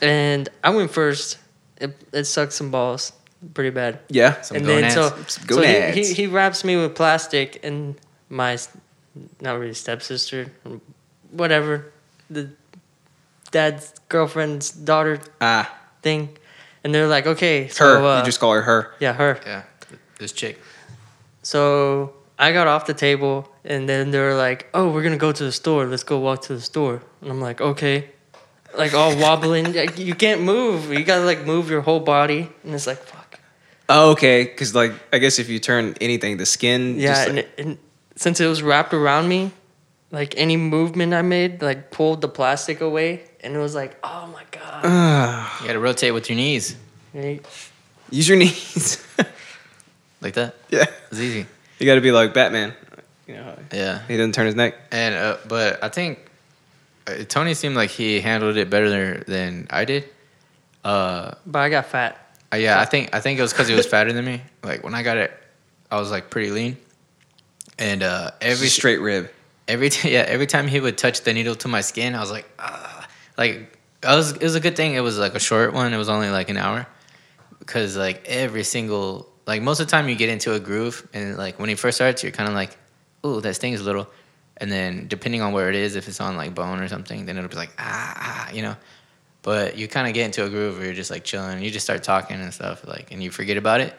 Speaker 4: and I went first. It, it sucked some balls pretty bad.
Speaker 3: Yeah.
Speaker 1: Some
Speaker 4: And then so,
Speaker 1: gonads.
Speaker 4: so he,
Speaker 3: gonads.
Speaker 4: he he wraps me with plastic, and my s- not really stepsister, whatever, the dad's girlfriend's daughter
Speaker 3: Ah,
Speaker 4: thing, and they're like, okay, so
Speaker 3: her.
Speaker 4: uh,
Speaker 3: you just call her her.
Speaker 4: yeah, her.
Speaker 1: Yeah. Th- This chick.
Speaker 4: So I got off the table, and then they were like, "Oh, we're gonna go to the store. Let's go walk to the store." And I'm like, "Okay," like all wobbling. like, you can't move. You gotta like move your whole body, and it's like, "Fuck."
Speaker 3: Oh, okay. Because like, I guess if you turn anything, the skin.
Speaker 4: Yeah,
Speaker 3: just,
Speaker 4: and,
Speaker 3: like-
Speaker 4: it, and since it was wrapped around me, like any movement I made, like pulled the plastic away, and it was like, "Oh my god."
Speaker 1: You got to rotate with your knees
Speaker 4: Right?
Speaker 3: use your knees.
Speaker 1: like that.
Speaker 3: yeah.
Speaker 1: It's easy.
Speaker 3: You got to be like Batman. You know,
Speaker 1: Yeah.
Speaker 3: he doesn't turn his neck.
Speaker 1: And uh, but I think uh, Tony seemed like he handled it better than I did. Uh,
Speaker 4: But I got fat.
Speaker 1: Uh, yeah, I think I think it was because he was fatter than me. Like when I got it, I was like pretty lean, and uh, every
Speaker 3: Every straight rib.
Speaker 1: every t- yeah every time he would touch the needle to my skin, I was like, ah. like I was it was a good thing. It was like a short one. It was only like an hour, because like every single like most of the time you get into a groove and like when he first starts, you're kind of like, ooh, that sting's a little, and then depending on where it is, if it's on like bone or something, then it'll be like ah, ah you know. But you kind of get into a groove where you're just like chilling. You just start talking and stuff, like, and you forget about it.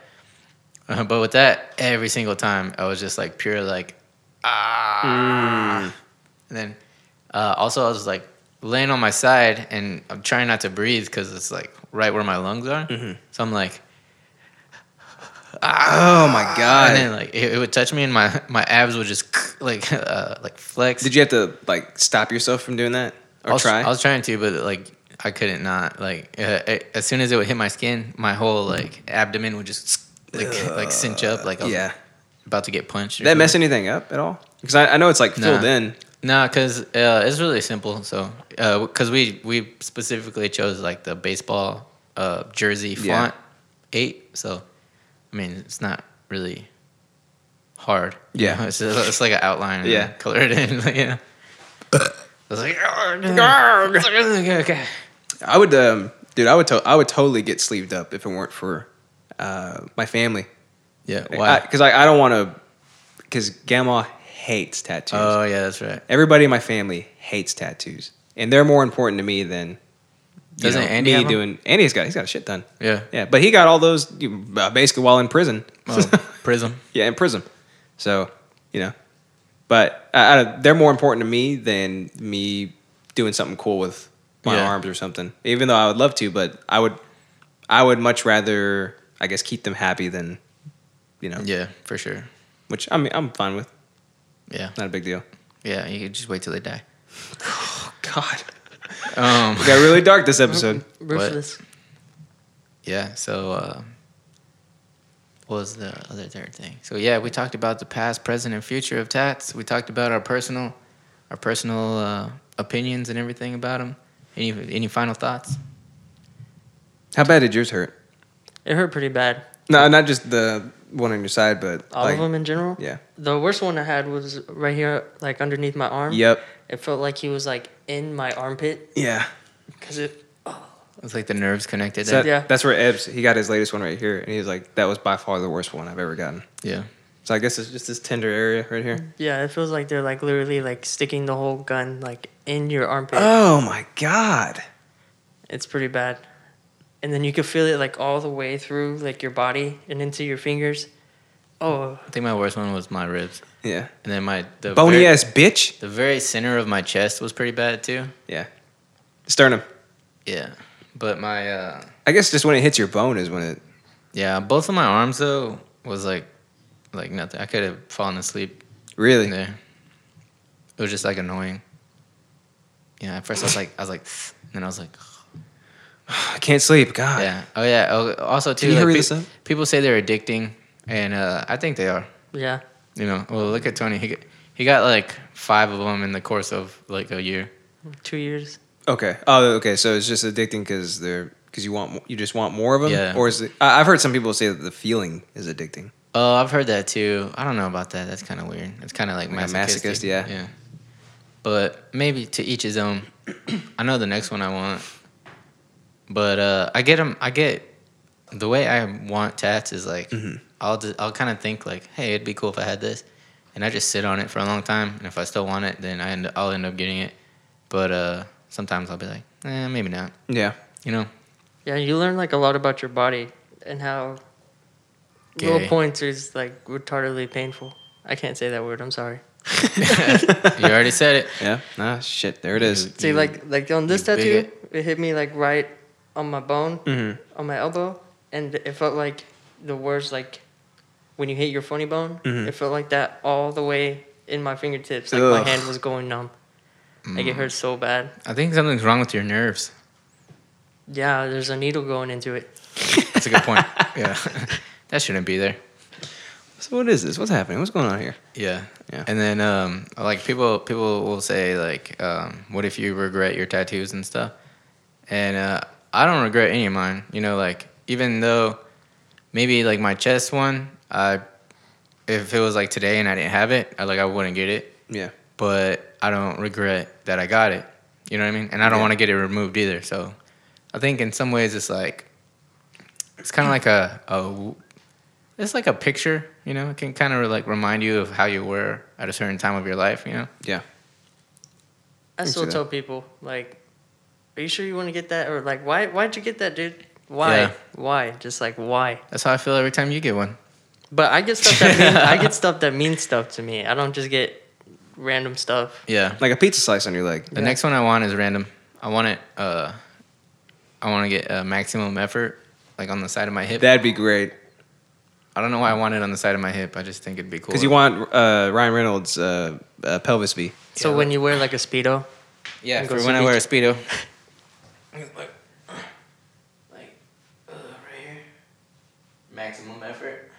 Speaker 1: Uh, but with that, every single time, I was just like pure, like,
Speaker 3: Mm.
Speaker 1: ah. And then uh, also, I was like laying on my side and I'm trying not to breathe because it's like right where my lungs are.
Speaker 3: Mm-hmm.
Speaker 1: So I'm like,
Speaker 3: Oh my god.
Speaker 1: and then like it, it would touch me and my, my abs would just like uh, like flex.
Speaker 3: Did you have to like stop yourself from doing that or
Speaker 1: I was,
Speaker 3: try?
Speaker 1: I was trying to, but like I couldn't not. Like uh, it, as soon as it would hit my skin, my whole like abdomen would just like like cinch up. Like I was
Speaker 3: yeah.
Speaker 1: about to get punched. or
Speaker 3: Did that mess
Speaker 1: something.
Speaker 3: anything up at all? Because I, I know it's like
Speaker 1: Nah.
Speaker 3: filled in.
Speaker 1: Nah, cause uh, it's really simple. So, uh 'cause cause we we specifically chose like the baseball uh, jersey
Speaker 3: Yeah.
Speaker 1: font eight. So, I mean, it's not really hard. you
Speaker 3: Yeah.
Speaker 1: know? it's, just- it's like an outline. And
Speaker 3: Yeah.
Speaker 1: yeah, color it in. Like, yeah. I was like, "Argh, argh." It's like, okay, okay.
Speaker 3: I would, um, dude, I would, to- I would totally get sleeved up if it weren't for uh, my family.
Speaker 1: yeah. Why?
Speaker 3: Because I, I don't want to. Because Gamma hates tattoos.
Speaker 1: oh yeah, that's right.
Speaker 3: Everybody in my family hates tattoos, and they're more important to me than. you
Speaker 1: Doesn't
Speaker 3: know,
Speaker 1: Andy
Speaker 3: me
Speaker 1: have 'em?
Speaker 3: doing? Andy's got he's got a shit done.
Speaker 1: Yeah.
Speaker 3: Yeah, but he got all those you- uh, basically while in prison.
Speaker 1: Oh, Prism.
Speaker 3: Yeah, in prison. So, you know, but I, I, they're more important to me than me doing something cool with my
Speaker 1: Yeah.
Speaker 3: arms or something. Even though I would love to, but I would, I would much rather, I guess, keep them happy than, you know,
Speaker 1: Yeah, for sure.
Speaker 3: which I mean, I'm fine with.
Speaker 1: Yeah,
Speaker 3: Not a big deal.
Speaker 1: yeah. You could just wait till they die.
Speaker 3: God,
Speaker 1: Um.
Speaker 3: it got really dark this episode.
Speaker 4: Ruthless.
Speaker 1: Yeah. So, uh, what was the other third thing? So yeah, we talked about the past, present, and future of tats. We talked about our personal, our personal uh, opinions and everything about them. Any any final thoughts?
Speaker 3: How bad did yours hurt?
Speaker 4: It hurt pretty bad.
Speaker 3: No, not just the one on your side, but
Speaker 4: All
Speaker 3: like,
Speaker 4: of them in general.
Speaker 3: Yeah.
Speaker 4: The worst one I had was right here, like underneath my arm.
Speaker 3: Yep.
Speaker 4: It felt like he was like in my armpit
Speaker 3: Yeah.
Speaker 4: because it.
Speaker 1: It's like the nerves connected.
Speaker 3: So
Speaker 1: there.
Speaker 3: that-
Speaker 4: Yeah.
Speaker 3: That's where Ebbs, he got his latest one right here. And he was like, that was by far the worst one I've ever gotten.
Speaker 1: yeah.
Speaker 3: So I guess it's just this tender area right here.
Speaker 4: Yeah, it feels like they're like literally like sticking the whole Uh. gun like in your armpit.
Speaker 3: Oh my god.
Speaker 4: It's pretty bad. and then you could feel it like all the way through like your body and into your fingers. Oh,
Speaker 1: I think my worst one was my ribs,
Speaker 3: Yeah.
Speaker 1: and then my the
Speaker 3: Bony
Speaker 1: very,
Speaker 3: ass bitch.
Speaker 1: The very center of my chest was pretty bad too.
Speaker 3: Yeah. Sternum.
Speaker 1: Yeah, but my uh,
Speaker 3: I guess just when it hits your bone is when it.
Speaker 1: yeah, both of my arms though was like like nothing. I could have fallen asleep
Speaker 3: Really?
Speaker 1: there. It was just like annoying. Yeah, at first I was like I was like, and then I was like,
Speaker 3: I can't sleep. God.
Speaker 1: yeah, oh yeah. Oh, also too,
Speaker 3: you
Speaker 1: like,
Speaker 3: hurry
Speaker 1: pe-
Speaker 3: this up?
Speaker 1: people say they're addicting, and uh, I think they are.
Speaker 4: yeah.
Speaker 1: You know, well look at Tony. He got, he got like five of them in the course of like a year.
Speaker 4: Two years.
Speaker 3: Okay. Oh, okay. So it's just addicting because they're because you want you just want more of them.
Speaker 1: Yeah.
Speaker 3: Or is it? I- I've heard some people say that the feeling is addicting.
Speaker 1: Oh, I've heard that too. I don't know about that. That's kind of weird. It's kind of like
Speaker 3: Like a
Speaker 1: masochistic.
Speaker 3: masochist, yeah.
Speaker 1: Yeah. But maybe to each his own. I know the next one I want. But uh, I get them. I get the way I want tats is like
Speaker 3: Mm-hmm.
Speaker 1: I'll just, I'll kind of think like, hey, it'd be cool if I had this, and I just sit on it for a long time. And if I still want it, then I end, I'll end up getting it. But uh, sometimes I'll be like, eh, maybe not.
Speaker 3: Yeah.
Speaker 1: You know,
Speaker 4: Yeah, you learn like a lot about your body and how little
Speaker 1: Gay.
Speaker 4: points is like retardedly painful. I can't say that word. I'm sorry.
Speaker 1: you already said it.
Speaker 3: Yeah. Ah, shit. There it is.
Speaker 4: See, like like on this
Speaker 1: you
Speaker 4: tattoo,
Speaker 1: bigot.
Speaker 4: it hit me like right on my bone,
Speaker 3: Mm-hmm.
Speaker 4: on my elbow, and it felt like the worst. Like when you hit your funny bone, it felt like that all the way in my fingertips. Like
Speaker 3: Mm-hmm. Ugh.
Speaker 4: my hand was going numb. Like it hurt so bad.
Speaker 1: I think something's wrong with your nerves.
Speaker 4: Yeah, there's a needle going into it.
Speaker 1: That's a good point. yeah, that shouldn't be there.
Speaker 3: So what is this? What's happening? What's going on here?
Speaker 1: Yeah.
Speaker 3: Yeah.
Speaker 1: And then um like people people will say like um what if you regret your tattoos and stuff? And uh I don't regret any of mine. You know like even though maybe like my chest one, I if it was like today and I didn't have it, I like I wouldn't get it,
Speaker 3: Yeah.
Speaker 1: but I don't regret that I got it. You know what I mean? And I don't
Speaker 3: Yeah.
Speaker 1: want to get it removed either. So I think in some ways it's like it's kind of like a, a it's like a picture, you know. It can kind of like remind you of how you were at a certain time of your life, you know.
Speaker 3: Yeah.
Speaker 4: I
Speaker 3: can
Speaker 4: still
Speaker 3: see
Speaker 4: tell people like, "Are you sure you want to get that?" Or like, "Why? Why'd you get that, dude? Why?
Speaker 1: Yeah.
Speaker 4: Why? Just like why?"
Speaker 1: That's how I feel every time you get one.
Speaker 4: But I get stuff that mean, I get stuff that means stuff to me. I don't just get random stuff.
Speaker 1: Yeah.
Speaker 3: Like a pizza slice on your leg.
Speaker 1: The next one I want is random. I want it. Uh, I want to get uh, maximum effort, like on the side of my hip.
Speaker 3: That'd be great
Speaker 1: I don't know why I want it on the side of my hip. I just think it'd be cool.
Speaker 3: because you want uh, Ryan Reynolds' uh, uh, pelvis V.
Speaker 4: So when you wear like a speedo,
Speaker 1: yeah,
Speaker 4: and
Speaker 1: for
Speaker 4: go
Speaker 1: when I
Speaker 4: see
Speaker 1: wear a speedo.
Speaker 4: like uh, right here,
Speaker 1: Maximum effort.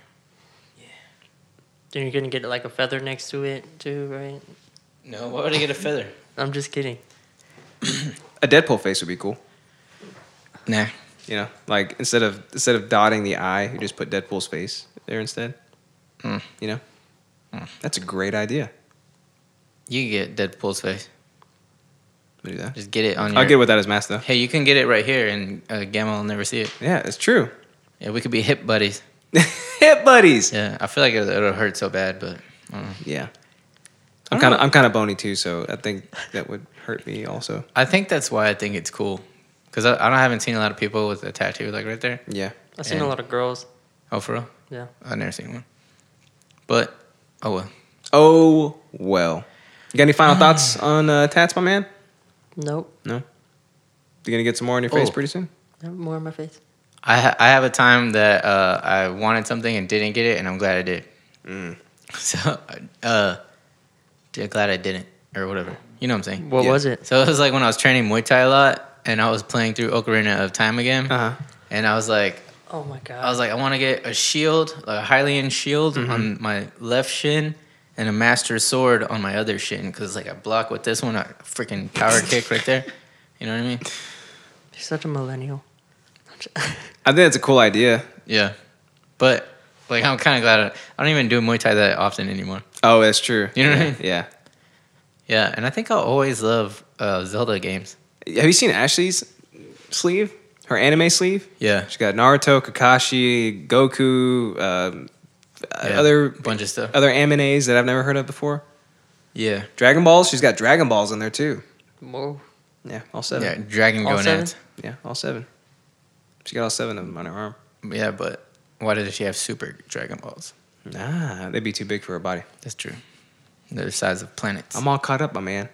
Speaker 4: then you're gonna get like a feather next to it too, right?
Speaker 1: No, why would I get a feather?
Speaker 4: I'm just kidding.
Speaker 3: A Deadpool face would be cool.
Speaker 1: Nah.
Speaker 3: You know, like instead of instead of dotting the I, you just put Deadpool's face there instead.
Speaker 1: Mm.
Speaker 3: You know,
Speaker 1: Hmm.
Speaker 3: that's a great idea.
Speaker 1: You can get Deadpool's face.
Speaker 3: We'll do that.
Speaker 1: Just get it on your.
Speaker 3: I'll get without his mask though.
Speaker 1: Hey, you can get it right here, and uh, Gamma will never see it.
Speaker 3: Yeah, it's true.
Speaker 1: Yeah, we could be hip buddies.
Speaker 3: Hip buddies.
Speaker 1: Yeah, I feel like it'll, it'll hurt so bad, but I, don't know.
Speaker 3: Yeah. I'm kind of I'm kind of bony too, so I think that would hurt me also.
Speaker 1: I think that's why I think it's cool. Cause I, I don't haven't seen a lot of people with a tattoo like right there.
Speaker 3: Yeah.
Speaker 4: I've seen a
Speaker 1: And-
Speaker 4: lot of girls.
Speaker 1: Oh, for real?
Speaker 4: Yeah.
Speaker 1: I've never seen one. But oh well.
Speaker 3: Oh well. You got any final thoughts on uh, tats, my man?
Speaker 4: Nope.
Speaker 3: You gonna get some more on your face
Speaker 1: Oh.
Speaker 3: pretty soon?
Speaker 4: No more on my face.
Speaker 1: I ha- I have a time that uh, I wanted something and didn't get it, and I'm glad I did. So, uh, yeah, glad I didn't or whatever. You know what I'm saying?
Speaker 4: What
Speaker 3: Yeah.
Speaker 4: was it?
Speaker 1: So it was like when I was training Muay Thai a lot, and I was playing through Ocarina of Time again,
Speaker 3: Uh huh.
Speaker 1: and I was like,
Speaker 4: Oh my god.
Speaker 1: I was like, I want to get a shield, a Hylian shield on my left shin, and a Master Sword on my other shin. Cause like I block with this one, I freaking power kick right there. You know what I mean?
Speaker 4: You're such a millennial.
Speaker 3: I think that's a cool idea.
Speaker 1: Yeah. But like I'm kind of glad I, I don't even do Muay Thai that often anymore.
Speaker 3: Oh, that's true.
Speaker 1: You know what I
Speaker 3: yeah.
Speaker 1: mean? Yeah, and I think I'll always love uh, Zelda games.
Speaker 3: yeah. Have you seen Ashley's sleeve? Her anime sleeve?
Speaker 1: Yeah.
Speaker 3: She's got Naruto, Kakashi, Goku, um, other
Speaker 1: bunch of stuff.
Speaker 3: other animes that I've never heard of before.
Speaker 1: Yeah.
Speaker 3: Dragon Balls. She's got Dragon Balls in there too.
Speaker 4: Whoa.
Speaker 3: Yeah, all
Speaker 1: Yeah.
Speaker 3: seven.
Speaker 1: Dragon
Speaker 4: All
Speaker 1: Go
Speaker 4: seven?
Speaker 1: Nats.
Speaker 3: Yeah, all seven. She got all seven of them on her arm.
Speaker 1: Yeah, but why does she have super Dragon Balls?
Speaker 3: Nah, they'd be too big for her body.
Speaker 1: That's true. They're the size of planets.
Speaker 3: I'm all caught up, my man.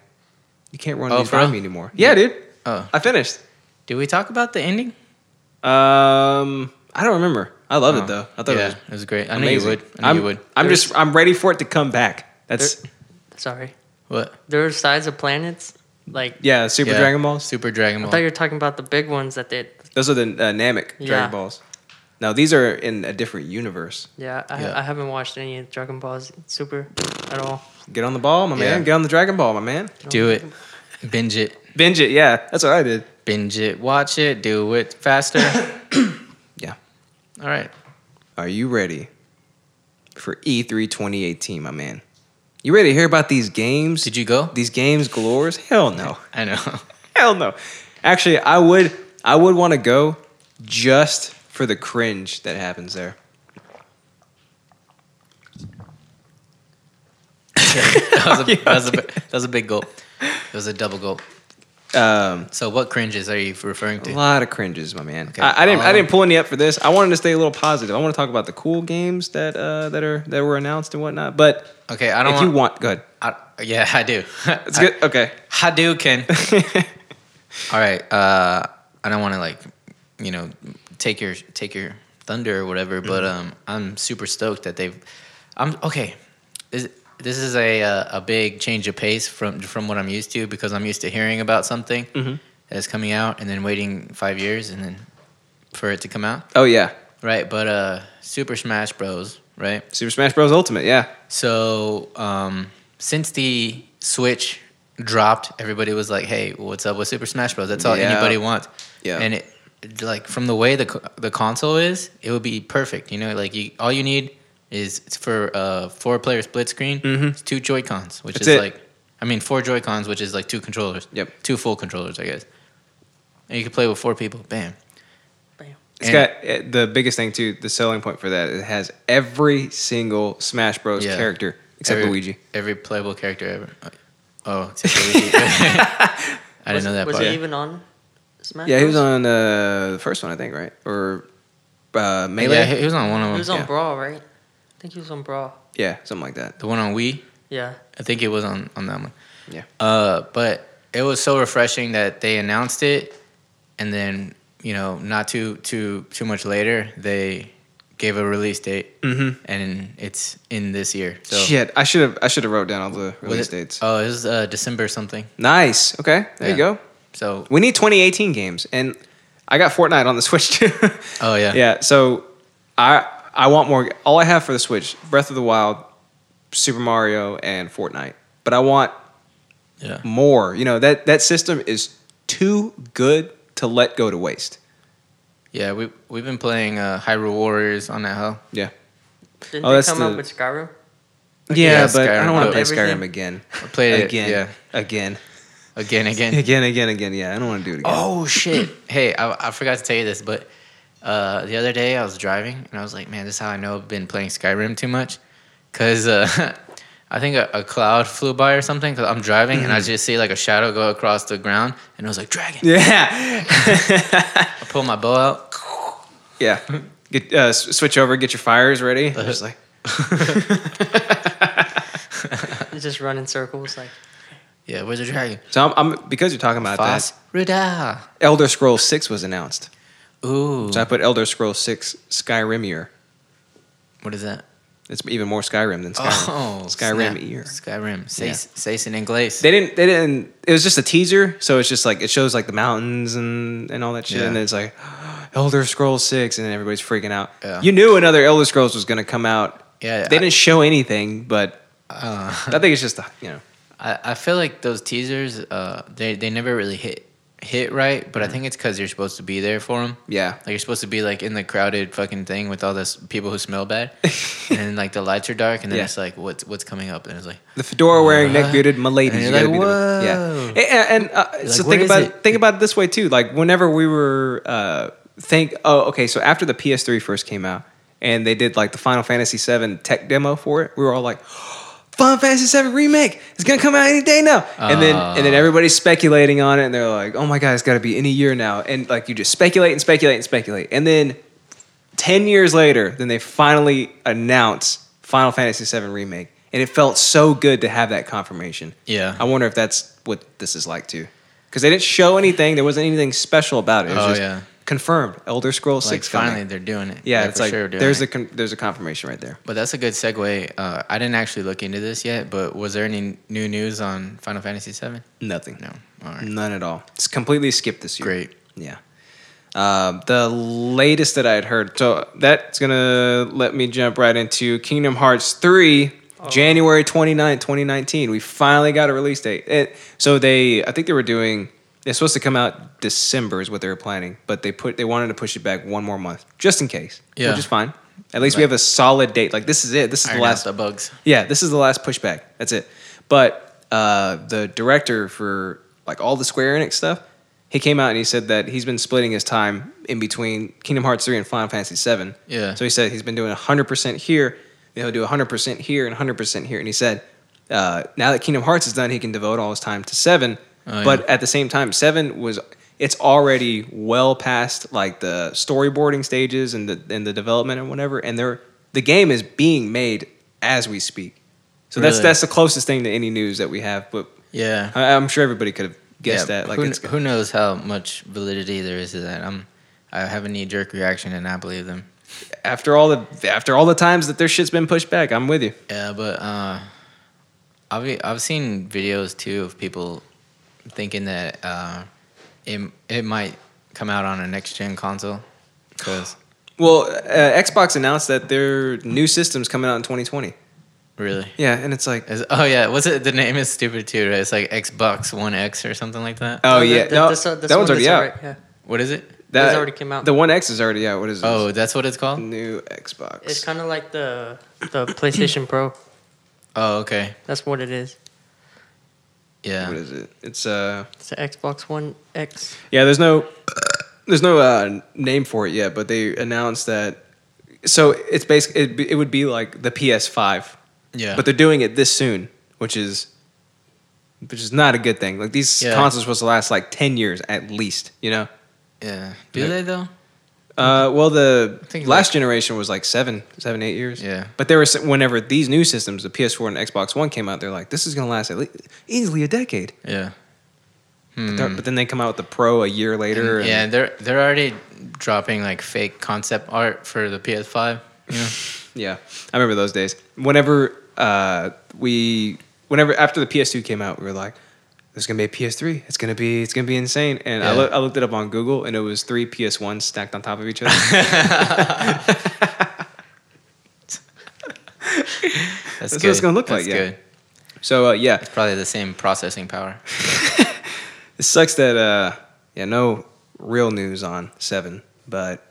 Speaker 3: You can't run
Speaker 1: Oh,
Speaker 3: these
Speaker 1: for
Speaker 3: by
Speaker 1: real?
Speaker 3: me anymore. Yeah, dude.
Speaker 1: oh,
Speaker 3: I finished.
Speaker 1: did we talk about the ending?
Speaker 3: Um, I don't remember. I loved it though. I thought
Speaker 1: Oh. yeah,
Speaker 3: it was
Speaker 1: it was great. I knew you
Speaker 3: amazing.
Speaker 1: would. I knew
Speaker 3: am
Speaker 1: you would.
Speaker 3: I'm just I'm ready for it to come back. That's
Speaker 4: Sorry.
Speaker 1: what?
Speaker 4: There are sides of planets. Like
Speaker 3: yeah, Super
Speaker 1: Yeah,
Speaker 3: Dragon Balls.
Speaker 1: Super Dragon
Speaker 4: I thought you
Speaker 1: Ball.
Speaker 4: were talking about the big ones that did.
Speaker 3: Those are the uh, Namek
Speaker 4: Yeah.
Speaker 3: Dragon Balls. Now these are in a different universe.
Speaker 4: Yeah, I,
Speaker 1: Yeah.
Speaker 4: I haven't watched any of Dragon Ball's Super at all.
Speaker 3: Get on the ball, my
Speaker 1: Yeah.
Speaker 3: man. Get on the Dragon Ball, my man.
Speaker 1: Do it. Binge it.
Speaker 3: Binge it. Yeah, that's what I did.
Speaker 1: Binge it. Watch it. Do it faster.
Speaker 3: Yeah.
Speaker 1: All right.
Speaker 3: Are you ready for E E3 2018, my man? You ready to hear about these games?
Speaker 1: Did you go?
Speaker 3: These games galores? Hell no.
Speaker 1: I know.
Speaker 3: Hell no. Actually, I would I would want to go just for the cringe that happens there.
Speaker 1: That was, a, that, was a, that was a big gulp. It was a double gulp.
Speaker 3: Um,
Speaker 1: So, what cringes are you referring
Speaker 3: a
Speaker 1: to?
Speaker 3: lot of cringes, my man. I, I didn't I
Speaker 1: um,
Speaker 3: didn't pull any up for this. I wanted to stay a little positive. I want to talk about the cool games that uh, that are that were announced and whatnot. But
Speaker 1: Okay, I
Speaker 3: if
Speaker 1: don't
Speaker 3: you want,
Speaker 1: want.
Speaker 3: go ahead.
Speaker 1: I, yeah, I do.
Speaker 3: It's good. Okay.
Speaker 1: I, do, Ken. All right. Uh, I don't want to like, you know, take your take your thunder or whatever. But um, I'm super stoked that they've. I'm okay. This this is a uh, a big change of pace from from what I'm used to because I'm used to hearing about something that is coming out and then waiting five years and then for it to come out.
Speaker 3: oh yeah,
Speaker 1: Right, but uh Super Smash Bros, right?
Speaker 3: Super Smash Bros. Ultimate. Yeah.
Speaker 1: So, um since the Switch dropped, everybody was like, "Hey, what's up with Super Smash Bros? That's all
Speaker 3: Yeah.
Speaker 1: anybody wants."
Speaker 3: Yeah.
Speaker 1: And it like from the way the co- the console is, it would be perfect. You know, like you all you need is it's for a four player split screen. It's two Joy-Cons, which
Speaker 3: Mm-hmm. That's
Speaker 1: is
Speaker 3: it.
Speaker 1: like I mean, four Joy-Cons, which is like two controllers.
Speaker 3: Yep.
Speaker 1: Two full controllers, I guess. And you can play with four people. Bam.
Speaker 3: It's
Speaker 1: And-
Speaker 3: got uh, the biggest thing too. The selling point for that it has every single Smash Bros.
Speaker 1: Yeah.
Speaker 3: character except
Speaker 1: every,
Speaker 3: Luigi.
Speaker 1: Every playable character ever. Oh, except Luigi. I didn't
Speaker 4: was,
Speaker 1: know that
Speaker 4: Was
Speaker 1: part.
Speaker 4: he even on Smash?
Speaker 3: Yeah, he was
Speaker 4: Bros?
Speaker 3: on uh, the first one, I think, right? Or uh, melee?
Speaker 1: Yeah,
Speaker 3: Yeah,
Speaker 1: he he was on one of them.
Speaker 4: He was on
Speaker 3: yeah.
Speaker 4: Brawl, right? I think he was on Brawl.
Speaker 3: something like that.
Speaker 1: the one on Wii.
Speaker 4: Yeah.
Speaker 1: I think it was on on that one.
Speaker 3: Yeah.
Speaker 1: Uh, but it was so refreshing that they announced it, and then you know, not too too too much later, they gave a release date,
Speaker 3: Mhm.
Speaker 1: and it's in this year. So
Speaker 3: Shit, I should have I should have wrote down all the
Speaker 1: was
Speaker 3: release
Speaker 1: it-
Speaker 3: dates.
Speaker 1: Oh, it was uh, December something.
Speaker 3: nice. Okay, there you
Speaker 1: Yeah.
Speaker 3: go.
Speaker 1: So
Speaker 3: We need 2018 games, and I got Fortnite on the Switch too.
Speaker 1: oh yeah,
Speaker 3: yeah, so I I want more. All I have for the Switch: Breath of the Wild, Super Mario, and Fortnite. But I want
Speaker 1: yeah.
Speaker 3: more. You know that that system is too good to let go to waste.
Speaker 1: Yeah, we we've been playing uh, Hyrule Warriors on that hell.
Speaker 3: Yeah.
Speaker 4: Didn't
Speaker 3: Oh,
Speaker 4: they
Speaker 3: that's
Speaker 4: come
Speaker 3: the-
Speaker 4: up with Skyrim?
Speaker 3: Yeah,
Speaker 1: Yeah,
Speaker 3: but I
Speaker 1: Skyrim.
Speaker 3: don't want to play
Speaker 4: Everything.
Speaker 3: Skyrim again.
Speaker 1: I played it
Speaker 3: again,
Speaker 1: yeah
Speaker 3: again,
Speaker 1: again again.
Speaker 3: again, again, again. Yeah, I don't want to do it again.
Speaker 1: Oh shit! hey, I, I forgot to tell you this, but uh, the other day I was driving and I was like, man, this is how I know I've been playing Skyrim too much, because uh, I think a, a cloud flew by or something. Because I'm driving and I
Speaker 3: Mm-hmm.
Speaker 1: just see like a shadow go across the ground, and I was like, dragon.
Speaker 3: Yeah,
Speaker 1: I pull my bow out.
Speaker 3: yeah. Get uh, s- switch over, get your fires ready.
Speaker 1: Uh-huh.
Speaker 3: I'm just like,
Speaker 4: You just run in circles, like
Speaker 1: Yeah, where's the dragon?
Speaker 3: so I'm, I'm because you're talking about
Speaker 1: Foss
Speaker 3: that.
Speaker 1: Ruda.
Speaker 3: Elder Scrolls Six was announced,
Speaker 1: Ooh,
Speaker 3: so I put Elder Scrolls Six Skyrim Year.
Speaker 1: what is that?
Speaker 3: It's even more Skyrim than Skyrim.
Speaker 1: Oh,
Speaker 3: Skyrim
Speaker 1: snap.
Speaker 3: ear.
Speaker 1: Skyrim.
Speaker 3: Yeah.
Speaker 1: Sason in Glace.
Speaker 3: They didn't. They didn't. It was just a teaser, so it's just like it shows like the mountains and and all that shit,
Speaker 1: Yeah.
Speaker 3: and then it's like Elder Scrolls Six, and then everybody's freaking out.
Speaker 1: Yeah.
Speaker 3: You knew another Elder Scrolls was gonna come out.
Speaker 1: Yeah,
Speaker 3: they
Speaker 1: I-
Speaker 3: didn't show anything, but
Speaker 1: Uh,
Speaker 3: I think it's just the- you know.
Speaker 1: I, I feel like those teasers, uh, they they never really hit hit right.
Speaker 3: Mm.
Speaker 1: But I think it's because you're supposed to be there for them.
Speaker 3: Yeah.
Speaker 1: Like you're supposed to be like in the crowded fucking thing with all those people who smell bad, and like the lights are dark, and then
Speaker 3: Yeah.
Speaker 1: it's like what's what's coming up, and it's like
Speaker 3: The fedora wearing,
Speaker 1: What?
Speaker 3: neck bearded milady.
Speaker 1: And
Speaker 3: You
Speaker 1: you're
Speaker 3: gotta
Speaker 1: like,
Speaker 3: be the-
Speaker 1: "Whoa."
Speaker 3: Yeah. And, and, uh, so
Speaker 1: what
Speaker 3: think
Speaker 1: is
Speaker 3: about
Speaker 1: it?
Speaker 3: think about it this way too. Like whenever we were uh, think, oh, okay. So after the PS3 first came out, and they did like the Final Fantasy VII tech demo for it, we were all like, Final Fantasy VII remake. It's gonna come out any day now. and then and
Speaker 1: Ah.
Speaker 3: then everybody's speculating on it, and they're like, oh my god, it's got to be any year now. And like you just speculate and speculate and speculate, and then ten years later, then they finally announce Final Fantasy VII remake, and it felt so good to have that confirmation.
Speaker 1: Yeah.
Speaker 3: I wonder if that's what this is like too, because they didn't show anything. There wasn't anything special about it. it was
Speaker 1: Oh,
Speaker 3: just
Speaker 1: yeah.
Speaker 3: Confirmed. Elder Scrolls
Speaker 1: Like
Speaker 3: Six.
Speaker 1: finally
Speaker 3: coming.
Speaker 1: they're doing it.
Speaker 3: Yeah,
Speaker 1: They're
Speaker 3: it's
Speaker 1: for
Speaker 3: like
Speaker 1: sure doing
Speaker 3: there's
Speaker 1: it.
Speaker 3: a con- there's a confirmation right there.
Speaker 1: But that's a good segue. Uh, I didn't actually look into this yet, but was there any new news on Final Fantasy VII?
Speaker 3: Nothing.
Speaker 1: No. All right.
Speaker 3: None at all. It's completely skipped this year.
Speaker 1: Great.
Speaker 3: Yeah. Um, the latest that I had heard. So that's going to let me jump right into Kingdom Hearts 3, January 29, 2019. We finally got a release date. It, so they, I think they were doing, it's supposed to come out December is what they were planning, but they put, they wanted to push it back one more month just in case.
Speaker 1: Yeah.
Speaker 3: Which is fine. At least we
Speaker 1: Right.
Speaker 3: have a solid date. Like this is it. This is
Speaker 1: Iron
Speaker 3: the last
Speaker 1: out the bugs.
Speaker 3: yeah, this is the last pushback. That's it. But uh, the director for like all the Square Enix stuff, he came out and he said that he's been splitting his time in between Kingdom Hearts three and Final Fantasy seven.
Speaker 1: Yeah.
Speaker 3: So he said he's been doing hundred percent here. Then he'll do hundred percent here and hundred percent here. And he said uh, now that Kingdom Hearts is done, he can devote all his time to seven.
Speaker 1: Oh, yeah.
Speaker 3: but at the same time, seven was it's already well past like the storyboarding stages and the and the development and whatever, and they're the game is being made as we speak. So that's
Speaker 1: Really?
Speaker 3: that's the closest thing to any news that we have. But
Speaker 1: Yeah.
Speaker 3: I, I'm sure everybody could have guessed
Speaker 1: Yeah,
Speaker 3: that. Like
Speaker 1: who,
Speaker 3: it's
Speaker 1: who knows how much validity there is to that? I'm, I have a knee jerk reaction and I believe them.
Speaker 3: after all the after all the times that their shit's been pushed back. I'm with you.
Speaker 1: Yeah, but uh, I've I've seen videos too of people thinking that uh, it it might come out on a next gen console because
Speaker 3: Well, uh, Xbox announced that their new system's coming out in 2020.
Speaker 1: really.
Speaker 3: Yeah, and it's like.
Speaker 1: Is, oh yeah, what's it? The name is stupid too. Right? It's like Xbox One X or something like that.
Speaker 3: Oh, yeah,
Speaker 4: th- th-
Speaker 3: no,
Speaker 4: this- uh, this
Speaker 3: that one's
Speaker 4: one
Speaker 3: already
Speaker 4: is
Speaker 3: out.
Speaker 4: alright, yeah.
Speaker 1: What is it?
Speaker 3: That
Speaker 4: already came out.
Speaker 3: The One X is already out. What is this?
Speaker 1: Oh, that's what it's called.
Speaker 3: new Xbox.
Speaker 4: It's kind of like the the PlayStation Pro.
Speaker 1: Oh okay,
Speaker 4: That's what it is.
Speaker 1: yeah.
Speaker 3: What is it? It's uh
Speaker 4: It's an Xbox One X.
Speaker 3: yeah. There's no there's no uh, name for it yet, but they announced that. So it's basically it, it would be like the PS5,
Speaker 1: Yeah,
Speaker 3: but they're doing it this soon, which is which is not a good thing. Like these
Speaker 1: Yeah.
Speaker 3: consoles are supposed to last like ten years at least, you know.
Speaker 1: yeah. Do
Speaker 3: Yeah.
Speaker 1: they though?
Speaker 3: Uh, well, the
Speaker 1: think
Speaker 3: last
Speaker 1: like-
Speaker 3: generation was like seven, seven, eight years.
Speaker 1: Yeah.
Speaker 3: But there was whenever these new systems, the PS4 and Xbox One came out, they're like, this is gonna last at least easily a decade.
Speaker 1: Yeah.
Speaker 3: They're- But then they come out with the Pro a year later. and-
Speaker 1: Mm. Yeah, they're they're already dropping like fake concept art for the PS5. You know?
Speaker 3: Yeah, I remember those days. Whenever uh, we, whenever after the PS2 came out, we were like, "There's gonna be a PS3. It's gonna be, it's gonna be insane." And I,
Speaker 1: Yeah.
Speaker 3: loo- I looked it up on Google, and it was three PS1s stacked on top of each other.
Speaker 1: That's,
Speaker 3: what
Speaker 1: good.
Speaker 3: it's gonna look
Speaker 1: That's
Speaker 3: like, yeah.
Speaker 1: Good.
Speaker 3: so uh, yeah,
Speaker 1: Probably the same processing power.
Speaker 3: it sucks that uh, yeah, no real news on seven. But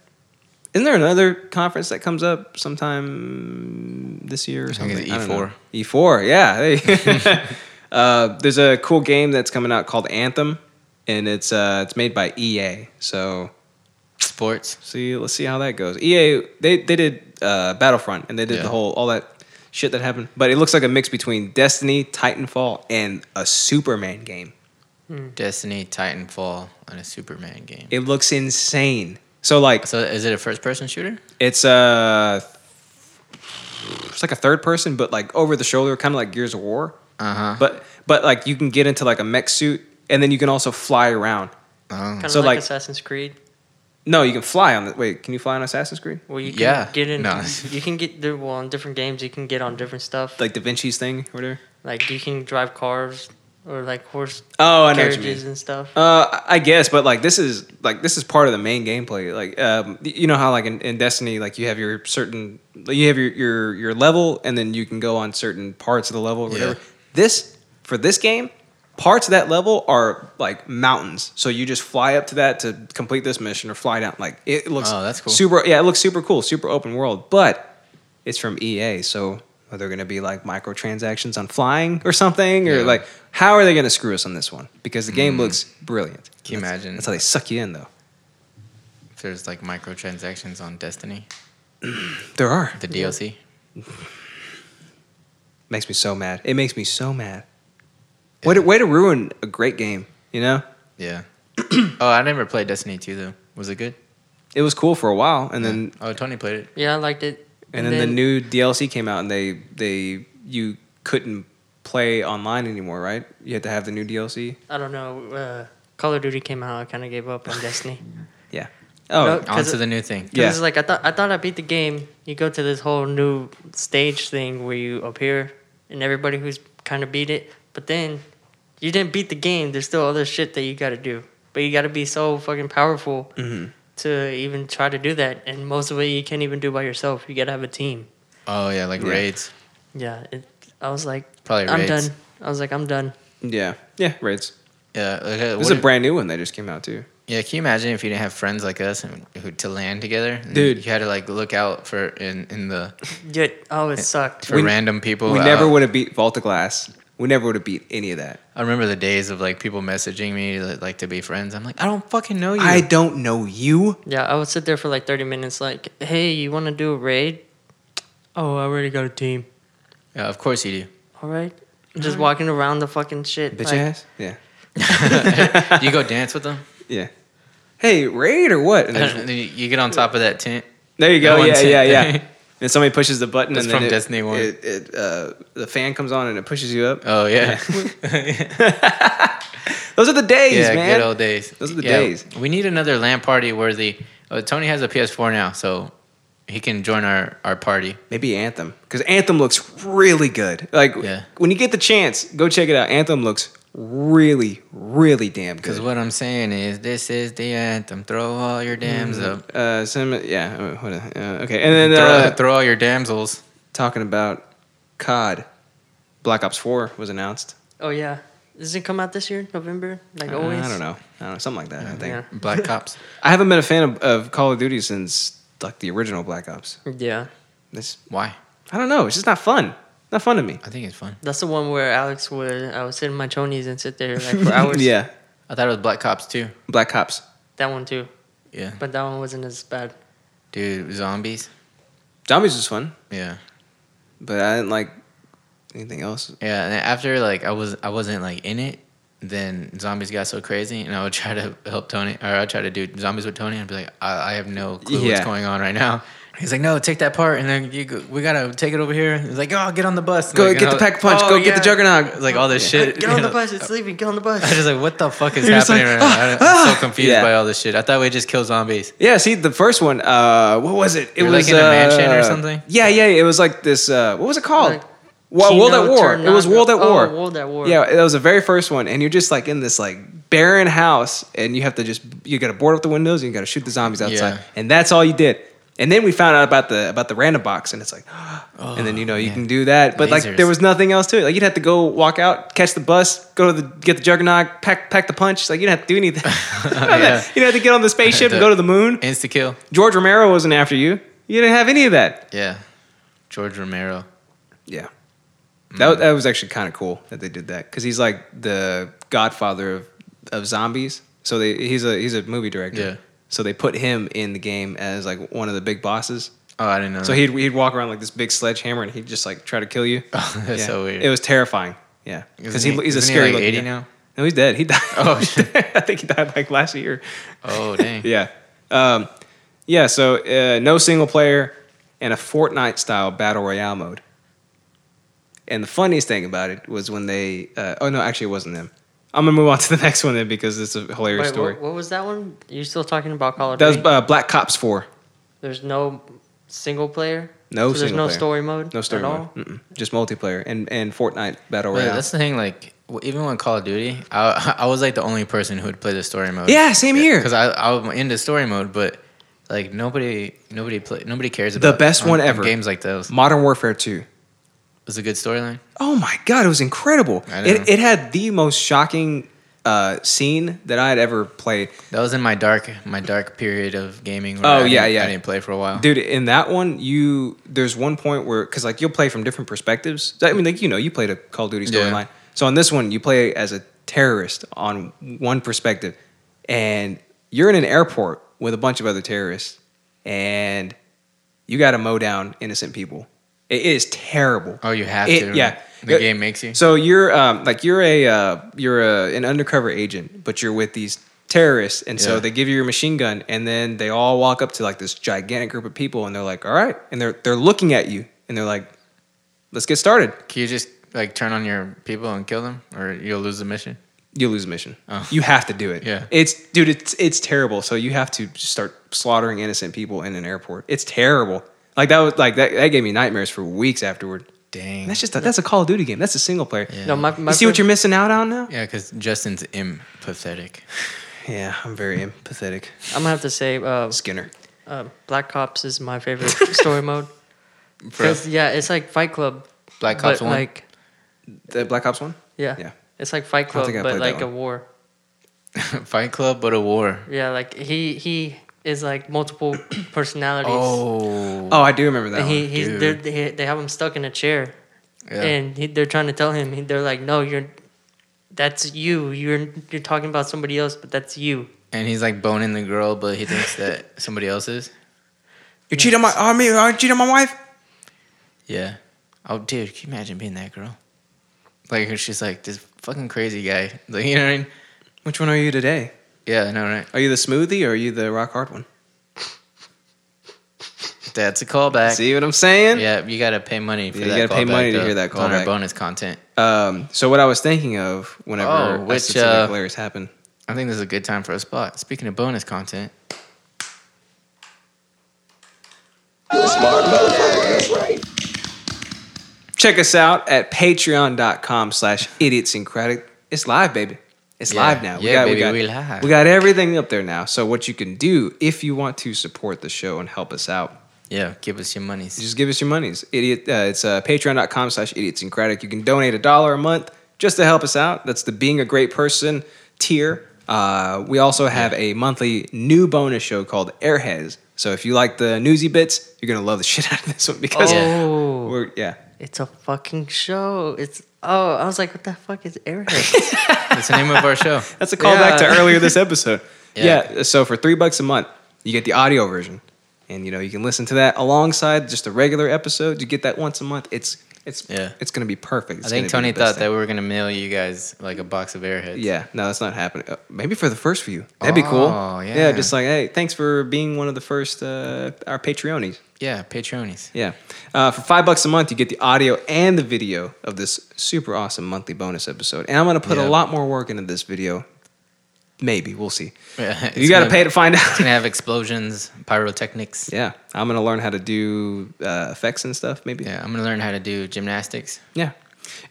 Speaker 3: isn't there another conference that comes up sometime this year or
Speaker 1: think
Speaker 3: something?
Speaker 1: it's E
Speaker 3: I don't know.
Speaker 1: E4.
Speaker 3: E4, yeah. Hey. uh, there's a cool game that's coming out called Anthem, and it's uh, it's made by EA. So
Speaker 1: Sports.
Speaker 3: see, let's see how that goes. EA they they did uh, Battlefront, and they did
Speaker 1: Yeah.
Speaker 3: the whole all that shit that happened. But it looks like a mix between Destiny, Titanfall, and a Superman game.
Speaker 1: Destiny, Titanfall, and a Superman game.
Speaker 3: It looks insane. So like
Speaker 1: So is it a first person shooter?
Speaker 3: It's uh it's like a third person, but like over the shoulder, kind of like Gears of War.
Speaker 1: Uh-huh.
Speaker 3: But but like you can get into like a mech suit, and then you can also fly around.
Speaker 1: Oh.
Speaker 4: Kind of
Speaker 3: So,
Speaker 4: like,
Speaker 3: like-
Speaker 4: Assassin's Creed,
Speaker 3: No, you can fly on the. Wait, can you fly on Assassin's Creed?
Speaker 4: where you can
Speaker 1: Yeah,
Speaker 4: get in.
Speaker 1: no.
Speaker 4: You can get there. Well, on different games, you can get on different stuff. Like,
Speaker 3: Like Da Vinci's thing or whatever.
Speaker 4: you can drive cars or like horse
Speaker 3: Oh, I know what you mean.
Speaker 4: carriages and stuff.
Speaker 3: Uh, I guess, but like this is like this is part of the main gameplay. Like, um, y- you know how like in, in Destiny, like you have your certain, you have your your your level, and then you can go on certain parts of the level, or
Speaker 1: Yeah.
Speaker 3: whatever. This for this game, parts of that level are like mountains, so you just fly up to that to complete this mission or fly down. Like it looks,
Speaker 1: Oh, that's cool.
Speaker 3: Super, yeah, it looks super cool, super open world, but it's from EA, so. Are there going to be like microtransactions on flying or something, or
Speaker 1: Yeah. Hmm.
Speaker 3: like how are they going to screw us on this one? Because the game looks brilliant.
Speaker 1: Can you
Speaker 3: That's-
Speaker 1: imagine?
Speaker 3: That's how they suck you in, though.
Speaker 1: If There's like microtransactions on Destiny,
Speaker 3: There are.
Speaker 1: the DLC.
Speaker 3: Makes me so mad. It makes me so mad. Way, to, way to ruin a great game, you know?
Speaker 1: Yeah. oh, I never played Destiny 2 though. Was it good?
Speaker 3: It was cool for a while and then
Speaker 1: Oh, Tony played it.
Speaker 4: Yeah, I liked it.
Speaker 3: and, then, the new DLC came out and they they you couldn't play online anymore, right? You had to have the new DLC.
Speaker 4: I don't know. Uh, Call of Duty came out. I kind of gave up on Destiny.
Speaker 3: Yeah. Oh,
Speaker 4: No. 'Cause
Speaker 1: On
Speaker 4: it-
Speaker 1: to the new thing.
Speaker 3: Yeah.
Speaker 4: Yeah. It's like I thought. I thought I beat the game. You go to this whole new stage thing where you appear, and everybody who's kind of beat it. But then you didn't beat the game. There's still other shit that you got to do. But you got to be so fucking powerful
Speaker 1: Mm-hmm.
Speaker 4: to even try to do that. And most of it you can't even do by yourself. You got to have a team.
Speaker 1: Oh yeah, like
Speaker 3: Yeah.
Speaker 1: raids.
Speaker 4: Yeah. It, I was like,
Speaker 1: Probably
Speaker 4: I'm
Speaker 1: raids.
Speaker 4: done. I was like, I'm done.
Speaker 3: yeah. Yeah, raids.
Speaker 1: Yeah. Like, uh,
Speaker 3: This
Speaker 1: what
Speaker 3: is a
Speaker 1: if-
Speaker 3: brand new one that just came out too.
Speaker 1: Yeah, can you imagine if you didn't have friends like us and who to land together? And
Speaker 3: Dude.
Speaker 1: you had to like look out for in in the
Speaker 4: Yeah. Oh,
Speaker 1: Eh.
Speaker 4: it sucked.
Speaker 1: for
Speaker 3: We-
Speaker 1: random people.
Speaker 3: We never
Speaker 1: out.
Speaker 3: would have beat Volta Glass. We never would have beat any of that.
Speaker 1: I remember the days of like people messaging me like, like to be friends. I'm like, I don't fucking know you.
Speaker 3: I don't know you.
Speaker 4: Yeah, I would sit there for like 30 minutes, like, hey, you want to do a raid? Oh, I already got a team.
Speaker 1: Yeah, of course you
Speaker 4: All right. Just walking around the fucking shit.
Speaker 3: Bitch
Speaker 4: like,
Speaker 3: ass. Yeah.
Speaker 1: do. You go dance with them.
Speaker 3: Yeah. Hey, raid or what? And there's-
Speaker 1: And then you- you get on top of that tent.
Speaker 3: there you go.
Speaker 1: That one
Speaker 3: yeah,
Speaker 1: tip
Speaker 3: yeah, yeah.
Speaker 1: thing.
Speaker 3: And somebody pushes the button,
Speaker 1: That's
Speaker 3: and then
Speaker 1: from
Speaker 3: it-
Speaker 1: Destiny one.
Speaker 3: It, it, uh, the fan comes on and it pushes you up.
Speaker 1: Oh yeah,
Speaker 3: Those are the days,
Speaker 1: yeah,
Speaker 3: man.
Speaker 1: good old days.
Speaker 3: Those are the
Speaker 1: Yeah,
Speaker 3: days.
Speaker 1: We need another land party where the uh, Tony has a PS4 now, so he can join our our party.
Speaker 3: Maybe Anthem, because Anthem looks really good. Like
Speaker 1: Yeah.
Speaker 3: when you get the chance, go check it out. Anthem looks really, really damn
Speaker 1: Because
Speaker 3: good.
Speaker 1: what I'm saying is, this is the anthem. Throw all your dams up.
Speaker 3: Uh, some, yeah, uh, what, uh, okay. And then
Speaker 1: Throw,
Speaker 3: uh,
Speaker 1: throw all your damsels.
Speaker 3: talking about COD, Black Ops Four was announced.
Speaker 4: Oh, yeah. Does it come out this year, November? Like
Speaker 3: Uh,
Speaker 4: always?
Speaker 3: I don't know, I don't know, something like that. I think
Speaker 4: Yeah.
Speaker 1: Black cops.
Speaker 3: I haven't been a fan of, of Call of Duty since like the original Black Ops.
Speaker 4: Yeah.
Speaker 3: This,
Speaker 1: Why?
Speaker 3: I don't know, it's just not fun. Not fun to me.
Speaker 1: I think it's fun.
Speaker 4: That's the one where Alex would, I would sit in my chonies and sit there like for hours.
Speaker 3: yeah,
Speaker 1: I thought it was Black Cops too.
Speaker 3: Black Ops.
Speaker 4: That one too.
Speaker 1: Yeah.
Speaker 4: But that one wasn't as bad.
Speaker 1: Dude, zombies.
Speaker 3: Zombies was fun,
Speaker 1: Yeah.
Speaker 3: but I didn't like anything else.
Speaker 1: Yeah. And after like I was I wasn't like in it, then zombies got so crazy, and I would try to help Tony, or I'd try to do zombies with Tony, and I'd be like, I, I have no clue
Speaker 3: Yeah.
Speaker 1: what's going on right now. He's like, no, take that part, and then you go, we gotta take it over here. He's like, oh, get on the bus.
Speaker 3: Go
Speaker 1: Like,
Speaker 3: get
Speaker 1: and
Speaker 3: the
Speaker 1: I-
Speaker 3: pack punch.
Speaker 1: oh,
Speaker 3: go get the
Speaker 1: yeah.
Speaker 3: juggernaut.
Speaker 1: Like all this shit.
Speaker 4: Get on
Speaker 1: you
Speaker 4: the
Speaker 1: know?
Speaker 4: bus. It's leaving. Get on the bus.
Speaker 1: I was just like, what the fuck is
Speaker 3: You're just
Speaker 1: happening
Speaker 3: like,
Speaker 1: right now? I don't- I'm
Speaker 3: ah.
Speaker 1: so confused
Speaker 3: Yeah.
Speaker 1: by all this shit. I thought we just kill zombies.
Speaker 3: Yeah, see the first one. Uh, what was it? It
Speaker 1: You're, like,
Speaker 3: was
Speaker 1: in a mansion or
Speaker 3: uh,
Speaker 1: something?
Speaker 3: Yeah, yeah. It was like this. Uh, what was it called?
Speaker 4: Like,
Speaker 3: well, World at
Speaker 4: Kino
Speaker 3: War. It was World at
Speaker 4: Tornado-
Speaker 3: War.
Speaker 4: Oh, World at War.
Speaker 3: Yeah, that was the very first one, and you're just like in this like barren house, and you have to just you got to board up the windows, and you got to shoot the zombies outside,
Speaker 1: Yeah.
Speaker 3: and that's all you did. And then we found out about the about the random box, and it's like, and then you know you
Speaker 1: yeah.
Speaker 3: can do that, but like
Speaker 1: Oh, Lasers.
Speaker 3: there was nothing else to it. Like you'd have to go walk out, catch the bus, go to the get the juggernaut, pack pack the punch. Like you didn't have to do anything.
Speaker 1: Yeah.
Speaker 3: You'd have to get on the spaceship and
Speaker 1: The-
Speaker 3: go to the moon.
Speaker 1: Insta kill.
Speaker 3: George Romero wasn't after you. You didn't have any of that.
Speaker 1: Yeah. George Romero.
Speaker 3: Yeah.
Speaker 1: Mm.
Speaker 3: That, wa- that was actually kind of cool that they did that because he's like the godfather of, of zombies. So they, he's a he's a movie director.
Speaker 1: Yeah.
Speaker 3: So they put him in the game as like one of the big bosses.
Speaker 1: Oh, I didn't know.
Speaker 3: So
Speaker 1: that.
Speaker 3: he'd he'd walk around like this big sledgehammer and he'd just like try to kill you.
Speaker 1: that's
Speaker 3: Yeah.
Speaker 1: so weird.
Speaker 3: It was terrifying. Yeah. Because
Speaker 1: Isn't
Speaker 3: he,
Speaker 1: he-
Speaker 3: he's a
Speaker 1: isn't he,
Speaker 3: scary
Speaker 1: like,
Speaker 3: looking
Speaker 1: 80
Speaker 3: guy.
Speaker 1: now?
Speaker 3: No, he's dead. He died.
Speaker 1: Oh, shit.
Speaker 3: I think he died like last year.
Speaker 1: Oh dang.
Speaker 3: Yeah. Um, yeah, so uh, no single player and a Fortnite style battle royale mode. And the funniest thing about it was when they, uh, oh no, actually, it wasn't them. I'm going to move on to the next one then because it's a hilarious
Speaker 4: Wait,
Speaker 3: story.
Speaker 4: what, what was that one? You're still talking about Call of
Speaker 3: That was
Speaker 4: Duty?
Speaker 3: uh, Black Cops 4.
Speaker 4: There's no single player.
Speaker 3: No
Speaker 4: so there's
Speaker 3: single
Speaker 4: no
Speaker 3: player.
Speaker 4: story mode.
Speaker 3: No story
Speaker 4: at all?
Speaker 3: mode. Mm-mm. Just multiplayer and, and Fortnite battle
Speaker 1: But
Speaker 3: royale.
Speaker 1: that's the thing. Like w- even when Call of Duty, I I was like the only person who would play the story mode.
Speaker 3: yeah, same here.
Speaker 1: Because I I'm into story mode, but like nobody nobody play nobody cares
Speaker 3: The
Speaker 1: about
Speaker 3: best
Speaker 1: on-
Speaker 3: one
Speaker 1: on
Speaker 3: ever.
Speaker 1: Games like those it
Speaker 3: Modern Warfare 2.
Speaker 1: was a good storyline.
Speaker 3: Oh my god, it was incredible.
Speaker 1: I know.
Speaker 3: It, it had the most shocking uh, scene that I had ever played.
Speaker 1: That was in my dark my dark period of gaming. where
Speaker 3: Oh,
Speaker 1: I
Speaker 3: yeah,
Speaker 1: didn't-
Speaker 3: yeah.
Speaker 1: I didn't play for a while.
Speaker 3: dude in that one you there's one point where because like you'll play from different perspectives i mean like you know you played a call of duty
Speaker 1: Yeah.
Speaker 3: storyline so on this one you play as a terrorist on one perspective and you're in an airport with a bunch of other terrorists and you got to mow down innocent people It is terrible.
Speaker 1: Oh, you have
Speaker 3: It-
Speaker 1: to.
Speaker 3: yeah.
Speaker 4: Uh,
Speaker 1: The game makes you.
Speaker 3: So you're um, like you're a uh, you're a, an undercover agent, but you're with these terrorists, and so
Speaker 1: Yeah.
Speaker 3: they give you your machine gun, and then they all walk up to like this gigantic group of people, and they're like, "All right," and they're they're looking at you, and they're like, "Let's get started."
Speaker 1: Can you just like turn on your people and kill them, or you'll lose the mission?
Speaker 3: You lose the mission.
Speaker 1: Oh.
Speaker 3: You have to do it.
Speaker 1: Yeah.
Speaker 3: it's dude, it's it's terrible. So you have to just start slaughtering innocent people in an airport. It's terrible. Like that was like that, that gave me nightmares for weeks afterward.
Speaker 1: Dang.
Speaker 3: And that's just a, that's a Call of Duty game. That's a single player.
Speaker 1: Yeah.
Speaker 4: No, my, my
Speaker 3: You see what
Speaker 4: fav-
Speaker 3: you're missing out on now?
Speaker 1: yeah, because Justin's im pathetic.
Speaker 3: Yeah, I'm very empathetic.
Speaker 4: I'm gonna have to say, uh,
Speaker 3: Skinner.
Speaker 4: uh, Black Ops is my favorite story mode.
Speaker 1: For
Speaker 4: 'Cause, yeah, it's like Fight Club,
Speaker 1: Black Ops
Speaker 4: but
Speaker 1: One.
Speaker 4: like
Speaker 3: The Black Ops one?
Speaker 4: yeah,
Speaker 3: Yeah.
Speaker 4: it's like Fight
Speaker 3: don't
Speaker 4: Club,
Speaker 3: think I
Speaker 4: but
Speaker 3: played that
Speaker 4: like a war.
Speaker 1: Fight Club, but a war.
Speaker 4: Yeah, like he he is like multiple personalities.
Speaker 1: Oh.
Speaker 3: Oh, I do remember that
Speaker 4: and he,
Speaker 3: one.
Speaker 4: he's they're, they they have him stuck in a chair,
Speaker 1: Yeah.
Speaker 4: and he, they're trying to tell him. he- They're like, "No, you're, that's you. You're you're talking about somebody else, but that's you."
Speaker 1: and he's like boning the girl, but he thinks that somebody else is.
Speaker 3: You cheat on my on me, I cheat on my wife.
Speaker 1: Yeah. Oh, dude, can you imagine being that girl? Like, she's like this fucking crazy guy. Like, you know what I mean?
Speaker 3: Which one are you today?
Speaker 1: Yeah, I know, right?
Speaker 3: Are you the smoothie or are you the rock hard one?
Speaker 1: That's a callback.
Speaker 3: See what I'm saying?
Speaker 1: Yeah, you gotta pay money for
Speaker 3: Yeah,
Speaker 1: that.
Speaker 3: you gotta pay
Speaker 1: callback,
Speaker 3: money to
Speaker 1: though.
Speaker 3: hear that
Speaker 1: It's on our
Speaker 3: callback.
Speaker 1: bonus content.
Speaker 3: Um, so what I was thinking of whenever
Speaker 1: Oh,
Speaker 3: oh,
Speaker 1: which,
Speaker 3: which
Speaker 1: uh,
Speaker 3: hilarious happened.
Speaker 1: I think this is a good time for a spot. Speaking of bonus content,
Speaker 3: Check us out at patreon.com slash idiotsyncratic. It's live, baby. It's
Speaker 1: Yeah.
Speaker 3: live now.
Speaker 1: Yeah, baby,
Speaker 3: got,
Speaker 1: we live.
Speaker 3: we got everything up there now. So what you can do if you want to support the show and help us out
Speaker 1: yeah, give us your monies.
Speaker 3: just give us your monies idiot uh, it's uh, patreon.com slash idiotsyncratic you can donate a dollar a month just to help us out that's the being a great person tier uh, we also have a monthly new bonus show called airheads so if you like the newsy bits you're gonna love the shit out of this one because
Speaker 4: Oh,
Speaker 3: we're yeah
Speaker 4: it's a fucking show. It's oh, I was like, what the fuck is Airhead?
Speaker 1: That's the name of our show.
Speaker 3: that's a callback to
Speaker 4: Yeah.
Speaker 3: earlier this episode
Speaker 1: Yeah.
Speaker 3: yeah. so for three bucks a month you get the audio version and you know you can listen to that alongside just a regular episode you get that once a month it's it's
Speaker 1: Yeah.
Speaker 3: it's gonna be perfect
Speaker 1: I
Speaker 3: It's
Speaker 1: think
Speaker 3: gonna be
Speaker 1: Tony
Speaker 3: the best
Speaker 1: thought
Speaker 3: thing.
Speaker 1: that we were gonna mail you guys like a box of airheads.
Speaker 3: Yeah, no, that's not happening. Uh, maybe for the first few, that'd be cool.
Speaker 1: Oh,
Speaker 3: yeah,
Speaker 1: yeah.
Speaker 3: just like hey, thanks for being one of the first uh, our Patreonies.
Speaker 1: Yeah, Patreonies.
Speaker 3: Yeah, uh, for five bucks a month, you get the audio and the video of this super awesome monthly bonus episode. And I'm gonna put a
Speaker 1: Yeah.
Speaker 3: lot more work into this video. Maybe we'll see.
Speaker 1: Yeah,
Speaker 3: you gotta pay
Speaker 1: to.
Speaker 3: to find
Speaker 1: It's
Speaker 3: out.
Speaker 1: gonna have explosions, pyrotechnics. Yeah.
Speaker 3: yeah, I'm gonna learn how to do uh, effects and stuff. Maybe.
Speaker 1: I'm gonna learn how to do gymnastics.
Speaker 3: Yeah.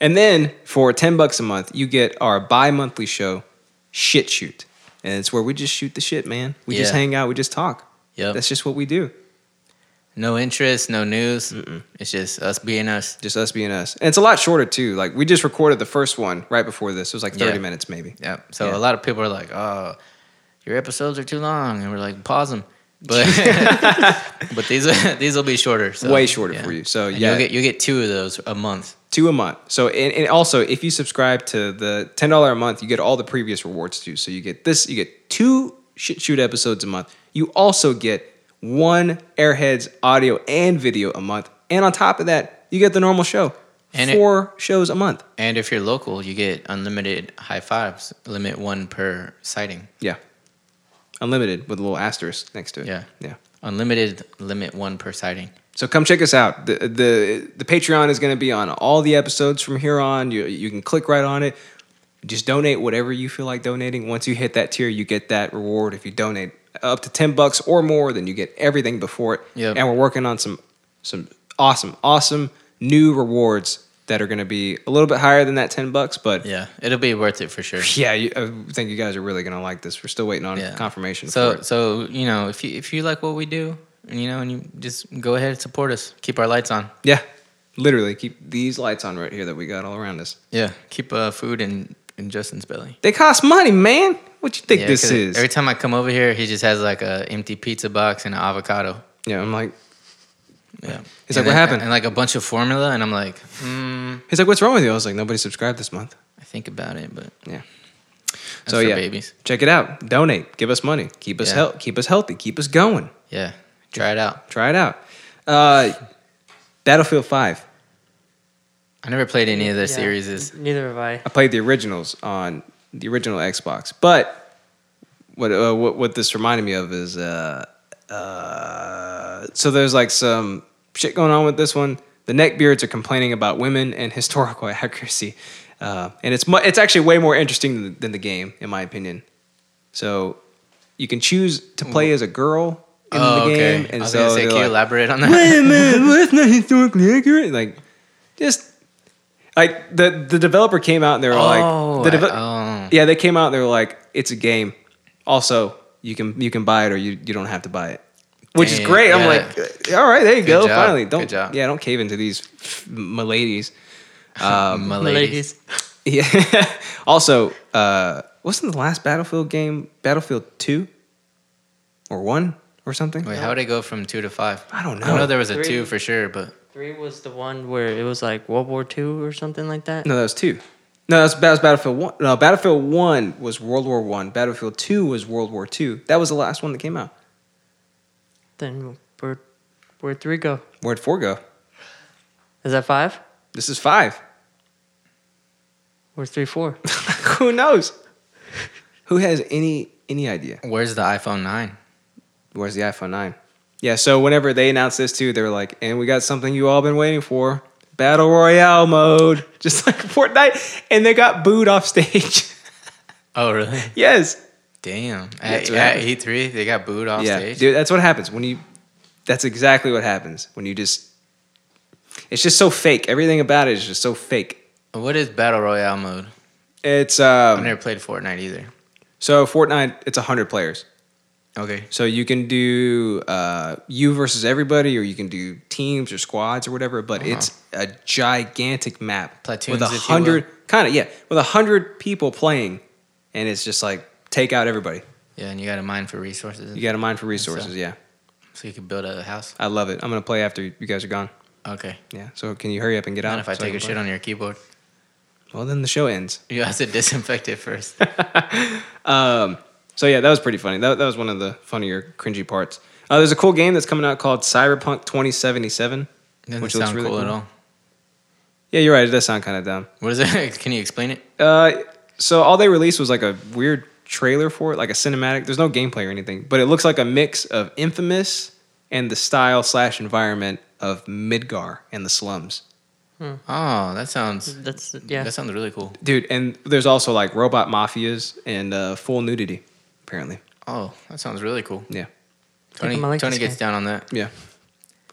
Speaker 3: And then for 10 bucks a month, you get our bi monthly show, Shit Shoot. And it's where we just shoot the shit, man. We just
Speaker 1: Yeah.
Speaker 3: hang out, we just talk.
Speaker 1: Yep.
Speaker 3: That's just what we do.
Speaker 1: No interest, no news. It's just us being us.
Speaker 3: Just us being us. And it's a lot shorter, too. Like, we just recorded the first one right before this. It was like 30
Speaker 1: Yeah.
Speaker 3: minutes, maybe.
Speaker 1: Yep. So
Speaker 3: Yeah.
Speaker 1: a lot of people are like, "Oh, your episodes are too long," and we're like, "Pause them." But but these these will be shorter. So,
Speaker 3: Way shorter
Speaker 1: yeah.
Speaker 3: for you. So,
Speaker 1: And
Speaker 3: yeah.
Speaker 1: You'll get you get two of those a month.
Speaker 3: two a month. So and, and also if you subscribe to the ten dollar a month, you get all the previous rewards too. So you get this, you get two shit shoot episodes a month. You also get one Airheads audio and video a month, and on top of that, you get the normal show.
Speaker 1: And it-
Speaker 3: Four shows a month.
Speaker 1: And if you're local, you get unlimited high fives. Limit one per sighting.
Speaker 3: Yeah, unlimited with a little asterisk next to it.
Speaker 1: Yeah.
Speaker 3: yeah.
Speaker 1: Unlimited limit one per sighting.
Speaker 3: So come check us out. The the, the Patreon is going to be on all the episodes from here on. You you can click right on it. Just donate whatever you feel like donating. Once you hit that tier, you get that reward. If you donate up to ten bucks or more, then you get everything before it.
Speaker 1: Yep.
Speaker 3: And we're working on some some awesome awesome new rewards that are going to be a little bit higher than that ten bucks, but.
Speaker 1: Yeah, it'll be worth it for sure.
Speaker 3: Yeah, you, I think you guys are really gonna like this. We're still waiting on
Speaker 1: Yeah.
Speaker 3: confirmation.
Speaker 1: So
Speaker 3: for it.
Speaker 1: so you know if you if you like what we do, you know, and you just go ahead and support us. Keep our lights on.
Speaker 3: yeah, literally keep these lights on right here that we got all around us.
Speaker 1: Yeah, keep uh, food in in Justin's belly.
Speaker 3: They cost money, man. What you think
Speaker 1: Yeah,
Speaker 3: this
Speaker 1: 'cause
Speaker 3: is?
Speaker 1: Every time I come over here, he just has like a empty pizza box and an avocado.
Speaker 3: yeah, I'm like,
Speaker 1: Yeah.
Speaker 3: He's
Speaker 1: And
Speaker 3: like, "What
Speaker 1: then-
Speaker 3: happened?"
Speaker 1: And like a bunch of formula, and I'm like, hmm,
Speaker 3: he's like, what's wrong with you? I was like, nobody subscribed this month.
Speaker 1: I think about it, but
Speaker 3: Yeah.
Speaker 1: that's
Speaker 3: so
Speaker 1: for
Speaker 3: yeah,
Speaker 1: babies.
Speaker 3: check it out. Donate. Give us money. Keep us
Speaker 1: Yeah.
Speaker 3: health. Keep us healthy. Keep us going.
Speaker 1: Yeah, try it out.
Speaker 3: Try it out. Uh, Battlefield 5.
Speaker 1: I never played any of their
Speaker 4: Yeah,
Speaker 1: series. Is
Speaker 4: Neither have I.
Speaker 3: I played the originals on the original Xbox. But what uh, what, what this reminded me of is uh, uh, so there's like some shit going on with this one. The neckbeards are complaining about women and historical accuracy, uh, and it's mu- it's actually way more interesting than, than the game, in my opinion. So you can choose to play as a girl in
Speaker 1: Mm-hmm. oh,
Speaker 3: the
Speaker 1: okay.
Speaker 3: game,
Speaker 1: I
Speaker 3: and
Speaker 1: was
Speaker 3: so
Speaker 1: gonna say,
Speaker 3: they're
Speaker 1: can you
Speaker 3: like-
Speaker 1: elaborate on
Speaker 3: wait a
Speaker 1: that?
Speaker 3: minute, well, that's not historically accurate. Like, just like the the developer came out and they were
Speaker 1: Oh,
Speaker 3: like, the
Speaker 1: I-
Speaker 3: devel-
Speaker 1: oh.
Speaker 3: yeah, they came out and they were like, it's a game. Also, you can you can buy it or you you don't have to buy it, which is
Speaker 1: Dang,
Speaker 3: great. I'm
Speaker 1: yeah.
Speaker 3: like, uh, all right, there you go.
Speaker 1: job,
Speaker 3: Finally,
Speaker 1: good
Speaker 3: don't
Speaker 1: job.
Speaker 3: yeah, don't cave into these miladies. Um,
Speaker 1: My ladies.
Speaker 4: Ladies.
Speaker 3: Yeah. also, uh, wasn't the last Battlefield game Battlefield two or one or something?
Speaker 1: Wait, how would it go from two to five?
Speaker 3: I don't
Speaker 1: I know
Speaker 3: know.
Speaker 1: there was a
Speaker 4: Three.
Speaker 1: two for sure, but
Speaker 4: Three was the one where it was like World War II or something like that.
Speaker 3: No, that was two. No, that was, that was Battlefield One. No, Battlefield One was World War One. Battlefield Two was World War Two. That was the last one that came out.
Speaker 4: Then where where three go?
Speaker 3: Where'd four go?
Speaker 4: Is that five?
Speaker 3: This is five.
Speaker 4: Where's three four?
Speaker 3: Who knows? Who has any any idea?
Speaker 1: where's the iPhone nine?
Speaker 3: Where's the iPhone nine? Yeah. So whenever they announced this too, they were like, "And we got something you all been waiting for: battle royale mode, just like Fortnite." And they got booed off stage.
Speaker 1: Oh really?
Speaker 3: yes.
Speaker 1: Damn.
Speaker 3: That's
Speaker 1: At,
Speaker 3: what
Speaker 1: at
Speaker 3: happened.
Speaker 1: E three, they got booed off
Speaker 3: yeah,
Speaker 1: stage.
Speaker 3: dude, that's what happens when you. That's exactly what happens when you just. It's just so fake. Everything about it is just so fake.
Speaker 1: What is battle royale mode?
Speaker 3: It's
Speaker 1: I've
Speaker 3: um,
Speaker 1: never played Fortnite either.
Speaker 3: so Fortnite. It's hundred players,
Speaker 1: Okay.
Speaker 3: so you can do uh, you versus everybody, or you can do teams or squads or whatever. But it's a gigantic map
Speaker 1: Uh-huh. Platoons,
Speaker 3: with a
Speaker 1: if you will.
Speaker 3: hundred kind of yeah with a hundred people playing, and it's just like take out everybody.
Speaker 1: Yeah, and you got a mine for resources,
Speaker 3: You got to mind for resources. Yeah,
Speaker 1: so you can build a house.
Speaker 3: I love it. I'm gonna play after you guys are gone.
Speaker 1: Okay.
Speaker 3: Yeah, so can you hurry up and get out?
Speaker 1: Not if I
Speaker 3: so
Speaker 1: take
Speaker 3: can
Speaker 1: a
Speaker 3: play?
Speaker 1: shit on your keyboard.
Speaker 3: Well, then the show ends.
Speaker 1: You have to disinfect it first.
Speaker 3: Um, so yeah, that was pretty funny. That, that was one of the funnier, cringy parts. Uh, there's a cool game that's coming out called Cyberpunk 2077.
Speaker 1: Doesn't
Speaker 3: Which looks
Speaker 1: sound
Speaker 3: really
Speaker 1: cool at
Speaker 3: cool.
Speaker 1: all.
Speaker 3: Yeah, you're right. It does sound kind of dumb.
Speaker 1: What is it? Can you explain it?
Speaker 3: Uh, so all they released was like a weird trailer for it, like a cinematic. There's no gameplay or anything, but it looks like a mix of Infamous and the style slash environment of Midgar and the slums.
Speaker 1: Oh, that sounds.
Speaker 4: That's yeah.
Speaker 1: That sounds really cool.
Speaker 3: Dude, and there's also like robot mafias and uh, full nudity, apparently.
Speaker 1: Oh, that sounds really cool.
Speaker 3: Yeah.
Speaker 1: Tony,
Speaker 4: I like
Speaker 1: Tony
Speaker 4: this
Speaker 1: gets down on that,
Speaker 3: Yeah.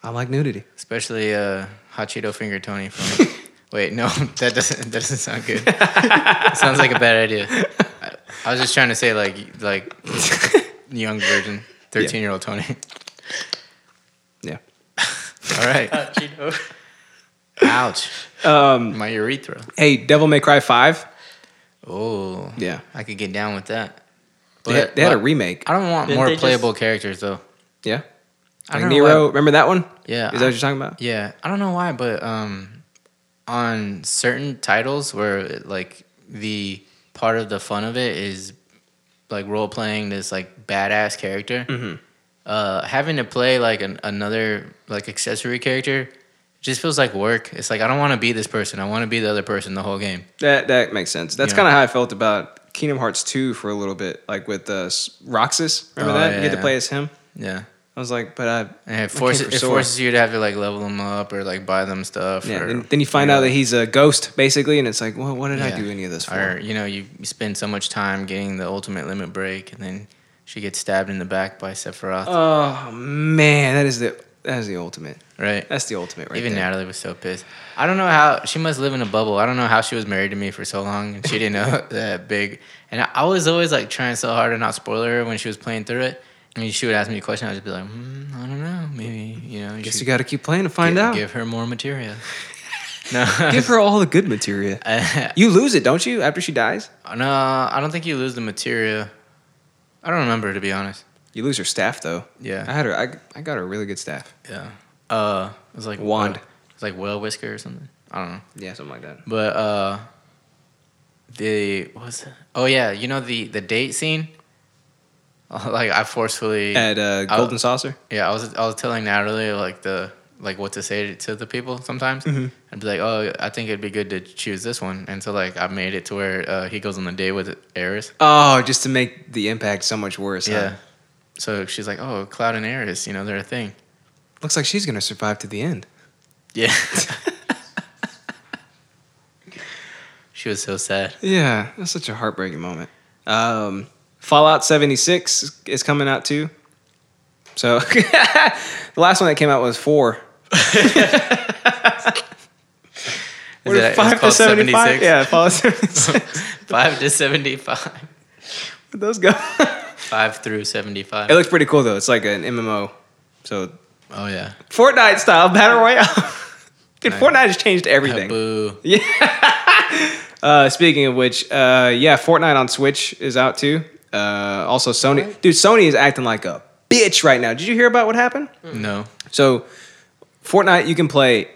Speaker 3: I like nudity.
Speaker 1: especially uh, Hot Cheeto Finger Tony from. Wait, no, that doesn't that doesn't sound good. It sounds like a bad idea. I, I was just trying to say like like young virgin, thirteen year old Tony.
Speaker 3: Yeah.
Speaker 1: All
Speaker 3: Uh,
Speaker 1: right, ouch,
Speaker 3: Um,
Speaker 1: my urethra.
Speaker 3: hey, Devil May Cry 5.
Speaker 1: Oh,
Speaker 3: Yeah.
Speaker 1: I could get down with that.
Speaker 3: They had, they had a
Speaker 1: but
Speaker 3: remake.
Speaker 1: I don't want
Speaker 4: Didn't
Speaker 1: more
Speaker 4: they just-
Speaker 1: playable characters though.
Speaker 3: Yeah.
Speaker 1: I
Speaker 3: Like
Speaker 1: don't know why-
Speaker 3: Nero. Remember that one?
Speaker 1: Yeah,
Speaker 3: Is that
Speaker 1: I-
Speaker 3: what you're talking about?
Speaker 1: Yeah, I don't know why, but um, on certain titles where like the part of the fun of it is like role playing this like badass character,
Speaker 3: Mm-hmm.
Speaker 1: uh, having to play like an, another like accessory character just feels like work. It's like I don't want to be this person. I want to be the other person the whole game.
Speaker 3: That that makes sense. That's
Speaker 1: Yeah.
Speaker 3: kind of how I felt about Kingdom Hearts 2 for a little bit, like with uh, S- Roxas. Remember
Speaker 1: Oh,
Speaker 3: that?
Speaker 1: yeah,
Speaker 3: you get to
Speaker 1: yeah.
Speaker 3: play as him.
Speaker 1: Yeah.
Speaker 3: I was like, but I.
Speaker 1: And it
Speaker 3: came
Speaker 1: forces
Speaker 3: from
Speaker 1: it
Speaker 3: Sora.
Speaker 1: forces you to have to like level them up or like buy them stuff.
Speaker 3: Yeah.
Speaker 1: or,
Speaker 3: Then, then you find out that he's a ghost, basically, and it's like, well, what did I
Speaker 1: Yeah.
Speaker 3: do any of this for?
Speaker 1: Or you know, you you spend so much time getting the ultimate limit break, and then she gets stabbed in the back by Sephiroth.
Speaker 3: Oh man, that is the that is the ultimate.
Speaker 1: right?
Speaker 3: That's the ultimate, right
Speaker 1: Even
Speaker 3: there.
Speaker 1: Natalie was so pissed. I don't know how she must live in a bubble. I don't know how she was married to me for so long, and she didn't know that big. And I, I was always like trying so hard to not spoil her when she was playing through it. I mean, she would ask me a question. I'd just be like, mm, I don't know, maybe you know. You
Speaker 3: Guess
Speaker 1: should
Speaker 3: you got to keep playing to find
Speaker 1: give,
Speaker 3: out. Give,
Speaker 1: give her more material. No,
Speaker 3: her all the good material.
Speaker 1: I-
Speaker 3: You lose it, don't you? After she dies,
Speaker 1: no, I don't think you lose the material. I don't remember to be honest.
Speaker 3: you lose her staff though.
Speaker 1: Yeah.
Speaker 3: I had her. I, I got her a really good staff.
Speaker 1: Yeah. Uh, it was like
Speaker 3: Wand.
Speaker 1: It was like whale whisker or something. I don't know.
Speaker 3: Yeah, something like that.
Speaker 1: But uh, the what was it? Oh yeah, you know the the date scene. like I forcefully.
Speaker 3: At uh,
Speaker 1: I- uh,
Speaker 3: Golden Saucer.
Speaker 1: yeah, I was I was telling Natalie like the like what to say to the people sometimes. I'd be like, oh, I think it'd be good to choose this one, and so like I made it to where uh, he goes on the date with Eris.
Speaker 3: Oh, just to make the impact so much worse. huh?
Speaker 1: Yeah. So she's like, oh, Cloud and Eris, you know, they're a thing.
Speaker 3: Looks like she's gonna survive to the end.
Speaker 1: Yeah. she was so sad.
Speaker 3: Yeah, that's such a heartbreaking moment. Um, Fallout 76 is- is coming out too. So the last one that came out was four. What
Speaker 1: it-
Speaker 3: if
Speaker 1: it's called 76?
Speaker 3: Yeah, Fallout 76.
Speaker 1: Five to seventy-five.
Speaker 3: Where'd those go.
Speaker 1: Five through seventy-five.
Speaker 3: it looks pretty cool though. It's like an MMO. So
Speaker 1: oh yeah.
Speaker 3: Fortnite style battle royale. Dude,
Speaker 1: Nice.
Speaker 3: Fortnite has changed everything.
Speaker 1: Boo.
Speaker 3: Uh, speaking of which, uh, yeah, Fortnite on Switch is out too. Uh, also, Sony, dude, Sony is acting like a bitch right now. Did you hear about what happened?
Speaker 1: No.
Speaker 3: So, Fortnite, you can play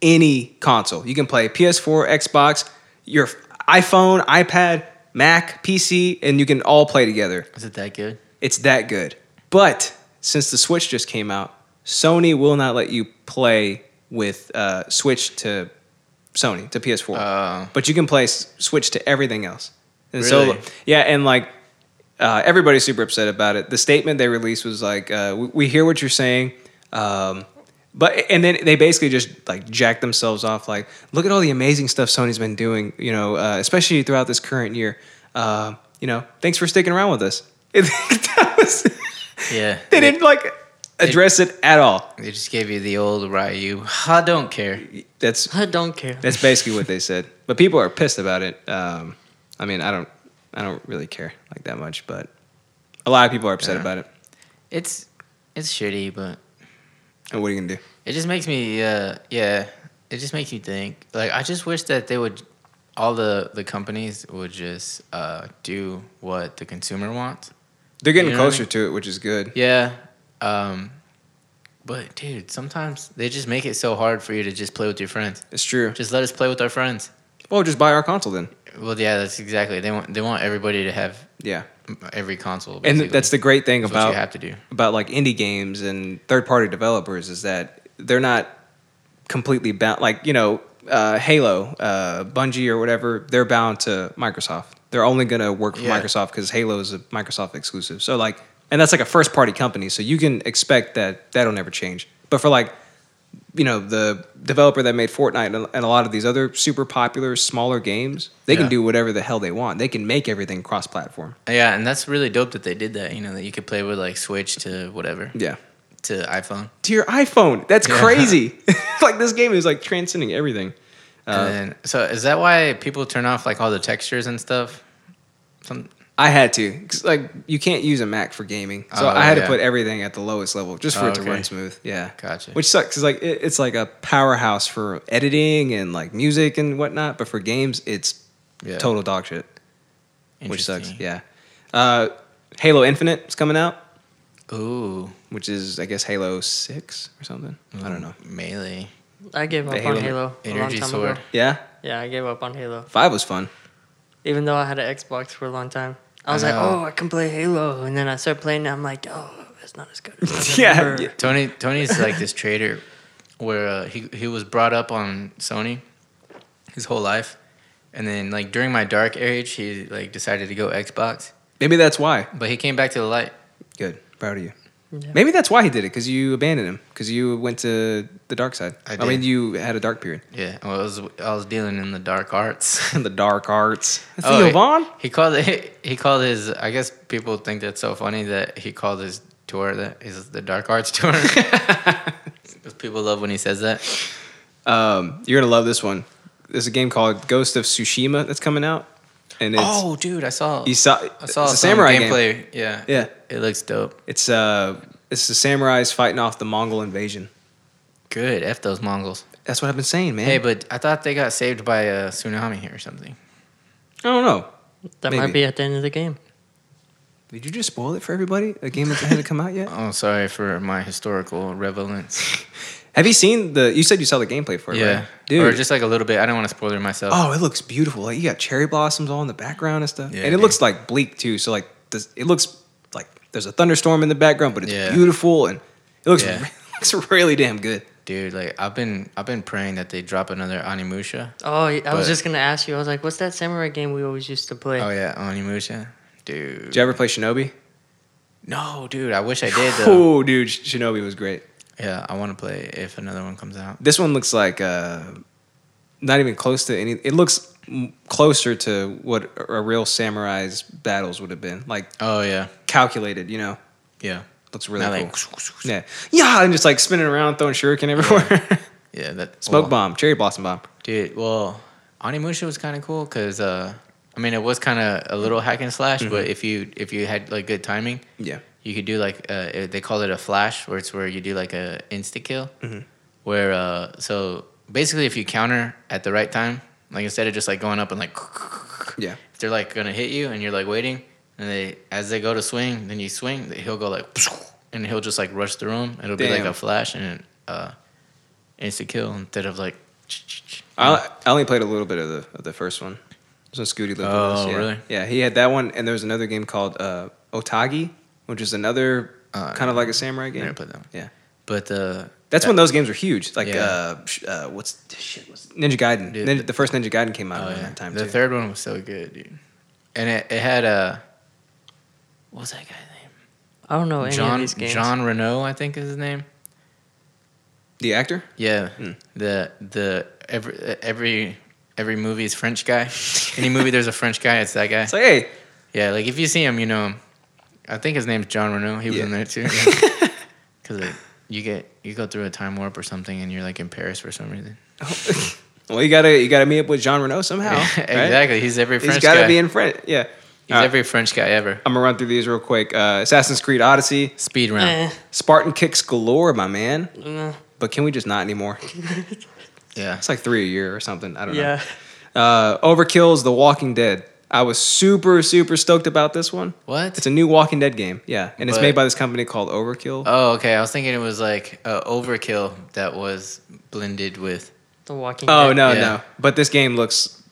Speaker 3: any console. You can play PS4, Xbox, your iPhone, iPad, Mac, PC, and you can all play together.
Speaker 1: Is it that good?
Speaker 3: It's that good. But since the Switch just came out, Sony will not let you play with uh, Switch to Sony to PS4.
Speaker 1: Oh.
Speaker 3: But you can play S- Switch to everything else. And
Speaker 1: Really?
Speaker 3: so yeah, and like uh, everybody's super upset about it. The statement they released was like, uh, we, "We hear what you're saying." Um, but and then they basically just like jack themselves off. Like, look at all the amazing stuff Sony's been doing. You know, uh, especially throughout this current year. Uh, you know, thanks for sticking around with us. That was-
Speaker 1: Yeah.
Speaker 3: they didn't like address it at all.
Speaker 1: They just gave you the old Ryu. I don't care.
Speaker 3: That's
Speaker 4: I don't care.
Speaker 3: that's basically what they said. But people are pissed about it. Um, I mean, I don't I don't really care like that much, but a lot of people are upset
Speaker 1: Yeah.
Speaker 3: about it.
Speaker 1: It's it's shitty, but
Speaker 3: And what are you gonna do?
Speaker 1: it just makes me uh yeah. It just makes me think. Like I just wish that they would all the the companies would just uh do what the consumer wants.
Speaker 3: They're getting
Speaker 1: You know what I
Speaker 3: closer
Speaker 1: mean?
Speaker 3: to it, which is good.
Speaker 1: Yeah. Um but dude, sometimes they just make it so hard for you to just play with your friends.
Speaker 3: It's true.
Speaker 1: Just let us play with our friends.
Speaker 3: Well, just buy our console then.
Speaker 1: Well, yeah, that's exactly. They want they want everybody to have
Speaker 3: Yeah,
Speaker 1: every console.
Speaker 3: and
Speaker 1: basically.
Speaker 3: that's the great thing
Speaker 1: That's
Speaker 3: about
Speaker 1: what you have to do.
Speaker 3: about like indie games and third party developers is that they're not completely bound like you know uh, Halo, uh, Bungie or whatever. They're bound to Microsoft. They're only going to work for
Speaker 1: Yeah.
Speaker 3: Microsoft because Halo is a Microsoft exclusive. So like, and that's like a first party company, so you can expect that that'll never change. But for like. You know the developer that made Fortnite and- and a lot of these other super popular smaller games, they
Speaker 1: Yeah.
Speaker 3: can do whatever the hell they want. They can make everything cross-platform.
Speaker 1: Yeah, and that's really dope that they did that. You know that you could play with like Switch to whatever
Speaker 3: Yeah,
Speaker 1: to iPhone,
Speaker 3: to your iPhone. That's
Speaker 1: Yeah.
Speaker 3: crazy. like this game is like transcending everything. Uh,
Speaker 1: and then, so is that why people turn off like all the textures and stuff? Some,
Speaker 3: I had to 'Cause, like you can't use a Mac for gaming, so
Speaker 1: Oh,
Speaker 3: I had
Speaker 1: yeah.
Speaker 3: to put everything at the lowest level just for
Speaker 1: Oh,
Speaker 3: it to
Speaker 1: okay.
Speaker 3: run smooth. Yeah,
Speaker 1: Gotcha.
Speaker 3: Which sucks because like it, it's like a powerhouse for editing and like music and whatnot, but for games it's
Speaker 1: Yeah.
Speaker 3: total dog shit, which sucks.
Speaker 1: Interesting.
Speaker 3: Yeah. Uh, Halo Infinite is coming out,
Speaker 1: Ooh,
Speaker 3: which is I guess Halo Six or something. I don't know.
Speaker 1: melee
Speaker 4: I gave up
Speaker 3: The
Speaker 4: on
Speaker 3: Halo
Speaker 4: Halo a long
Speaker 1: energy
Speaker 4: time
Speaker 1: sword.
Speaker 4: ago.
Speaker 3: Yeah,
Speaker 4: Yeah, I gave up on Halo.
Speaker 3: five was fun.
Speaker 4: Even though I had an Xbox for a long time, I was like,
Speaker 1: know.
Speaker 4: "Oh, I can play Halo," and then I started playing. it, I'm like, "Oh, it's not as good." As I
Speaker 3: Yeah,
Speaker 4: remember."
Speaker 3: yeah.
Speaker 1: Tony Tony's like this trader where uh, he he was brought up on Sony his whole life, and then like during my dark age he like decided to go Xbox,
Speaker 3: Maybe that's why.
Speaker 1: but he came back to the light.
Speaker 3: Good. Proud of you.
Speaker 4: Yeah.
Speaker 3: Maybe that's why he did it because you abandoned him because you went to the dark side.
Speaker 1: I
Speaker 3: I,
Speaker 1: did.
Speaker 3: mean, you had a dark period.
Speaker 1: Yeah, I was I was dealing in the dark arts.
Speaker 3: the dark arts.
Speaker 1: Oh,
Speaker 3: Theo
Speaker 1: he-
Speaker 3: Vaughn.
Speaker 1: He called it. He called his. I guess people think that's so funny that he called his tour that is the Dark Arts tour. 'Cause people love when he says that.
Speaker 3: Um, you're gonna love this one. There's a game called Ghost of Tsushima that's coming out, and it's
Speaker 1: oh, dude, I saw.
Speaker 3: you saw,
Speaker 1: I saw
Speaker 3: it's a
Speaker 1: some
Speaker 3: samurai game.
Speaker 1: gameplay. Yeah,
Speaker 3: Yeah,
Speaker 1: it looks dope.
Speaker 3: it's uh, it's the samurais fighting off the Mongol invasion.
Speaker 1: Good. F those Mongols.
Speaker 3: That's what I've been saying, man.
Speaker 1: Hey, but I thought they got saved by a tsunami here or something.
Speaker 3: I don't know.
Speaker 4: that
Speaker 3: Maybe.
Speaker 4: might be at the end of the game.
Speaker 3: Did you just spoil it for everybody? A game that hasn't come out yet.
Speaker 1: Oh, sorry for my historical relevance.
Speaker 3: Have you seen the? You said you saw the gameplay for it,
Speaker 1: yeah,
Speaker 3: right? dude.
Speaker 1: Or just like a little bit. I don't want to spoil it myself.
Speaker 3: Oh, it looks beautiful. Like you got cherry blossoms all in the background and stuff.
Speaker 1: Yeah,
Speaker 3: and it
Speaker 1: dude.
Speaker 3: looks like bleak too. So like this, it looks like there's a thunderstorm in the background, but it's
Speaker 1: Yeah.
Speaker 3: beautiful and it looks
Speaker 1: Yeah.
Speaker 3: it's really damn good.
Speaker 1: dude, like I've been I've been praying that they drop another Animusha.
Speaker 4: Oh, I
Speaker 1: But-
Speaker 4: was just gonna ask you. I was like, what's that samurai game we always used to play?
Speaker 1: Oh yeah, Animusha, dude.
Speaker 3: Did you ever play Shinobi?
Speaker 1: no, dude, I wish I did though.
Speaker 3: Oh, dude, Sh- Shinobi was great.
Speaker 1: yeah, I want to play it if another one comes out.
Speaker 3: This one looks like uh, not even close to any. It looks m- closer to what a a real samurai's battles would have been, like
Speaker 1: Oh yeah,
Speaker 3: calculated. You know,
Speaker 1: yeah,
Speaker 3: looks really
Speaker 1: Not
Speaker 3: cool.
Speaker 1: like-
Speaker 3: yeah, yeah, and just like spinning around, throwing shuriken everywhere.
Speaker 1: yeah. That
Speaker 3: Smoke
Speaker 1: well,
Speaker 3: bomb, cherry blossom bomb.
Speaker 1: dude. Well, Animusha was kind of cool because uh, I mean it was kind of a little hack and
Speaker 3: Mm-hmm.
Speaker 1: slash, but if you if you had like good timing,
Speaker 3: Yeah,
Speaker 1: you could do like uh, it- they call it a flash, where it's where you do like a insta kill, where uh, so basically if you counter at the right time, like instead of just like going up and like
Speaker 3: yeah.
Speaker 1: if they're like gonna hit you and you're like waiting, and they as they go to swing, then you swing, he'll go like and he'll just like rush through him. It'll be like
Speaker 3: Damn.
Speaker 1: a flash and uh, insta kill instead of like.
Speaker 3: I, I only played a little bit of the of the first one. It was on Scooty Looper.
Speaker 1: Oh,
Speaker 3: yeah.
Speaker 1: really?
Speaker 3: Yeah, he had that one, and there was another game called uh, Otagi, which is another
Speaker 1: Uh,
Speaker 3: kind of like a samurai game.
Speaker 1: never played that one.
Speaker 3: Yeah,
Speaker 1: But uh,
Speaker 3: that's when those games were huge. Like
Speaker 1: Yeah.
Speaker 3: uh, sh- uh, what's shit? What's Ninja Gaiden?
Speaker 1: Dude,
Speaker 3: Ninja,
Speaker 1: the-
Speaker 3: the, first Ninja Gaiden came out
Speaker 1: Oh,
Speaker 3: around
Speaker 1: yeah.
Speaker 3: that time
Speaker 1: the
Speaker 3: too.
Speaker 1: third one was so good, dude. And it, it had uh, what was that guy's name?
Speaker 4: I don't know any of
Speaker 1: John
Speaker 4: these games.
Speaker 1: John Renault, I think is his name.
Speaker 3: the actor?
Speaker 1: Yeah,
Speaker 4: Hmm.
Speaker 1: the the every every every movie is French guy. Any movie there's a French guy, it's that guy.
Speaker 3: It's like, hey,
Speaker 1: yeah, like if you see him, you know him. I think his name's John Renault. He was
Speaker 3: Yeah.
Speaker 1: in there too. Because like, you get you go through a time warp or something, and you're like in Paris for some reason.
Speaker 3: well, you gotta you gotta meet up with Jean Renault
Speaker 4: Oh,
Speaker 3: somehow. right?
Speaker 1: exactly. He's every French
Speaker 3: He's gotta
Speaker 1: guy.
Speaker 3: be in French. Yeah.
Speaker 1: He's every French guy ever.
Speaker 3: I'm gonna run through these real quick. Uh, Assassin's Creed Odyssey,
Speaker 1: Speed round.
Speaker 4: Eh,
Speaker 3: Spartan Kicks galore, my man.
Speaker 1: Mm.
Speaker 4: no.
Speaker 3: But can we just not anymore?
Speaker 1: Yeah.
Speaker 3: It's like three a year or something. I don't know.
Speaker 4: yeah.
Speaker 3: Uh, Overkill's The Walking Dead. I was super, super stoked about this one.
Speaker 1: What?
Speaker 3: It's a new Walking Dead game. Yeah. And it's
Speaker 1: But-
Speaker 3: made by this company called Overkill.
Speaker 1: Oh, okay. I was thinking it was like uh, overkill that was blended with.
Speaker 4: The Walking
Speaker 3: oh,
Speaker 4: Dead.
Speaker 3: no,
Speaker 1: yeah.
Speaker 3: no. But this game looks,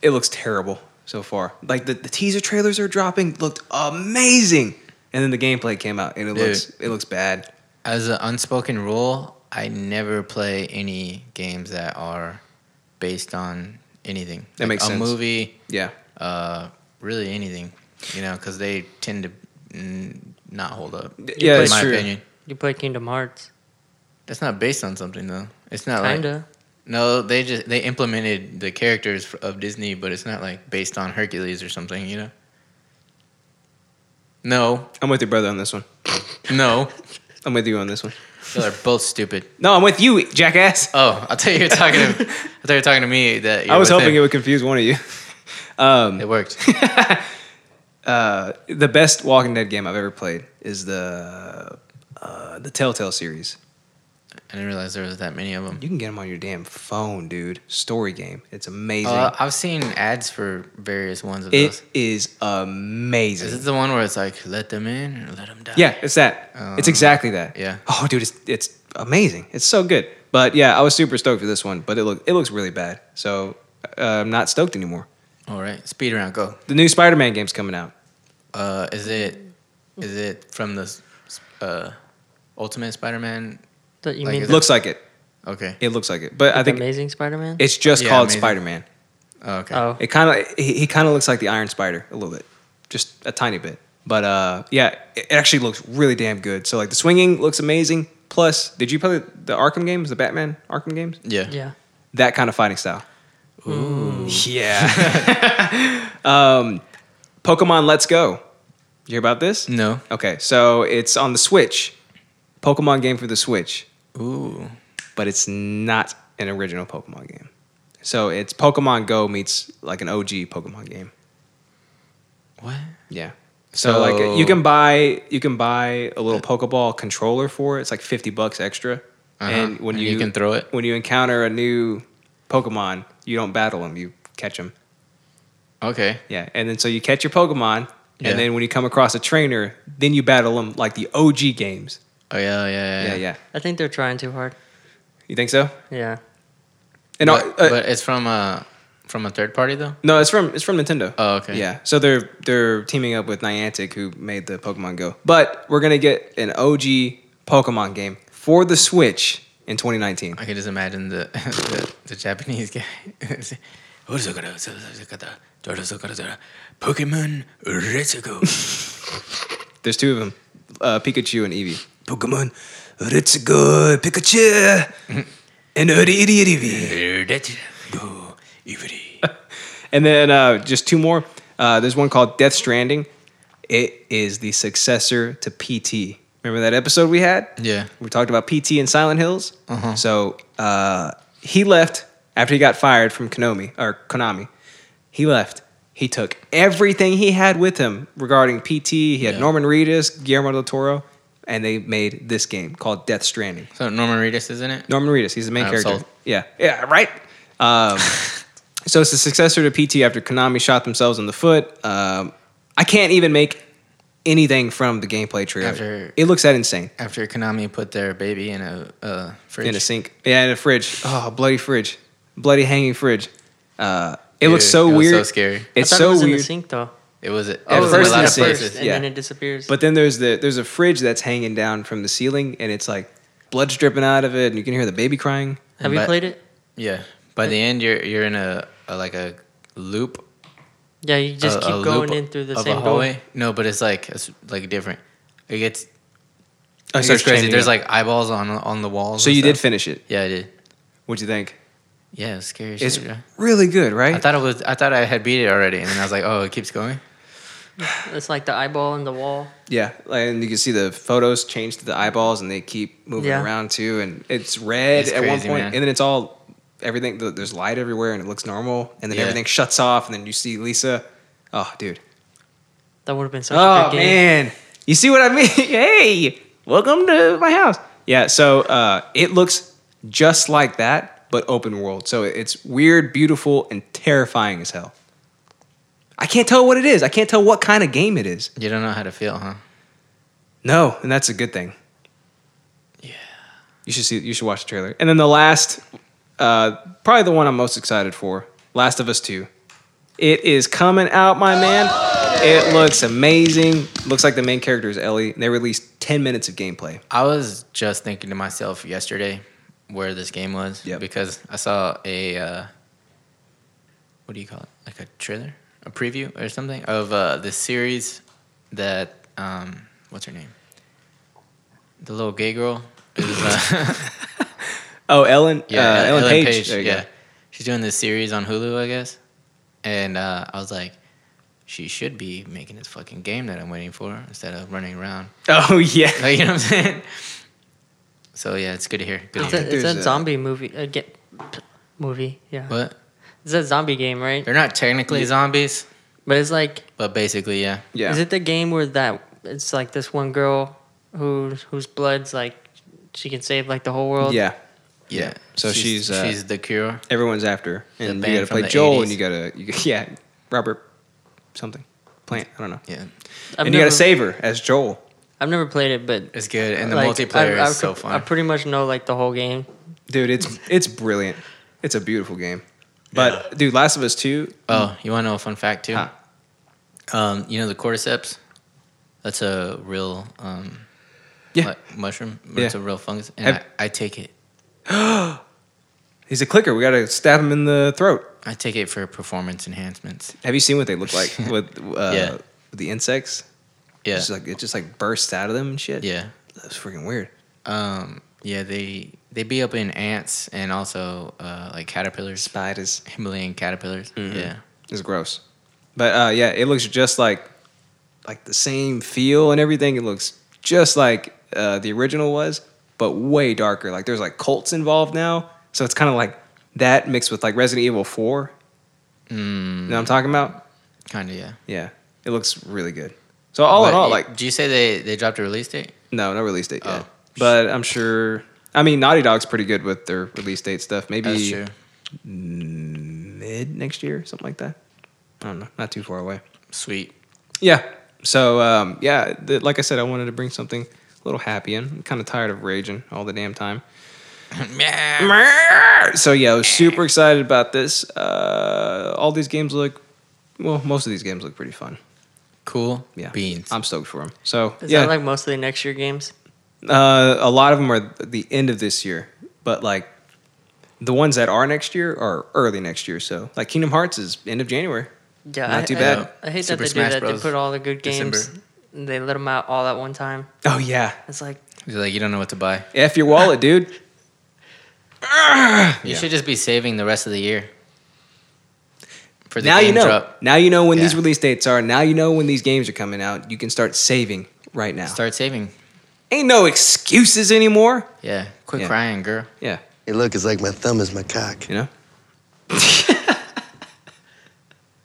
Speaker 3: it looks terrible so far. Like the, the teaser trailers are dropping looked amazing. And then the gameplay came out and it
Speaker 1: Dude.
Speaker 3: looks, it looks bad.
Speaker 1: As an unspoken rule, I never play any games that are based on anything.
Speaker 3: That makes
Speaker 1: a
Speaker 3: sense.
Speaker 1: movie,
Speaker 3: Yeah.
Speaker 1: uh, really anything, you know, because they tend to mm, not hold up.
Speaker 3: yeah,
Speaker 1: in
Speaker 3: it's
Speaker 1: my
Speaker 3: true.
Speaker 1: opinion,
Speaker 4: You play Kingdom Hearts.
Speaker 1: that's not based on something though. It's
Speaker 3: Oh,
Speaker 1: not like
Speaker 4: Kinda.
Speaker 1: no, they just they implemented the characters f- of Disney, but it's not like based on Hercules or something, you know. No,
Speaker 3: I'm with your brother on this one.
Speaker 1: no,
Speaker 3: I'm with you on this one.
Speaker 1: they're both stupid.
Speaker 3: No, I'm with you, jackass.
Speaker 1: Oh, I thought you were talking to. I thought you were talking to me. That you're
Speaker 3: I was
Speaker 1: with
Speaker 3: hoping
Speaker 1: him.
Speaker 3: it would confuse one of you.
Speaker 1: It worked.
Speaker 3: Uh, the best Walking Dead game I've ever played is the uh, the Telltale series.
Speaker 1: I didn't realize there was that many of them.
Speaker 3: You can get them on your damn phone, dude. Story game. It's amazing.
Speaker 1: Uh, I've seen ads for various ones of
Speaker 3: it
Speaker 1: those.
Speaker 3: is amazing.
Speaker 1: Is it the one where it's like let them in or let them die?
Speaker 3: yeah, it's that. it's exactly that.
Speaker 1: Um, yeah.
Speaker 3: Oh, dude, it's it's amazing. It's so good. But yeah, I was super stoked for this one, but it look it looks really bad. So uh, I'm not stoked anymore.
Speaker 1: All right, speed round, go.
Speaker 3: The new Spider-Man game's coming out.
Speaker 1: Uh, is it is it from the uh, Ultimate Spider-Man?
Speaker 4: That you
Speaker 1: Like,
Speaker 4: mean
Speaker 1: is
Speaker 4: the,
Speaker 1: it-
Speaker 3: Looks like it.
Speaker 1: Okay.
Speaker 3: It looks like it. But I
Speaker 4: the
Speaker 3: think
Speaker 4: Amazing Spider-Man?
Speaker 3: it's just
Speaker 1: Yeah,
Speaker 3: called
Speaker 1: amazing.
Speaker 3: Spider-Man.
Speaker 1: Oh, okay.
Speaker 4: oh.
Speaker 3: It kind of he, he kind of looks like the Iron Spider a little bit, just a tiny bit. But uh, yeah, it it actually looks really damn good. So like the swinging looks amazing. Plus, did you play the Arkham games, the Batman Arkham games?
Speaker 1: Yeah.
Speaker 4: yeah.
Speaker 3: That kind of fighting style. Ooh. Yeah. um, Pokemon Let's Go. You hear about this?
Speaker 1: No.
Speaker 3: Okay, so it's on the Switch. Pokemon game for the Switch
Speaker 1: Ooh.
Speaker 3: but it's not an original Pokemon game. So it's Pokemon Go meets like an OG Pokemon game.
Speaker 1: What?
Speaker 3: Yeah. So, like you
Speaker 1: So-
Speaker 3: can buy you can buy a little Pokeball controller for it. It's like fifty bucks extra.
Speaker 1: Uh-huh.
Speaker 3: And when
Speaker 1: And
Speaker 3: you,
Speaker 1: you can throw it?
Speaker 3: when you encounter a new Pokemon, you don't battle them, you catch them.
Speaker 1: Okay.
Speaker 3: Yeah, and then so you catch your Pokemon,
Speaker 1: Yeah.
Speaker 3: and then when you come across a trainer, then you battle them like the OG games.
Speaker 1: Oh yeah, yeah, yeah.
Speaker 3: Yeah, yeah.
Speaker 4: I think they're trying too hard.
Speaker 3: You think so?
Speaker 4: Yeah.
Speaker 3: And
Speaker 1: but,
Speaker 3: uh,
Speaker 1: but it's from a from a third party though.
Speaker 3: No, it's from it's from Nintendo.
Speaker 1: Oh, okay.
Speaker 3: Yeah, so they're they're teaming up with Niantic, who made the Pokemon Go. But we're gonna get an OG Pokemon game for the Switch in 2019.
Speaker 1: I can just imagine the the, the Japanese guy. Pokemon Retsuko.
Speaker 3: There's two of them, uh, Pikachu and Eevee. Pokemon, let's go, Pikachu, and Eevee.
Speaker 1: Retsuko.
Speaker 3: And then uh, just two more. Uh, there's one called Death Stranding. It is the successor to PT. Remember that episode we had?
Speaker 1: Yeah.
Speaker 3: We talked about PT and Silent Hills.
Speaker 1: Uh-huh.
Speaker 3: So uh, he left after he got fired from Konami or Konami. He left. He took everything he had with him regarding PT. He had
Speaker 1: Yeah.
Speaker 3: Norman Reedus, Guillermo del Toro, and they made this game called Death Stranding.
Speaker 1: So Norman Reedus, isn't it?
Speaker 3: Norman Reedus. He's the main
Speaker 1: I'm
Speaker 3: character.
Speaker 1: sold.
Speaker 3: Yeah. Yeah. Right. Um, so it's the successor to PT after Konami shot themselves in the foot. Um, I can't even make anything from the gameplay trailer.
Speaker 1: After-
Speaker 3: it looks that insane
Speaker 1: After Konami put their baby in a uh, fridge.
Speaker 3: in a sink. Yeah, in a fridge. Oh, bloody fridge, bloody hanging fridge. Uh, it looks
Speaker 1: Dude,
Speaker 3: so
Speaker 1: it was
Speaker 3: weird.
Speaker 1: so scary.
Speaker 3: It's
Speaker 4: I thought
Speaker 3: so
Speaker 4: it was in
Speaker 3: weird.
Speaker 4: the sink though. Oh,
Speaker 1: It was at
Speaker 3: At
Speaker 1: was
Speaker 3: first
Speaker 1: in a lot
Speaker 3: in
Speaker 1: of
Speaker 3: the sink.
Speaker 1: places.
Speaker 4: and
Speaker 3: yeah.
Speaker 4: then it disappears.
Speaker 3: But then there's the there's a fridge that's hanging down from the ceiling, and it's like blood's dripping out of it, and you can hear the baby crying.
Speaker 4: have you
Speaker 1: but-
Speaker 4: played it?
Speaker 1: Yeah. By the end, you're you're in a, a like a loop.
Speaker 4: Yeah, you just
Speaker 1: a-
Speaker 4: keep
Speaker 1: a
Speaker 4: going
Speaker 1: loop
Speaker 4: in through the
Speaker 1: of a
Speaker 4: same
Speaker 1: hallway.
Speaker 4: door.
Speaker 1: No, but it's like it's like different. It gets
Speaker 3: Oh,
Speaker 1: it gets crazy. There's like eyeballs on on the walls.
Speaker 3: so
Speaker 1: and
Speaker 3: you did
Speaker 1: stuff.
Speaker 3: finish it.
Speaker 1: yeah, I did.
Speaker 3: What'd you think?
Speaker 1: Yeah, it was scary. as
Speaker 3: It's
Speaker 1: shit, yeah.
Speaker 3: really good, right?
Speaker 1: I thought it was. I thought I had beat it already, and then I was like, "Oh, it keeps going."
Speaker 4: It's like the eyeball in the wall.
Speaker 3: yeah, like, and you can see the photos change to the eyeballs, and they keep moving
Speaker 4: Yeah.
Speaker 3: around too, and it's red
Speaker 1: It's
Speaker 3: at one
Speaker 1: crazy,
Speaker 3: point,
Speaker 1: man.
Speaker 3: and then it's all everything. th- There's light everywhere, and it looks normal, and then
Speaker 1: Yeah.
Speaker 3: everything shuts off, and then you see Lisa. Oh, dude.
Speaker 4: That would have been such a
Speaker 3: Oh
Speaker 4: good game.
Speaker 3: man, you see what I mean? hey, welcome to my house. Yeah, so uh, it looks just like that, but open world. So it's weird, beautiful, and terrifying as hell. I can't tell what it is. I can't tell what kind of game it is.
Speaker 1: You don't know how to feel, huh?
Speaker 3: No, and that's a good thing. Yeah, you should see. You should watch the trailer. And then the last, uh, probably the one I'm most excited for, Last of Us Two. It is coming out, my man. It looks amazing. Looks like the main character is Ellie. They released 10 minutes of gameplay.
Speaker 1: I was just thinking to myself yesterday where this game was
Speaker 3: Yep.
Speaker 1: because I saw a uh, what do you call it? Like a trailer, a preview or something of uh, the series that um, what's her name? The little gay girl. Is, uh,
Speaker 3: Oh, Ellen.
Speaker 1: yeah,
Speaker 3: uh, Ellen, Page. There you go.
Speaker 1: Yeah, she's doing this series on Hulu, I guess. And uh, I was like, she should be making this fucking game that I'm waiting for instead of running around.
Speaker 3: Oh yeah.
Speaker 1: Like, you know what I'm saying? So yeah, it's good to hear. Good to
Speaker 4: It's
Speaker 1: hear.
Speaker 3: think
Speaker 4: a, it's
Speaker 3: there's
Speaker 4: a
Speaker 3: a-
Speaker 4: zombie movie. Uh, get, p- movie, yeah.
Speaker 1: What?
Speaker 4: It's a zombie game, right?
Speaker 1: They're not technically zombies,
Speaker 4: But it's like,
Speaker 1: but basically, yeah.
Speaker 3: Yeah.
Speaker 4: is it the game where that it's like this one girl who whose blood's like she can save like the whole world?
Speaker 3: yeah.
Speaker 1: Yeah.
Speaker 3: So she's, uh,
Speaker 1: she's the cure.
Speaker 3: Everyone's after, her.
Speaker 1: The
Speaker 3: and you
Speaker 1: band
Speaker 3: gotta
Speaker 1: from
Speaker 3: play
Speaker 1: the
Speaker 3: Joel,
Speaker 1: 80s.
Speaker 3: and you gotta you, yeah Robert something plant. I don't know.
Speaker 1: Yeah.
Speaker 4: I've
Speaker 3: and you
Speaker 4: never,
Speaker 3: gotta save her as Joel.
Speaker 4: I've never played it, but
Speaker 1: It's good and the
Speaker 4: like,
Speaker 1: multiplayer
Speaker 4: I- I
Speaker 1: is so
Speaker 4: could-
Speaker 1: fun.
Speaker 4: I pretty much know like the whole game.
Speaker 3: Dude, it's it's brilliant. It's a beautiful game. But dude, Last of Us Two.
Speaker 1: oh, you want to know a fun fact too?
Speaker 3: Mm. Huh.
Speaker 1: Um, you know the cordyceps? That's a real um
Speaker 3: Yeah.
Speaker 1: mu- mushroom.
Speaker 3: Yeah.
Speaker 1: It's a real fungus and
Speaker 3: Have-
Speaker 1: I, I take it.
Speaker 3: He's a clicker. We gotta stab him in the throat.
Speaker 1: I take it for performance enhancements.
Speaker 3: Have you seen what they look like with uh,
Speaker 1: Yeah.
Speaker 3: with the insects?
Speaker 1: Yeah.
Speaker 3: It's like it just like bursts out of them and shit.
Speaker 1: yeah.
Speaker 3: That's freaking weird.
Speaker 1: Um yeah, they they be up in ants and also uh like caterpillars,
Speaker 3: Spiders. Mm-hmm.
Speaker 1: Himalayan caterpillars. Yeah.
Speaker 3: It's gross. But uh, yeah, it looks just like like the same feel and everything. It looks just like uh, the original was, but way darker. Like there's like cults involved now, so it's kind of like that mixed with like Resident Evil Four. You know what
Speaker 1: Mm-hmm.
Speaker 3: I'm talking about?
Speaker 1: Kind of Mm, yeah.
Speaker 3: Yeah, it looks really good. So all in
Speaker 1: But
Speaker 3: all,
Speaker 1: you-
Speaker 3: like
Speaker 1: do you say they they dropped a release date?
Speaker 3: no, no release date yet.
Speaker 1: Oh.
Speaker 3: But I'm sure. I mean, Naughty Dog's pretty good with their release date stuff.
Speaker 1: That's
Speaker 3: Maybe
Speaker 1: true.
Speaker 3: mid next year, something like that. I don't know. Not too far away.
Speaker 1: Sweet.
Speaker 3: Yeah. So um, yeah, the, like I said, I wanted to bring something a little happy in. I'm kind of tired of raging all the damn time. So yeah, I was super excited about this. Uh, all these games look, well, most of these games look pretty fun.
Speaker 1: cool
Speaker 3: Yeah, Um,
Speaker 1: beans.
Speaker 3: I'm stoked for them. So
Speaker 4: Is
Speaker 3: yeah,
Speaker 4: that like most of the next year games?
Speaker 3: uh, a lot of them are the end of this year. But like the ones that are next year are early next year. So like Kingdom Hearts is end of January.
Speaker 4: Yeah,
Speaker 3: Not
Speaker 4: I,
Speaker 3: too
Speaker 4: I-
Speaker 3: bad.
Speaker 4: I, hate
Speaker 1: Super
Speaker 4: that they
Speaker 1: Smash
Speaker 4: do that.
Speaker 1: Bros.
Speaker 4: They put all the good games,
Speaker 1: December.
Speaker 4: and they let them out all at one time.
Speaker 3: Oh yeah,
Speaker 4: It's like
Speaker 1: He's like, you don't know what to buy.
Speaker 3: f your wallet, dude.
Speaker 1: You
Speaker 3: Yeah.
Speaker 1: should just be saving the rest of the year. For
Speaker 3: now you
Speaker 1: game
Speaker 3: know.
Speaker 1: drop.
Speaker 3: Now you know when these
Speaker 1: Yeah.
Speaker 3: release dates are. Now you know when these games are coming out. You can start saving right now.
Speaker 1: Start saving.
Speaker 3: Ain't no excuses anymore.
Speaker 1: Yeah. Quit
Speaker 3: Yeah.
Speaker 1: crying, girl.
Speaker 3: Yeah,
Speaker 7: Hey, look, it's like my thumb is my cock.
Speaker 3: you know.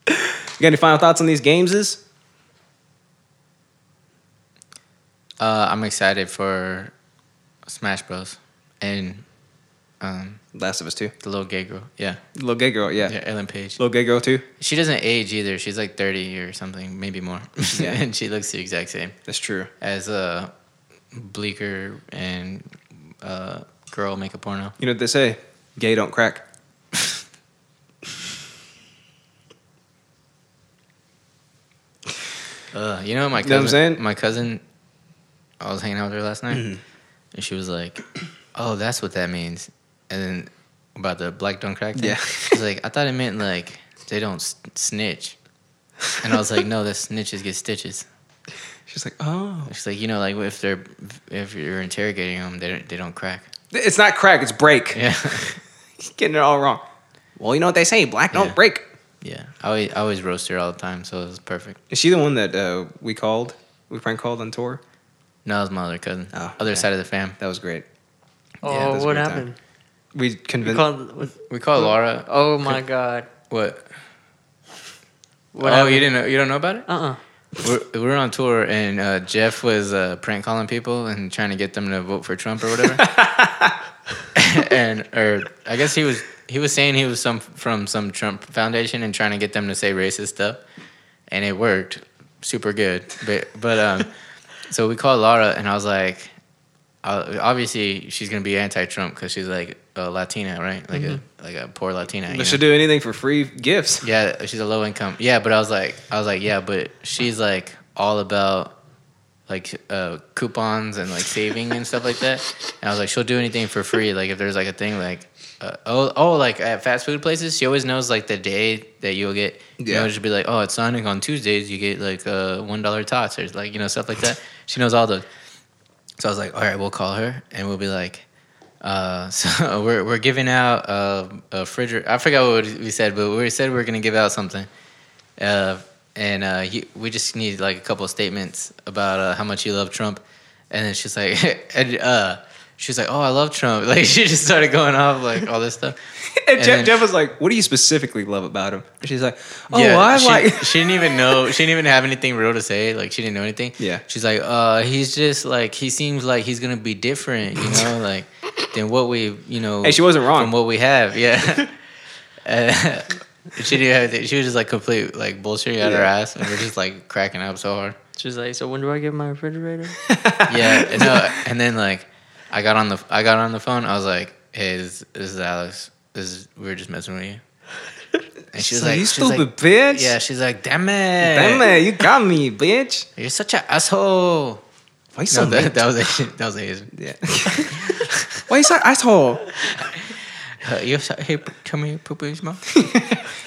Speaker 3: you got any final thoughts on these games? Is
Speaker 1: Uh, I'm excited for Smash Bros. And um,
Speaker 3: Last of Us Two,
Speaker 1: the little gay girl. Yeah.
Speaker 3: Little Gay Girl, yeah,
Speaker 1: Yeah, Ellen Page.
Speaker 3: Little Gay Girl Two.
Speaker 1: She doesn't age either. She's like 30 or something, maybe more.
Speaker 3: Yeah.
Speaker 1: and she looks the exact same
Speaker 3: That's true.
Speaker 1: as a bleaker and uh, girl make a porno.
Speaker 3: You know what they say? Gay don't crack.
Speaker 1: Uh, you know my cousin,
Speaker 3: know what I'm saying? Mm-hmm.
Speaker 1: my cousin, I was hanging out with her last night, and she was like, "Oh, that's what that means." And then about the black don't crack thing,
Speaker 3: Yeah.
Speaker 1: she's like, "I thought it meant like they don't s- snitch," and I was like, "No, the snitches get stitches."
Speaker 3: She's like, oh,
Speaker 1: She's like, "You know, like if they're if you're interrogating them, they don't, they don't crack."
Speaker 3: it's not crack, it's break.
Speaker 1: Yeah,
Speaker 3: Getting it all wrong. Well, you know what they say? Black don't
Speaker 1: Yeah.
Speaker 3: break.
Speaker 1: yeah. I always, I always roast her all the time, so it was perfect.
Speaker 3: Is she the one that uh, we called? We prank called on tour.
Speaker 1: No, it was my other cousin,
Speaker 3: Oh,
Speaker 1: other
Speaker 3: okay.
Speaker 1: side of the fam.
Speaker 3: That was great.
Speaker 4: oh,
Speaker 3: that was a
Speaker 4: what
Speaker 3: good time.
Speaker 4: happened?
Speaker 3: We
Speaker 4: You
Speaker 3: convinced.
Speaker 4: called- what-
Speaker 1: We call Laura.
Speaker 3: uh,
Speaker 4: oh my god!
Speaker 1: What?
Speaker 4: What
Speaker 1: oh,
Speaker 4: happened?
Speaker 1: you Oh, didn't know? You don't know about it?
Speaker 4: Uh uh
Speaker 1: We're, we were on tour and uh, Jeff was uh, prank calling people and trying to get them to vote for Trump or whatever. and or I guess he was he was saying he was some from some Trump foundation and trying to get them to say racist stuff, and it worked super good. But but um, so we called Laura and I was like, uh, obviously she's gonna be anti-Trump because she's like a Latina, right? Like a like a poor Latina. you
Speaker 3: They
Speaker 1: know?
Speaker 3: should do anything for free gifts.
Speaker 1: Yeah, she's a low income. Yeah, but I was like, I was like, yeah, but she's like all about like uh, coupons and like saving and stuff like that. And I was like, she'll do anything for free. Like if there's like a thing like, uh, oh, oh, like at fast food places, she always knows like the day that you'll get. You
Speaker 3: Yeah.
Speaker 1: know, she'll be like, oh, it's Sonic on Tuesdays. You get like uh, one dollar tots or like you know stuff like that. She knows all those. So I was like, all right, we'll call her and we'll be like, uh, so we're we're giving out uh, a refrigerator. I forgot what we said, but we said we were gonna give out something, uh, and uh, you, we just need like a couple of statements about uh, how much you love Trump, and then she's like, and uh, she's like, oh, I love Trump. Like she just started going off like all this stuff.
Speaker 3: And,
Speaker 1: And
Speaker 3: Jeff,
Speaker 1: then-
Speaker 3: Jeff was like, "What do you specifically love about him?" And she's like, "Oh,
Speaker 1: yeah,
Speaker 3: I
Speaker 1: she,
Speaker 3: like."
Speaker 1: she didn't even know. She didn't even have anything real to say. Like she didn't know anything.
Speaker 3: Yeah.
Speaker 1: She's like, uh, he's just like he seems like he's gonna be different, you know, like than what we, you know.
Speaker 3: Hey, she wasn't wrong.
Speaker 1: From what we have, yeah. Uh, she didn't have. anything. She was just like complete like bullshitting out her
Speaker 3: Yeah.
Speaker 1: ass, and we're just like cracking up so hard.
Speaker 4: She's like, so when do I get my refrigerator?
Speaker 1: Yeah. And, no, and then like, I got on the I got on the phone. I was like, hey, this, this is Alex. This is, we were just messing with you. And she was
Speaker 3: So
Speaker 1: like,
Speaker 3: you
Speaker 1: she was
Speaker 3: stupid
Speaker 1: like,
Speaker 3: bitch.
Speaker 1: yeah, she's like, damn it.
Speaker 3: Damn it, you got me, bitch.
Speaker 1: You're such an asshole.
Speaker 3: Why you
Speaker 1: So
Speaker 3: so
Speaker 1: that,
Speaker 3: mean?
Speaker 1: that was Asian. That was Asian.
Speaker 3: Yeah. Why you so asshole?
Speaker 1: Uh, you so, hey, p- tell me, poop in his mouth.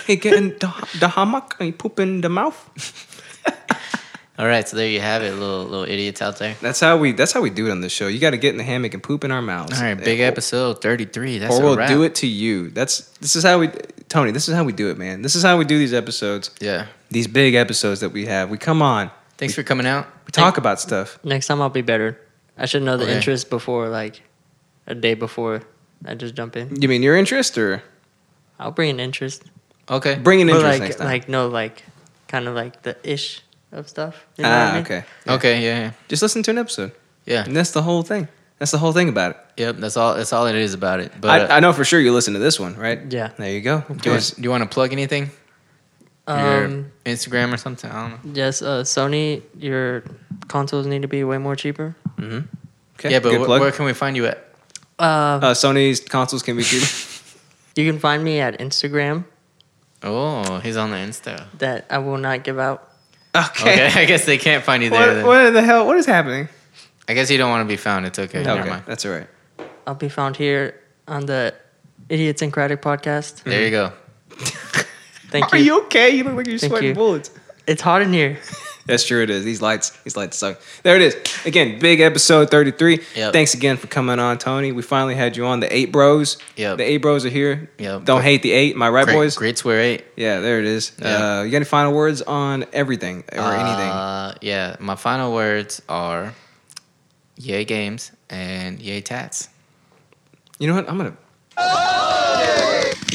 Speaker 3: He getting the, the hammock and he poop in the mouth.
Speaker 1: All right, so there you have it, little little idiots out there.
Speaker 3: That's how we. That's how we do it on this show. You got to get in the hammock and poop in our mouths.
Speaker 1: All right, big
Speaker 3: Or-
Speaker 1: episode thirty three. That's
Speaker 3: Or
Speaker 1: a
Speaker 3: we'll
Speaker 1: wrap.
Speaker 3: do it to you. That's this is how we, Tony. This is how we do it, man. This is how we do these episodes.
Speaker 1: Yeah.
Speaker 3: These big episodes that we have. We come on.
Speaker 1: Thanks for coming out.
Speaker 3: We talk about stuff.
Speaker 4: Next time I'll be better. I should know the
Speaker 1: Okay.
Speaker 4: interest before like a day before. I just jump in.
Speaker 3: You mean your interest or
Speaker 4: I'll bring an interest.
Speaker 1: Okay.
Speaker 3: bring an
Speaker 4: But
Speaker 3: interest
Speaker 4: like,
Speaker 3: next time?
Speaker 4: like no, like kind of like the ish of stuff. You know what I
Speaker 3: ah,
Speaker 4: mean?
Speaker 3: okay.
Speaker 1: Okay. Yeah.
Speaker 3: Just listen to an episode.
Speaker 1: Yeah.
Speaker 3: And
Speaker 1: yeah.
Speaker 3: that's the whole thing. That's the whole thing about it.
Speaker 1: Yep. That's all. That's all it is about it. But
Speaker 3: I, I
Speaker 1: uh,
Speaker 3: know for sure you listen to this one, right?
Speaker 4: Yeah.
Speaker 3: There you go.
Speaker 1: do, you, want- do you want to plug anything? Your
Speaker 4: Um,
Speaker 1: Instagram or something? I don't know.
Speaker 4: yes, uh, Sony, your consoles need to be way more cheaper.
Speaker 3: Okay.
Speaker 1: yeah, but
Speaker 3: Good
Speaker 1: wh-
Speaker 3: plug.
Speaker 1: where can we find you at?
Speaker 4: Uh,
Speaker 3: uh, Sony's consoles can be cheap.
Speaker 4: you can find me at Instagram
Speaker 1: Oh, he's on the Insta.
Speaker 4: that I will not give out.
Speaker 1: Okay. I guess they can't find you there.
Speaker 3: What,
Speaker 1: then.
Speaker 3: what the hell? What is happening?
Speaker 1: I guess you don't want to be found. It's okay. Never
Speaker 3: okay,
Speaker 1: mind.
Speaker 3: that's all right.
Speaker 4: I'll be found here on the Idiosyncratic podcast.
Speaker 1: There you go.
Speaker 4: Thank
Speaker 3: Are
Speaker 4: you.
Speaker 3: you okay? You look like you're
Speaker 4: Thank
Speaker 3: sweating
Speaker 4: you.
Speaker 3: bullets.
Speaker 4: It's hot in here.
Speaker 3: That's true. It is. These lights. These lights suck. There it is. Again, big episode thirty-three.
Speaker 1: Yep.
Speaker 3: Thanks again for coming on, Tony. We finally had you on. The eight bros.
Speaker 1: Yep.
Speaker 3: The eight bros are here.
Speaker 1: Yep.
Speaker 3: Don't hate the eight. Am I right,
Speaker 1: Great,
Speaker 3: boys?
Speaker 1: Great swear eight.
Speaker 3: Yeah, there it is.
Speaker 1: Yeah.
Speaker 3: Uh, you got any final words on everything or anything?
Speaker 1: Uh, yeah. My final words are, yay games and yay tats.
Speaker 3: You know what? I'm gonna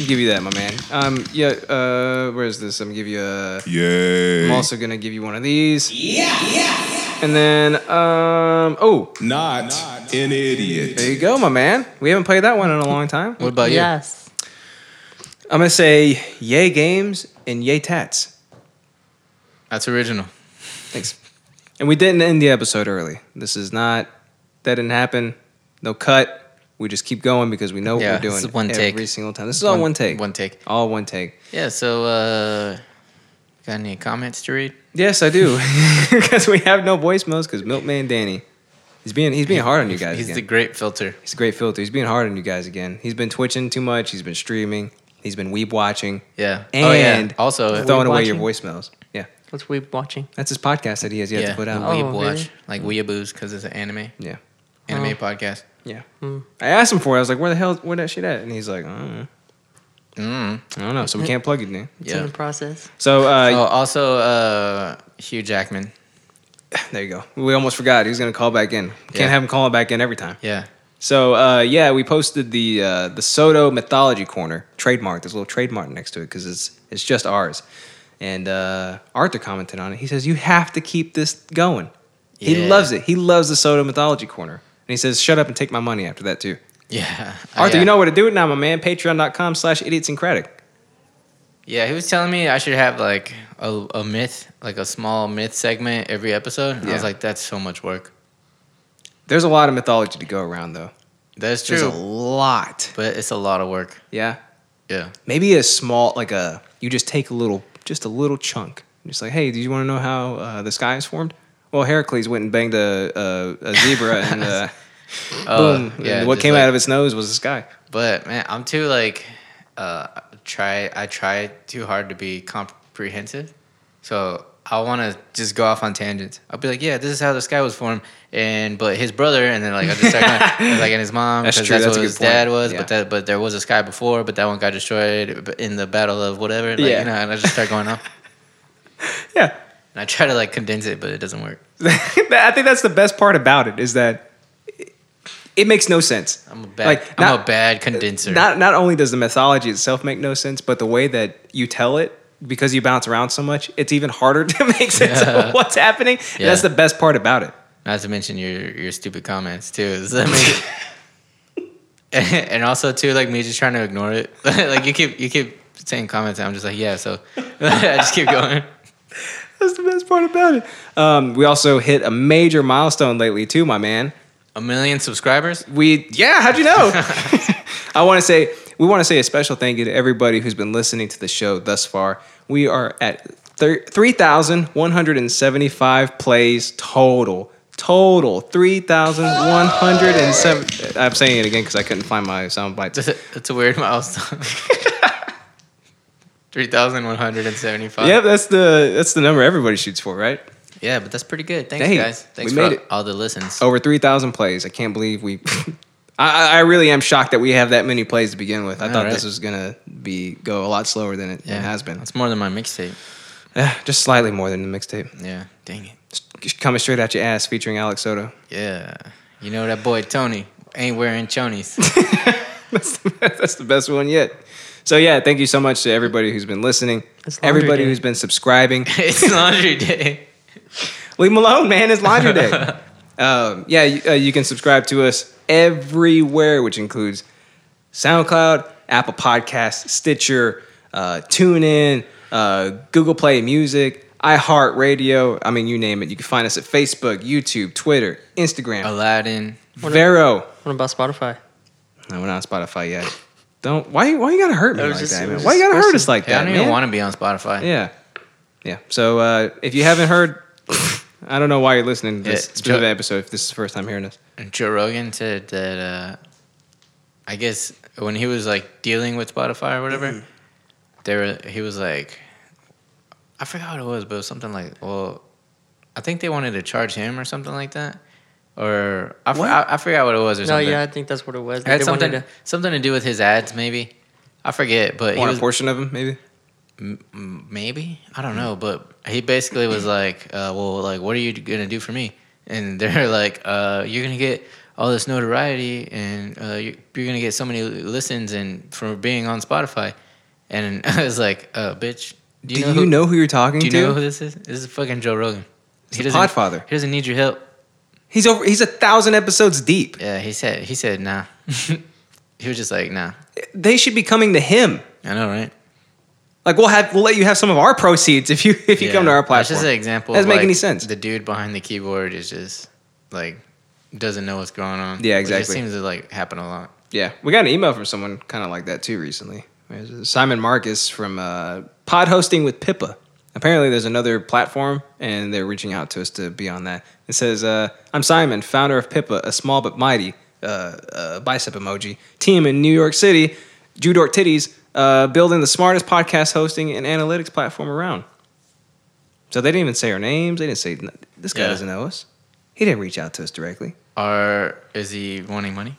Speaker 3: give you that, my man. Um, yeah. Uh, where is this? I'm gonna give you a.
Speaker 9: Yay.
Speaker 3: I'm also gonna give you one of these. Yeah. Yeah. And then, um, oh,
Speaker 9: Not an idiot.
Speaker 3: there you go, my man. We haven't played that one in a long time.
Speaker 1: What about you?
Speaker 4: yes.
Speaker 3: I'm gonna say yay games and yay tats.
Speaker 1: That's original.
Speaker 3: Thanks. And we didn't end the episode early. This is not that didn't happen. No cut. We just keep going because we know what
Speaker 1: Yeah,
Speaker 3: we're doing
Speaker 1: this is one
Speaker 3: every
Speaker 1: take.
Speaker 3: single time. This is all one, take.
Speaker 1: One take.
Speaker 3: All one take.
Speaker 1: Yeah. So, uh, got any comments to read?
Speaker 3: Yes, I do. Because we have no voicemails because Milkman Danny. He's being he's being hard on you guys
Speaker 1: He's
Speaker 3: again.
Speaker 1: the great filter.
Speaker 3: he's a great filter. He's being hard on you guys again. He's been twitching too much. He's been streaming. He's been weeb watching.
Speaker 1: Yeah. oh yeah.
Speaker 3: And
Speaker 1: Also,
Speaker 3: throwing away your
Speaker 4: watching?
Speaker 3: voicemails. Yeah.
Speaker 4: What's we watching?
Speaker 3: That's his podcast that he has yet
Speaker 1: yeah,
Speaker 3: to put
Speaker 1: the
Speaker 3: out.
Speaker 4: Oh,
Speaker 1: Weeb
Speaker 4: really? Oh.
Speaker 1: Watch, like Weeaboos, because it's an anime,
Speaker 3: Yeah.
Speaker 1: anime podcast.
Speaker 3: Yeah. I asked him for it. I was like, where the hell, where that shit at? And he's like, I don't know.
Speaker 1: Mm.
Speaker 3: I don't know. So we can't plug it in.
Speaker 4: It's in
Speaker 1: Yeah.
Speaker 4: the process.
Speaker 3: So
Speaker 1: Oh,
Speaker 3: uh,
Speaker 1: also, uh, Hugh Jackman.
Speaker 3: there you go. We almost forgot. He was going to call back in. Can't
Speaker 1: Oh. Yeah.
Speaker 3: have him calling back in every time.
Speaker 1: Yeah.
Speaker 3: So uh, yeah, we posted the uh, the Soto mythology corner trademark. There's a little trademark next to it because it's it's just ours. And uh, Arthur commented on it. He says you have to keep this going. He
Speaker 1: Yeah.
Speaker 3: loves it. He loves the Soto mythology corner. And he says, "Shut up and take my money." After that too,
Speaker 1: Yeah. Uh,
Speaker 3: Arthur,
Speaker 1: yeah.
Speaker 3: you know where to do it now, my man. Patreon.com/slash idiosyncratic.
Speaker 1: Yeah, he was telling me I should have like a, a myth, like a small myth segment every episode. And I
Speaker 3: Yeah.
Speaker 1: was like, that's so much work.
Speaker 3: There's a lot of mythology to go around, though.
Speaker 1: That's
Speaker 3: There's a
Speaker 1: true,
Speaker 3: lot.
Speaker 1: but it's a lot of work.
Speaker 3: Yeah,
Speaker 1: Yeah.
Speaker 3: maybe a small like a you just take a little just a little chunk just like hey do you want to know how uh, the sky is formed well heracles went and banged a, a, a zebra and uh, boom
Speaker 1: Oh, yeah,
Speaker 3: and what
Speaker 1: just
Speaker 3: came
Speaker 1: like-
Speaker 3: out of its nose was the sky
Speaker 1: But man, I'm too like uh try I try too hard to be comprehensive. So I want to just go off on tangents. I'll be like, yeah, this is how the sky was formed, and but his brother, and then like I just start going, like and his mom,
Speaker 3: That's
Speaker 1: because
Speaker 3: true,
Speaker 1: that's,
Speaker 3: that's a
Speaker 1: what
Speaker 3: good
Speaker 1: his dad
Speaker 3: point.
Speaker 1: was.
Speaker 3: Yeah.
Speaker 1: But that but there was a sky before, but that one got destroyed in the battle of whatever. Like,
Speaker 3: Yeah.
Speaker 1: you know, and I just start going off.
Speaker 3: yeah
Speaker 1: And I try to like condense it, but it doesn't work.
Speaker 3: i think that's the best part about it is that it- it makes no sense
Speaker 1: I'm a bad
Speaker 3: like
Speaker 1: I'm a
Speaker 3: not,
Speaker 1: bad condenser.
Speaker 3: not, not only does the mythology itself make no sense but the way that you tell it because you bounce around so much it's even harder to make sense
Speaker 1: Yeah.
Speaker 3: of what's happening And that's
Speaker 1: Yeah.
Speaker 3: the best part about it
Speaker 1: Not to mention your your stupid comments too. Does that make it- and also too, like me just trying to ignore it. like you keep you keep saying comments, and I'm just like, yeah. So I just keep going.
Speaker 3: That's the best part about it. Um, we also hit a major milestone lately, too, my man.
Speaker 1: A million subscribers.
Speaker 3: We yeah, how'd you know? I want to say we want to say a special thank you to everybody who's been listening to the show thus far. We are at thir- three thousand one hundred and seventy-five plays total. Total three thousand one hundred and seven. I'm saying it again because I couldn't find my sound bites.
Speaker 1: That's a, that's a weird milestone. Three thousand one hundred and seventy-five.
Speaker 3: Yep, that's the that's the number everybody shoots for, right?
Speaker 1: Yeah, but that's pretty good. Thanks,
Speaker 3: Dang,
Speaker 1: guys.
Speaker 3: we
Speaker 1: Thanks
Speaker 3: made
Speaker 1: for
Speaker 3: it. Oh,
Speaker 1: all the listens.
Speaker 3: over 3,000 plays. I can't believe we. I, I- I really am shocked that we have that many plays to begin with. I
Speaker 1: know,
Speaker 3: thought
Speaker 1: right?
Speaker 3: this was gonna be go a lot slower than it, it has been.
Speaker 1: It's more than my mixtape.
Speaker 3: Eh, Just slightly more than the mixtape.
Speaker 1: Yeah. Dang it.
Speaker 3: Just Coming straight out your ass, featuring Alex Soto.
Speaker 1: Yeah. You know that boy Tony ain't wearing chonies.
Speaker 3: that's, the, that's the best one yet. So yeah, thank you so much to everybody who's been listening,
Speaker 4: It's Laundry
Speaker 3: everybody
Speaker 4: Day.
Speaker 3: who's been subscribing.
Speaker 1: it's laundry day.
Speaker 3: Leave him alone, man. It's laundry day. um, yeah, you, uh, you can subscribe to us everywhere, which includes SoundCloud, Apple Podcasts, Stitcher, uh, TuneIn, uh, Google Play Music, iHeartRadio. I mean, you name it. You can find us at Facebook, YouTube, Twitter, Instagram,
Speaker 1: Aladdin.
Speaker 3: Vero.
Speaker 4: What about Spotify?
Speaker 3: No, we're not on Spotify yet. Don't. Why? Why you gotta hurt me
Speaker 4: was
Speaker 3: like
Speaker 4: just-
Speaker 3: that,
Speaker 4: it
Speaker 3: man?
Speaker 4: was
Speaker 3: Why you
Speaker 4: just
Speaker 3: gotta hurt us
Speaker 4: personal.
Speaker 3: like
Speaker 1: Hey, I
Speaker 3: that,
Speaker 1: don't even
Speaker 3: man?
Speaker 1: want to be on Spotify.
Speaker 3: Yeah. Yeah. So uh, if you haven't heard, I don't know why you're listening to this
Speaker 1: Yeah,
Speaker 3: specific
Speaker 1: Joe-
Speaker 3: episode if this is the first time hearing us.
Speaker 1: Joe Rogan said that uh, I guess when he was like dealing with Spotify or whatever,
Speaker 4: Mm-hmm.
Speaker 1: they were he was like, I forgot what it was, but it was something like, well, I think they wanted to charge him or something like that, or I, for, I, I forgot what it was or
Speaker 4: No,
Speaker 1: something.
Speaker 4: yeah, I think that's what it was.
Speaker 1: it had
Speaker 4: They wanted
Speaker 1: something
Speaker 4: to-
Speaker 1: something to do with his ads, maybe. I forget, but he
Speaker 3: Want
Speaker 1: was
Speaker 3: a portion of them, maybe?
Speaker 1: M- maybe I don't know, but he basically was like, uh, "Well, like, what are you gonna do for me?" And they're like, uh, "You're gonna get all this notoriety, and uh, you- you're gonna get so many listens, and from being on Spotify." And I was like, uh, "Bitch, do you, know, who,
Speaker 3: you're talking
Speaker 1: Do you
Speaker 3: to?
Speaker 1: know who this is? This is fucking Joe Rogan.
Speaker 3: He's the
Speaker 1: doesn't-
Speaker 3: Podfather.
Speaker 1: He doesn't need your help."
Speaker 3: He's over. He's a thousand episodes deep.
Speaker 1: Yeah, he said. He said, "Nah." he was just like, "Nah."
Speaker 3: They should be coming to him.
Speaker 1: I know, right?
Speaker 3: Like we'll have we'll let you have some of our proceeds if you if you
Speaker 1: Yeah.
Speaker 3: come to our platform.
Speaker 1: That's just an example.
Speaker 3: Doesn't
Speaker 1: of,
Speaker 3: make
Speaker 1: like,
Speaker 3: any sense.
Speaker 1: The dude behind the keyboard is just like doesn't know what's going on.
Speaker 3: Yeah,
Speaker 1: It just
Speaker 3: exactly.
Speaker 1: seems to like happen a lot.
Speaker 3: yeah, we got an email from someone kind of like that too recently. Simon Marcus from uh, Pod Hosting with Pippa. Apparently, there's another platform, and they're reaching out to us to be on that. It says, uh, "I'm Simon, founder of Pippa, a small but mighty uh, uh, bicep emoji team in New York City, Jew Dork Titties, uh, building the smartest podcast hosting and analytics platform around." So they didn't even say our names. They didn't say this guy
Speaker 1: Yeah.
Speaker 3: doesn't know us. He didn't reach out to us directly.
Speaker 1: Or is he wanting money?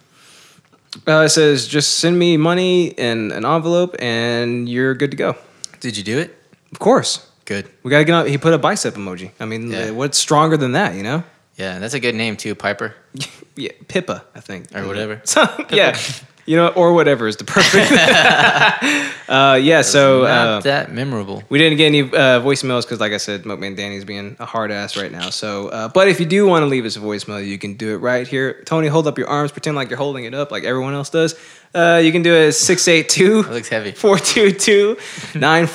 Speaker 3: Uh, it says just send me money in an envelope and you're good to go.
Speaker 1: Did you do it?
Speaker 3: Of course,
Speaker 1: Good.
Speaker 3: we gotta get out. He put a bicep emoji. I mean,
Speaker 1: Yeah.
Speaker 3: uh, what's stronger than that? You know?
Speaker 1: Yeah, that's a good name too, Piper.
Speaker 3: Yeah, Pippa, I think,
Speaker 1: Or whatever.
Speaker 3: So, yeah, you know, or whatever is the perfect. uh, yeah. So uh,
Speaker 1: Not that memorable.
Speaker 3: we didn't get any uh, voicemails because, like I said, Mokeman Danny's being a hard ass right now. So, uh, but if you do want to leave us a voicemail, you can do it right here. Tony, hold up your arms, pretend like you're holding it up, like everyone else does. Uh, you can do it at six eight two.
Speaker 1: It looks heavy.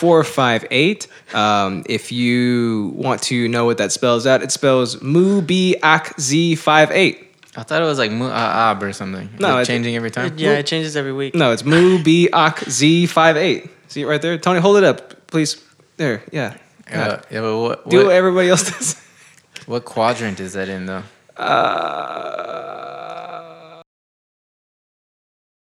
Speaker 3: 422-9458. Um, if you want to know what that spells out, it spells Mubiakz58.
Speaker 1: I thought it was like mu ah ah or something. Is
Speaker 3: No,
Speaker 1: it
Speaker 3: it-
Speaker 1: changing every time.
Speaker 4: Yeah, it changes every week.
Speaker 3: No, it's Mubiakz58. See it right there? Tony, hold it up, please. There, yeah.
Speaker 1: Uh, yeah, but what
Speaker 3: Do what
Speaker 1: what,
Speaker 3: everybody else does.
Speaker 1: what quadrant is that in though?
Speaker 3: Uh,